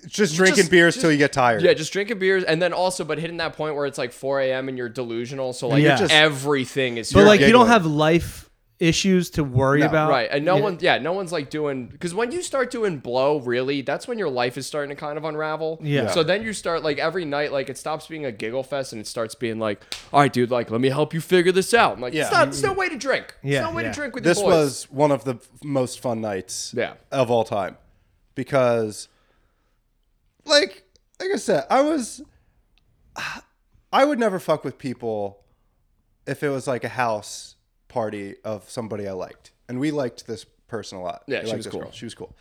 [SPEAKER 4] just drinking beers till you get tired.
[SPEAKER 2] yeah, just drinking beers, and then also, but hitting that point where it's like 4 a.m. and you're delusional, so like
[SPEAKER 3] Yeah. You're just-
[SPEAKER 2] everything is
[SPEAKER 3] But like you don't
[SPEAKER 4] giggling.
[SPEAKER 3] have life issues to worry about.
[SPEAKER 2] Right, and no one, yeah, no one's like doing because when you start doing blow, really, that's when your life is starting to kind of unravel.
[SPEAKER 3] Yeah.
[SPEAKER 2] So then you start like every night, like it stops being a giggle fest and it starts being like, all right, dude, like let me help you figure this out. I'm like,
[SPEAKER 4] Yeah.
[SPEAKER 2] it's not, it's no way to drink.
[SPEAKER 3] Mm-hmm. Yeah,
[SPEAKER 2] it's no way
[SPEAKER 3] yeah.
[SPEAKER 2] to drink with
[SPEAKER 4] this
[SPEAKER 2] your boys.
[SPEAKER 4] was one of the f- most fun nights
[SPEAKER 2] Yeah.
[SPEAKER 4] of all time because like like i said i was i would never fuck with people if it was like a house party of somebody i liked and we liked this person a lot
[SPEAKER 2] Yeah,
[SPEAKER 4] We
[SPEAKER 2] she
[SPEAKER 4] liked
[SPEAKER 2] was
[SPEAKER 4] this
[SPEAKER 2] cool.
[SPEAKER 4] girl. she was cool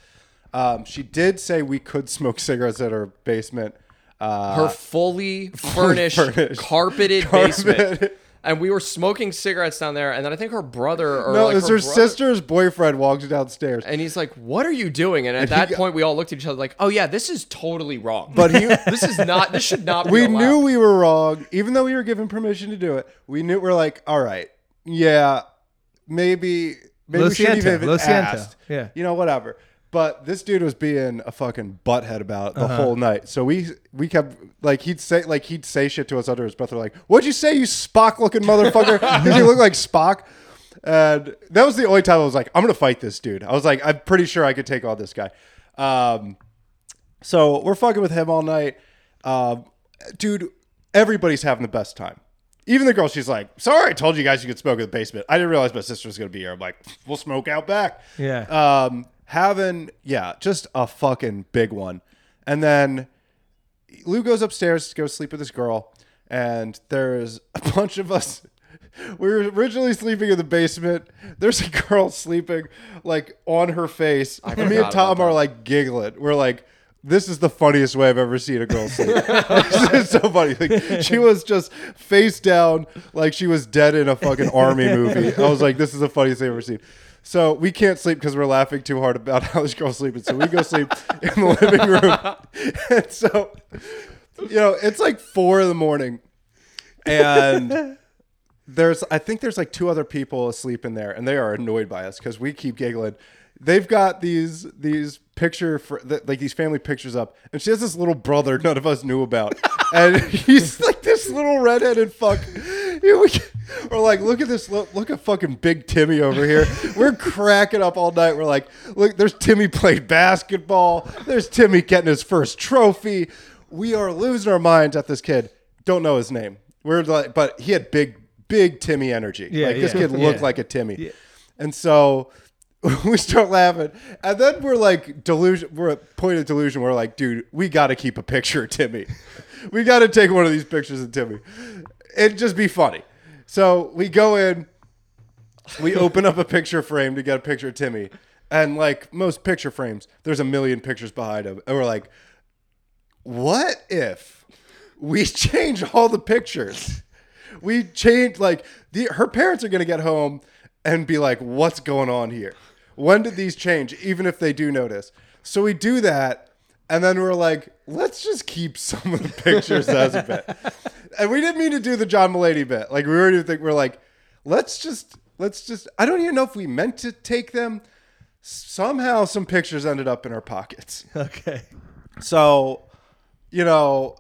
[SPEAKER 4] um, she did say we could smoke cigarettes at her basement uh,
[SPEAKER 2] her fully furnished,
[SPEAKER 4] furnished
[SPEAKER 2] carpeted basement.
[SPEAKER 4] carpet.
[SPEAKER 2] And we were smoking cigarettes down there, and then I think her brother or
[SPEAKER 4] no
[SPEAKER 2] like
[SPEAKER 4] it was
[SPEAKER 2] her
[SPEAKER 4] her
[SPEAKER 2] brother-
[SPEAKER 4] sister's boyfriend walked downstairs
[SPEAKER 2] and he's like, "What are you doing?" And at
[SPEAKER 4] he
[SPEAKER 2] that
[SPEAKER 4] got-
[SPEAKER 2] point, we all looked at each other like, "Oh yeah, this is totally wrong."
[SPEAKER 4] But he-
[SPEAKER 2] this is not. This should not. Be
[SPEAKER 4] we
[SPEAKER 2] allowed.
[SPEAKER 4] knew we were wrong, even though we were given permission to do it. We knew we're like, all right, yeah, maybe maybe
[SPEAKER 3] Lo
[SPEAKER 4] we shouldn't
[SPEAKER 3] siento,
[SPEAKER 4] even have
[SPEAKER 3] lo siento,
[SPEAKER 4] asked.
[SPEAKER 3] yeah.
[SPEAKER 4] you know, whatever. But this dude was being a fucking butthead about it the
[SPEAKER 3] Uh-huh.
[SPEAKER 4] whole night. So we we kept like he'd say like he'd say shit to us under his breath. We're like, "What'd you say, you Spock looking motherfucker? Did you look like Spock?" And that was the only time I was like, "I'm gonna fight this dude." I was like, "I'm pretty sure I could take on this guy." Um, so we're fucking with him all night. Um, dude, everybody's having the best time. Even the girl, she's like, sorry, I told you guys you could smoke in the basement. I didn't realize my sister was going to be here. I'm like, we'll smoke out back.
[SPEAKER 3] Yeah.
[SPEAKER 4] Um, having, yeah, just a fucking big one. And then Lou goes upstairs to go sleep with this girl, and there's a bunch of us. We were originally sleeping in the basement. There's a girl sleeping like on her face. And me and
[SPEAKER 2] forgot
[SPEAKER 4] Tom
[SPEAKER 2] about
[SPEAKER 4] are like giggling. We're like, this is the funniest way I've ever seen a girl sleep. this is so funny. Like, she was just face down, like she was dead in a fucking army movie. I was like, this is the funniest thing I've ever seen. So we can't sleep because we're laughing too hard about how this girl's sleeping. So we go sleep in the living room. And so, you know, it's like four in the morning. And there's, I think there's like two other people asleep in there, and they are annoyed by us because we keep giggling. They've got these these picture for th- like these family pictures up, and she has this little brother none of us knew about, and he's like this little redheaded fuck. Here we are like, look at this, look, look at fucking big Timmy over here. We're cracking up all night. We're like, look, there's Timmy played basketball. There's Timmy getting his first trophy. We are losing our minds at this kid. Don't know his name. We're like, but he had big, big Timmy energy.
[SPEAKER 3] Yeah,
[SPEAKER 4] like this
[SPEAKER 3] yeah.
[SPEAKER 4] kid looked
[SPEAKER 3] Yeah.
[SPEAKER 4] like a Timmy. And so we start laughing, and then we're like delusion. We're at point of delusion. We're like, dude, we got to keep a picture of Timmy. We got to take one of these pictures of Timmy. It'd just be funny. So we go in we open up a picture frame to get a picture of Timmy. And like most picture frames, there's a million pictures behind him. And we're like, what if we change all the pictures? We change like the her parents are gonna get home and be like, what's going on here? When did these change? Even if they do notice. So we do that, and then we're like, let's just keep some of the pictures as a bit. And we didn't mean to do the John Mulaney bit. Like we already think we're like, let's just let's just I don't even know if we meant to take them. Somehow some pictures ended up in our pockets.
[SPEAKER 3] Okay.
[SPEAKER 4] So, you know,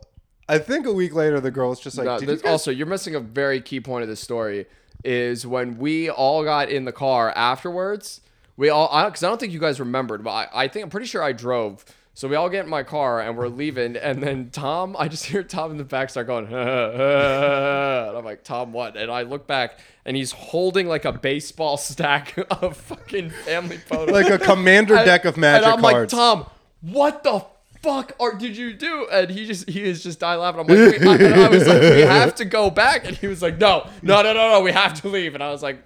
[SPEAKER 4] I think a week later the girl was just like,
[SPEAKER 2] No,
[SPEAKER 4] Did
[SPEAKER 2] Uh, this-
[SPEAKER 4] you guys-
[SPEAKER 2] also, you're missing a very key point of this story. Is when we all got in the car afterwards. We all because I, don't think you guys remembered, but I, I think I'm pretty sure I drove. So we all get in my car and we're leaving, and then Tom, I just hear Tom in the back start going, and I'm like, Tom, what? And I look back, and he's holding like a baseball stack of fucking family photos,
[SPEAKER 4] like a commander deck of magic
[SPEAKER 2] and I'm
[SPEAKER 4] cards.
[SPEAKER 2] like, Tom, what the fuck are did you do? And he just he is just dying laughing. I'm like, we, I, and I was like, we have to go back, and he was like, no, no, no, no, no, we have to leave. And I was like,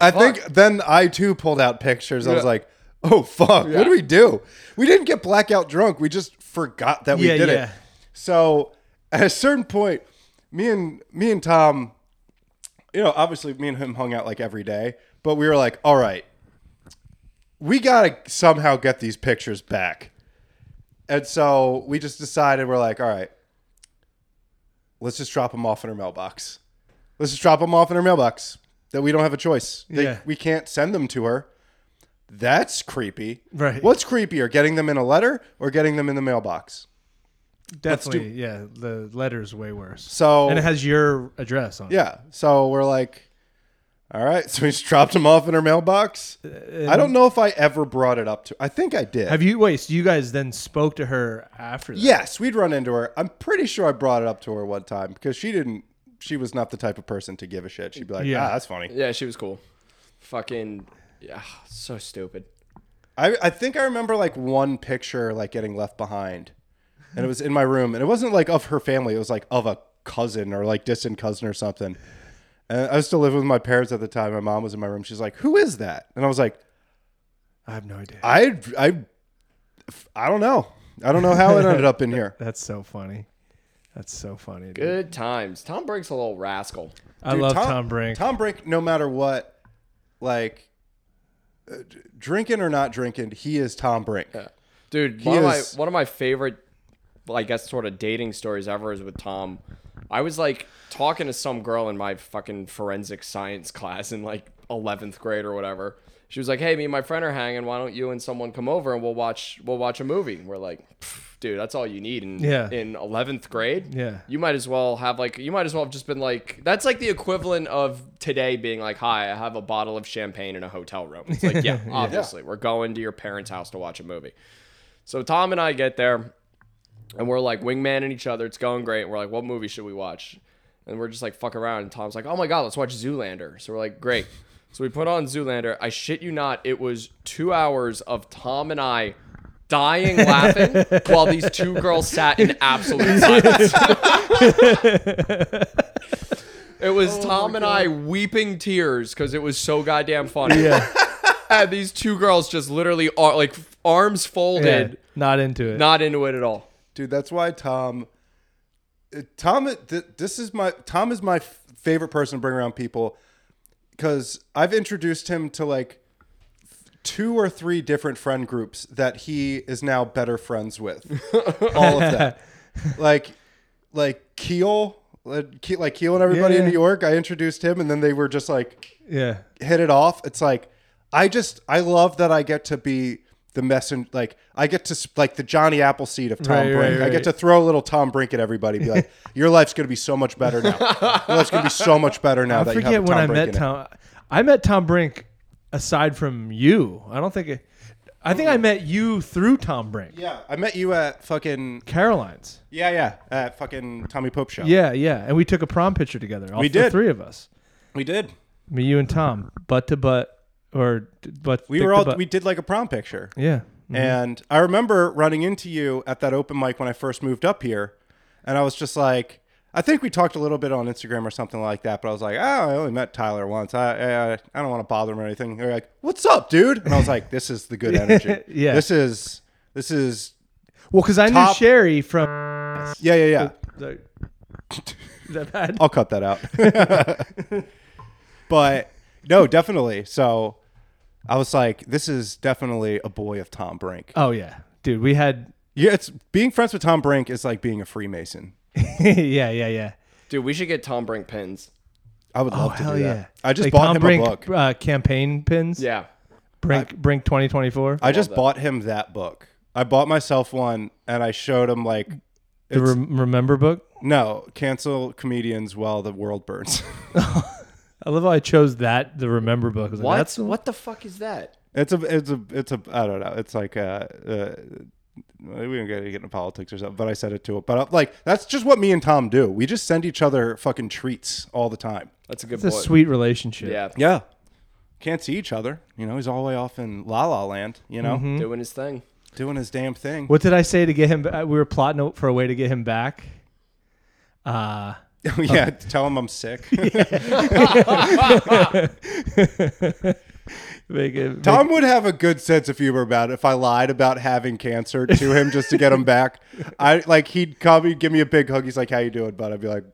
[SPEAKER 4] I think then I too pulled out pictures. I was
[SPEAKER 2] Yeah.
[SPEAKER 4] like, oh fuck,
[SPEAKER 2] Yeah.
[SPEAKER 4] what do we do? We didn't get blackout drunk. We just forgot that we
[SPEAKER 3] Yeah,
[SPEAKER 4] did
[SPEAKER 3] yeah.
[SPEAKER 4] it. So at a certain point, me and me and Tom, you know, obviously me and him hung out like every day, but we were like, all right, we gotta somehow get these pictures back. And so we just decided we're like, all right, let's just drop them off in her mailbox. Let's just drop them off in her mailbox. That we don't have a choice. They-
[SPEAKER 3] Yeah.
[SPEAKER 4] We can't send them to her. That's creepy.
[SPEAKER 3] Right.
[SPEAKER 4] What's creepier, getting them in a letter or getting them in the mailbox?
[SPEAKER 3] Definitely, yeah. The letter's way worse.
[SPEAKER 4] So
[SPEAKER 3] and it has your address on. it.
[SPEAKER 4] yeah. So we're like, all right. So we just dropped them off in her mailbox. I don't know if I ever brought it up to. I think I did.
[SPEAKER 3] Have you wait? So you guys then spoke to her after that?
[SPEAKER 4] Yes, we'd run into her. I'm pretty sure I brought it up to her one time because she didn't. She was not the type of person to give a shit. She'd be like,
[SPEAKER 3] Yeah.
[SPEAKER 4] "Ah, that's funny."
[SPEAKER 2] Yeah, she was cool. Fucking, yeah, so stupid.
[SPEAKER 4] I, I think I remember like one picture like getting left behind, and it was in my room, and it wasn't like of her family. It was like of a cousin or like distant cousin or something. And I was still living with my parents at the time. My mom was in my room. She's like, "Who is that?" And I was like,
[SPEAKER 3] I have no idea.
[SPEAKER 4] "I I I don't know. I don't know how it ended up in here."
[SPEAKER 3] That's so funny. That's so funny. dude.
[SPEAKER 2] Good times. Tom Brank's a little rascal.
[SPEAKER 3] I
[SPEAKER 4] Dude,
[SPEAKER 3] love Tom, Brink.
[SPEAKER 4] Tom Brink, no matter what, like uh, d- drinking or not drinking, he is Tom Brink.
[SPEAKER 2] Dude, one of, my,
[SPEAKER 4] is-
[SPEAKER 2] one of my favorite, I guess, sort of dating stories ever is with Tom. I was like talking to some girl in my fucking forensic science class in like 11th grade or whatever. She was like, "Hey, me and my friend are hanging. Why don't you and someone come over and we'll watch we'll watch a movie?" We're like, "Pff, "Dude, that's all you need in
[SPEAKER 3] Yeah.
[SPEAKER 2] in 11th grade.
[SPEAKER 3] Yeah.
[SPEAKER 2] you might as well have like you might as well have just been like that's like the equivalent of today being like, "Hi, I have a bottle of champagne in a hotel room." It's like, yeah, obviously, we're going to your parents' house to watch a movie. So Tom and I get there, and we're like wingmanning each other. It's going great. And we're like, what movie should we watch? And we're just like fuck around. And Tom's like, oh my god, let's watch Zoolander. So we're like, great. So we put on Zoolander. I shit you not, it was two hours of Tom and I dying laughing while these two girls sat in absolute silence. it was
[SPEAKER 3] Oh
[SPEAKER 2] Tom and I weeping tears because it was so goddamn funny.
[SPEAKER 3] Yeah.
[SPEAKER 2] And these two girls just literally are like arms
[SPEAKER 3] Yeah,
[SPEAKER 2] folded,
[SPEAKER 3] not into it.
[SPEAKER 2] not into it at all.
[SPEAKER 4] Dude, that's why Tom. uh, Tom, th- this is my Tom is my f- favorite person to bring around people because I've introduced him to like two or three different friend groups that he is now better friends with. All of that, like, like Keel, like Keel like Keel and everybody in
[SPEAKER 3] Yeah.
[SPEAKER 4] New York. I introduced him, and then they were just like,
[SPEAKER 3] yeah.
[SPEAKER 4] hit it off. It's like I just I love that I get to be the messenger. Like I get to sp- like the Johnny Appleseed of Tom
[SPEAKER 3] Right, right,
[SPEAKER 4] Brink. I
[SPEAKER 3] right.
[SPEAKER 4] get to throw a little Tom Brink at everybody. Be like, your life's gonna be so much better now. Your life's gonna be so much better now
[SPEAKER 3] I
[SPEAKER 4] that you have
[SPEAKER 3] forget
[SPEAKER 4] a Tom
[SPEAKER 3] when I
[SPEAKER 4] Brink
[SPEAKER 3] met
[SPEAKER 4] in it."
[SPEAKER 3] Tom. I met Tom Brink aside from you. I don't think. It, I think I met you through Tom Brink.
[SPEAKER 4] Oh. Yeah, I met you at fucking
[SPEAKER 3] Caroline's.
[SPEAKER 4] yeah yeah at fucking Tommy Pope show.
[SPEAKER 3] Yeah, yeah, and we took a prom picture together. All
[SPEAKER 4] We
[SPEAKER 3] the
[SPEAKER 4] did.
[SPEAKER 3] Three of us.
[SPEAKER 4] we did.
[SPEAKER 3] Me, you, and Tom, butt to butt, or d- butt.
[SPEAKER 4] We
[SPEAKER 3] dick
[SPEAKER 4] were
[SPEAKER 3] to
[SPEAKER 4] all
[SPEAKER 3] butt.
[SPEAKER 4] we did like a prom picture.
[SPEAKER 3] Yeah.
[SPEAKER 4] And I remember running into you at that open mic when I first moved up here. And I was just like, I think we talked a little bit on Instagram or something like that. But I was like, oh, I only met Tyler once. I I, I don't want to bother him or anything. They're like, what's up, dude? And I was like, this is the good energy.
[SPEAKER 3] Yeah.
[SPEAKER 4] This is, this is,
[SPEAKER 3] Well, because I knew
[SPEAKER 4] Top-
[SPEAKER 3] Sherry from.
[SPEAKER 4] yeah, yeah, yeah.
[SPEAKER 3] Is that bad?
[SPEAKER 4] I'll cut that out. but no, definitely. So I was like, this is definitely a boy of Tom Brink.
[SPEAKER 3] Oh yeah, dude. We had.
[SPEAKER 4] Yeah, it's being friends with Tom Brink is like being a Freemason.
[SPEAKER 3] yeah, yeah, yeah.
[SPEAKER 2] Dude, we should get Tom Brink pins.
[SPEAKER 4] I would
[SPEAKER 3] Oh
[SPEAKER 4] love to
[SPEAKER 3] hell
[SPEAKER 4] do
[SPEAKER 3] yeah!
[SPEAKER 4] that. I just
[SPEAKER 3] Like
[SPEAKER 4] bought
[SPEAKER 3] Tom
[SPEAKER 4] him
[SPEAKER 3] Brink,
[SPEAKER 4] a book.
[SPEAKER 3] Uh, campaign pins.
[SPEAKER 2] Yeah.
[SPEAKER 3] Brink Brink twenty twenty four.
[SPEAKER 4] I just
[SPEAKER 2] that.
[SPEAKER 4] bought him that book. I bought myself one and I showed him like
[SPEAKER 3] The rem- remember book.
[SPEAKER 4] no, cancel comedians while the world burns.
[SPEAKER 3] I love how I chose that. The remember book. I was like,
[SPEAKER 2] What?
[SPEAKER 3] That's
[SPEAKER 2] what the fuck is that?
[SPEAKER 4] it's a it's a it's a I don't know. It's like uh, uh we don't gotta get into politics or something, but I said it to it. But uh, like that's just what me and Tom do. We just send each other fucking treats all the time.
[SPEAKER 2] That's a good
[SPEAKER 3] it's a
[SPEAKER 2] boy.
[SPEAKER 3] sweet relationship.
[SPEAKER 2] yeah,
[SPEAKER 4] Yeah. Can't see each other. You know, he's all the way off in La La Land, you know,
[SPEAKER 2] doing his thing.
[SPEAKER 4] doing his damn thing.
[SPEAKER 3] What did I say to get him? ba- We were plotting for a way to get him back. Uh
[SPEAKER 4] yeah, tell him I'm sick.
[SPEAKER 3] Make it- make-
[SPEAKER 4] Tom would have a good sense of humor about it if I lied about having cancer to him just to get him back. I like he'd come, he'd give me a big hug. He's like, "How you doing?" But I'd be like,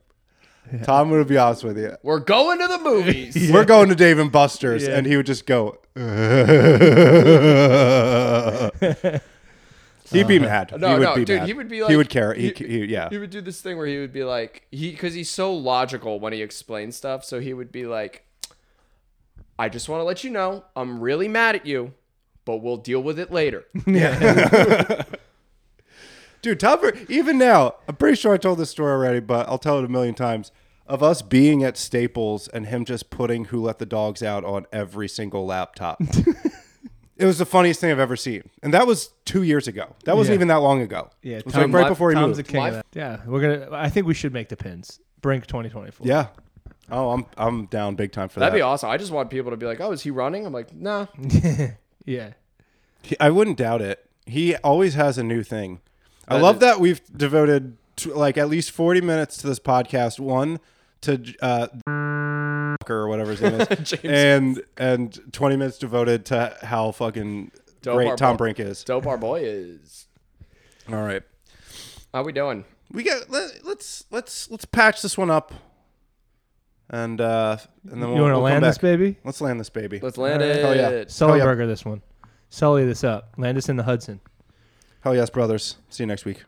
[SPEAKER 4] "Tom would be honest with you.
[SPEAKER 2] We're going to the movies.
[SPEAKER 4] We're going to Dave and Buster's,"
[SPEAKER 3] Yeah.
[SPEAKER 4] and he would just go. he'd be mad.
[SPEAKER 2] Uh-huh. No,
[SPEAKER 4] he would
[SPEAKER 2] no,
[SPEAKER 4] be
[SPEAKER 2] dude,
[SPEAKER 4] mad.
[SPEAKER 2] he would be like
[SPEAKER 4] he would care. He,
[SPEAKER 2] he-
[SPEAKER 4] he- yeah.
[SPEAKER 2] He would do this thing where he would be like, he because he's so logical when he explains stuff. So he would be like, "I just want to let you know, I'm really mad at you, but we'll deal with it later."
[SPEAKER 4] Dude, Tom, Brady- even now, I'm pretty sure I told this story already, but I'll tell it a million times of us being at Staples and him just putting Who Let the Dogs Out on every single laptop. it was the funniest thing I've ever seen. And that was two years ago. That wasn't
[SPEAKER 3] Yeah.
[SPEAKER 4] even that long ago.
[SPEAKER 3] Yeah,
[SPEAKER 4] It was
[SPEAKER 3] Tom-
[SPEAKER 4] like right
[SPEAKER 2] my-
[SPEAKER 4] before he
[SPEAKER 3] Tom's the
[SPEAKER 4] moved.
[SPEAKER 3] king
[SPEAKER 2] My-
[SPEAKER 3] of that. Yeah, we're gonna. I think we should make the pins. Brink 2024.
[SPEAKER 4] yeah. Oh, I'm I'm down big time for
[SPEAKER 2] That'd be
[SPEAKER 4] that.
[SPEAKER 2] awesome. I just want people to be like, "Oh, is he running?" I'm like, "Nah."
[SPEAKER 3] yeah.
[SPEAKER 4] He- I wouldn't doubt it. He always has a new thing. I love that we've devoted to, like at least 40 minutes to this podcast. One to uh, or whatever his name is,
[SPEAKER 2] James
[SPEAKER 4] and and 20 minutes devoted to how fucking
[SPEAKER 2] Dope
[SPEAKER 4] great
[SPEAKER 2] our
[SPEAKER 4] Tom
[SPEAKER 2] bo-
[SPEAKER 4] Brink is.
[SPEAKER 2] Dope our boy is.
[SPEAKER 4] All right,
[SPEAKER 2] How we doing?
[SPEAKER 4] we got let, let's let's let's patch this one up, and uh and then we'll,
[SPEAKER 3] you want to
[SPEAKER 4] we'll come
[SPEAKER 3] land this
[SPEAKER 4] back.
[SPEAKER 3] baby?
[SPEAKER 4] Let's land this baby.
[SPEAKER 2] Let's land
[SPEAKER 3] Alright.
[SPEAKER 2] it.
[SPEAKER 4] Oh, yeah.
[SPEAKER 3] Sully
[SPEAKER 4] yeah.
[SPEAKER 3] burger this one. Sully this up. Land us in the Hudson.
[SPEAKER 4] Hell yes, brothers. See you next week.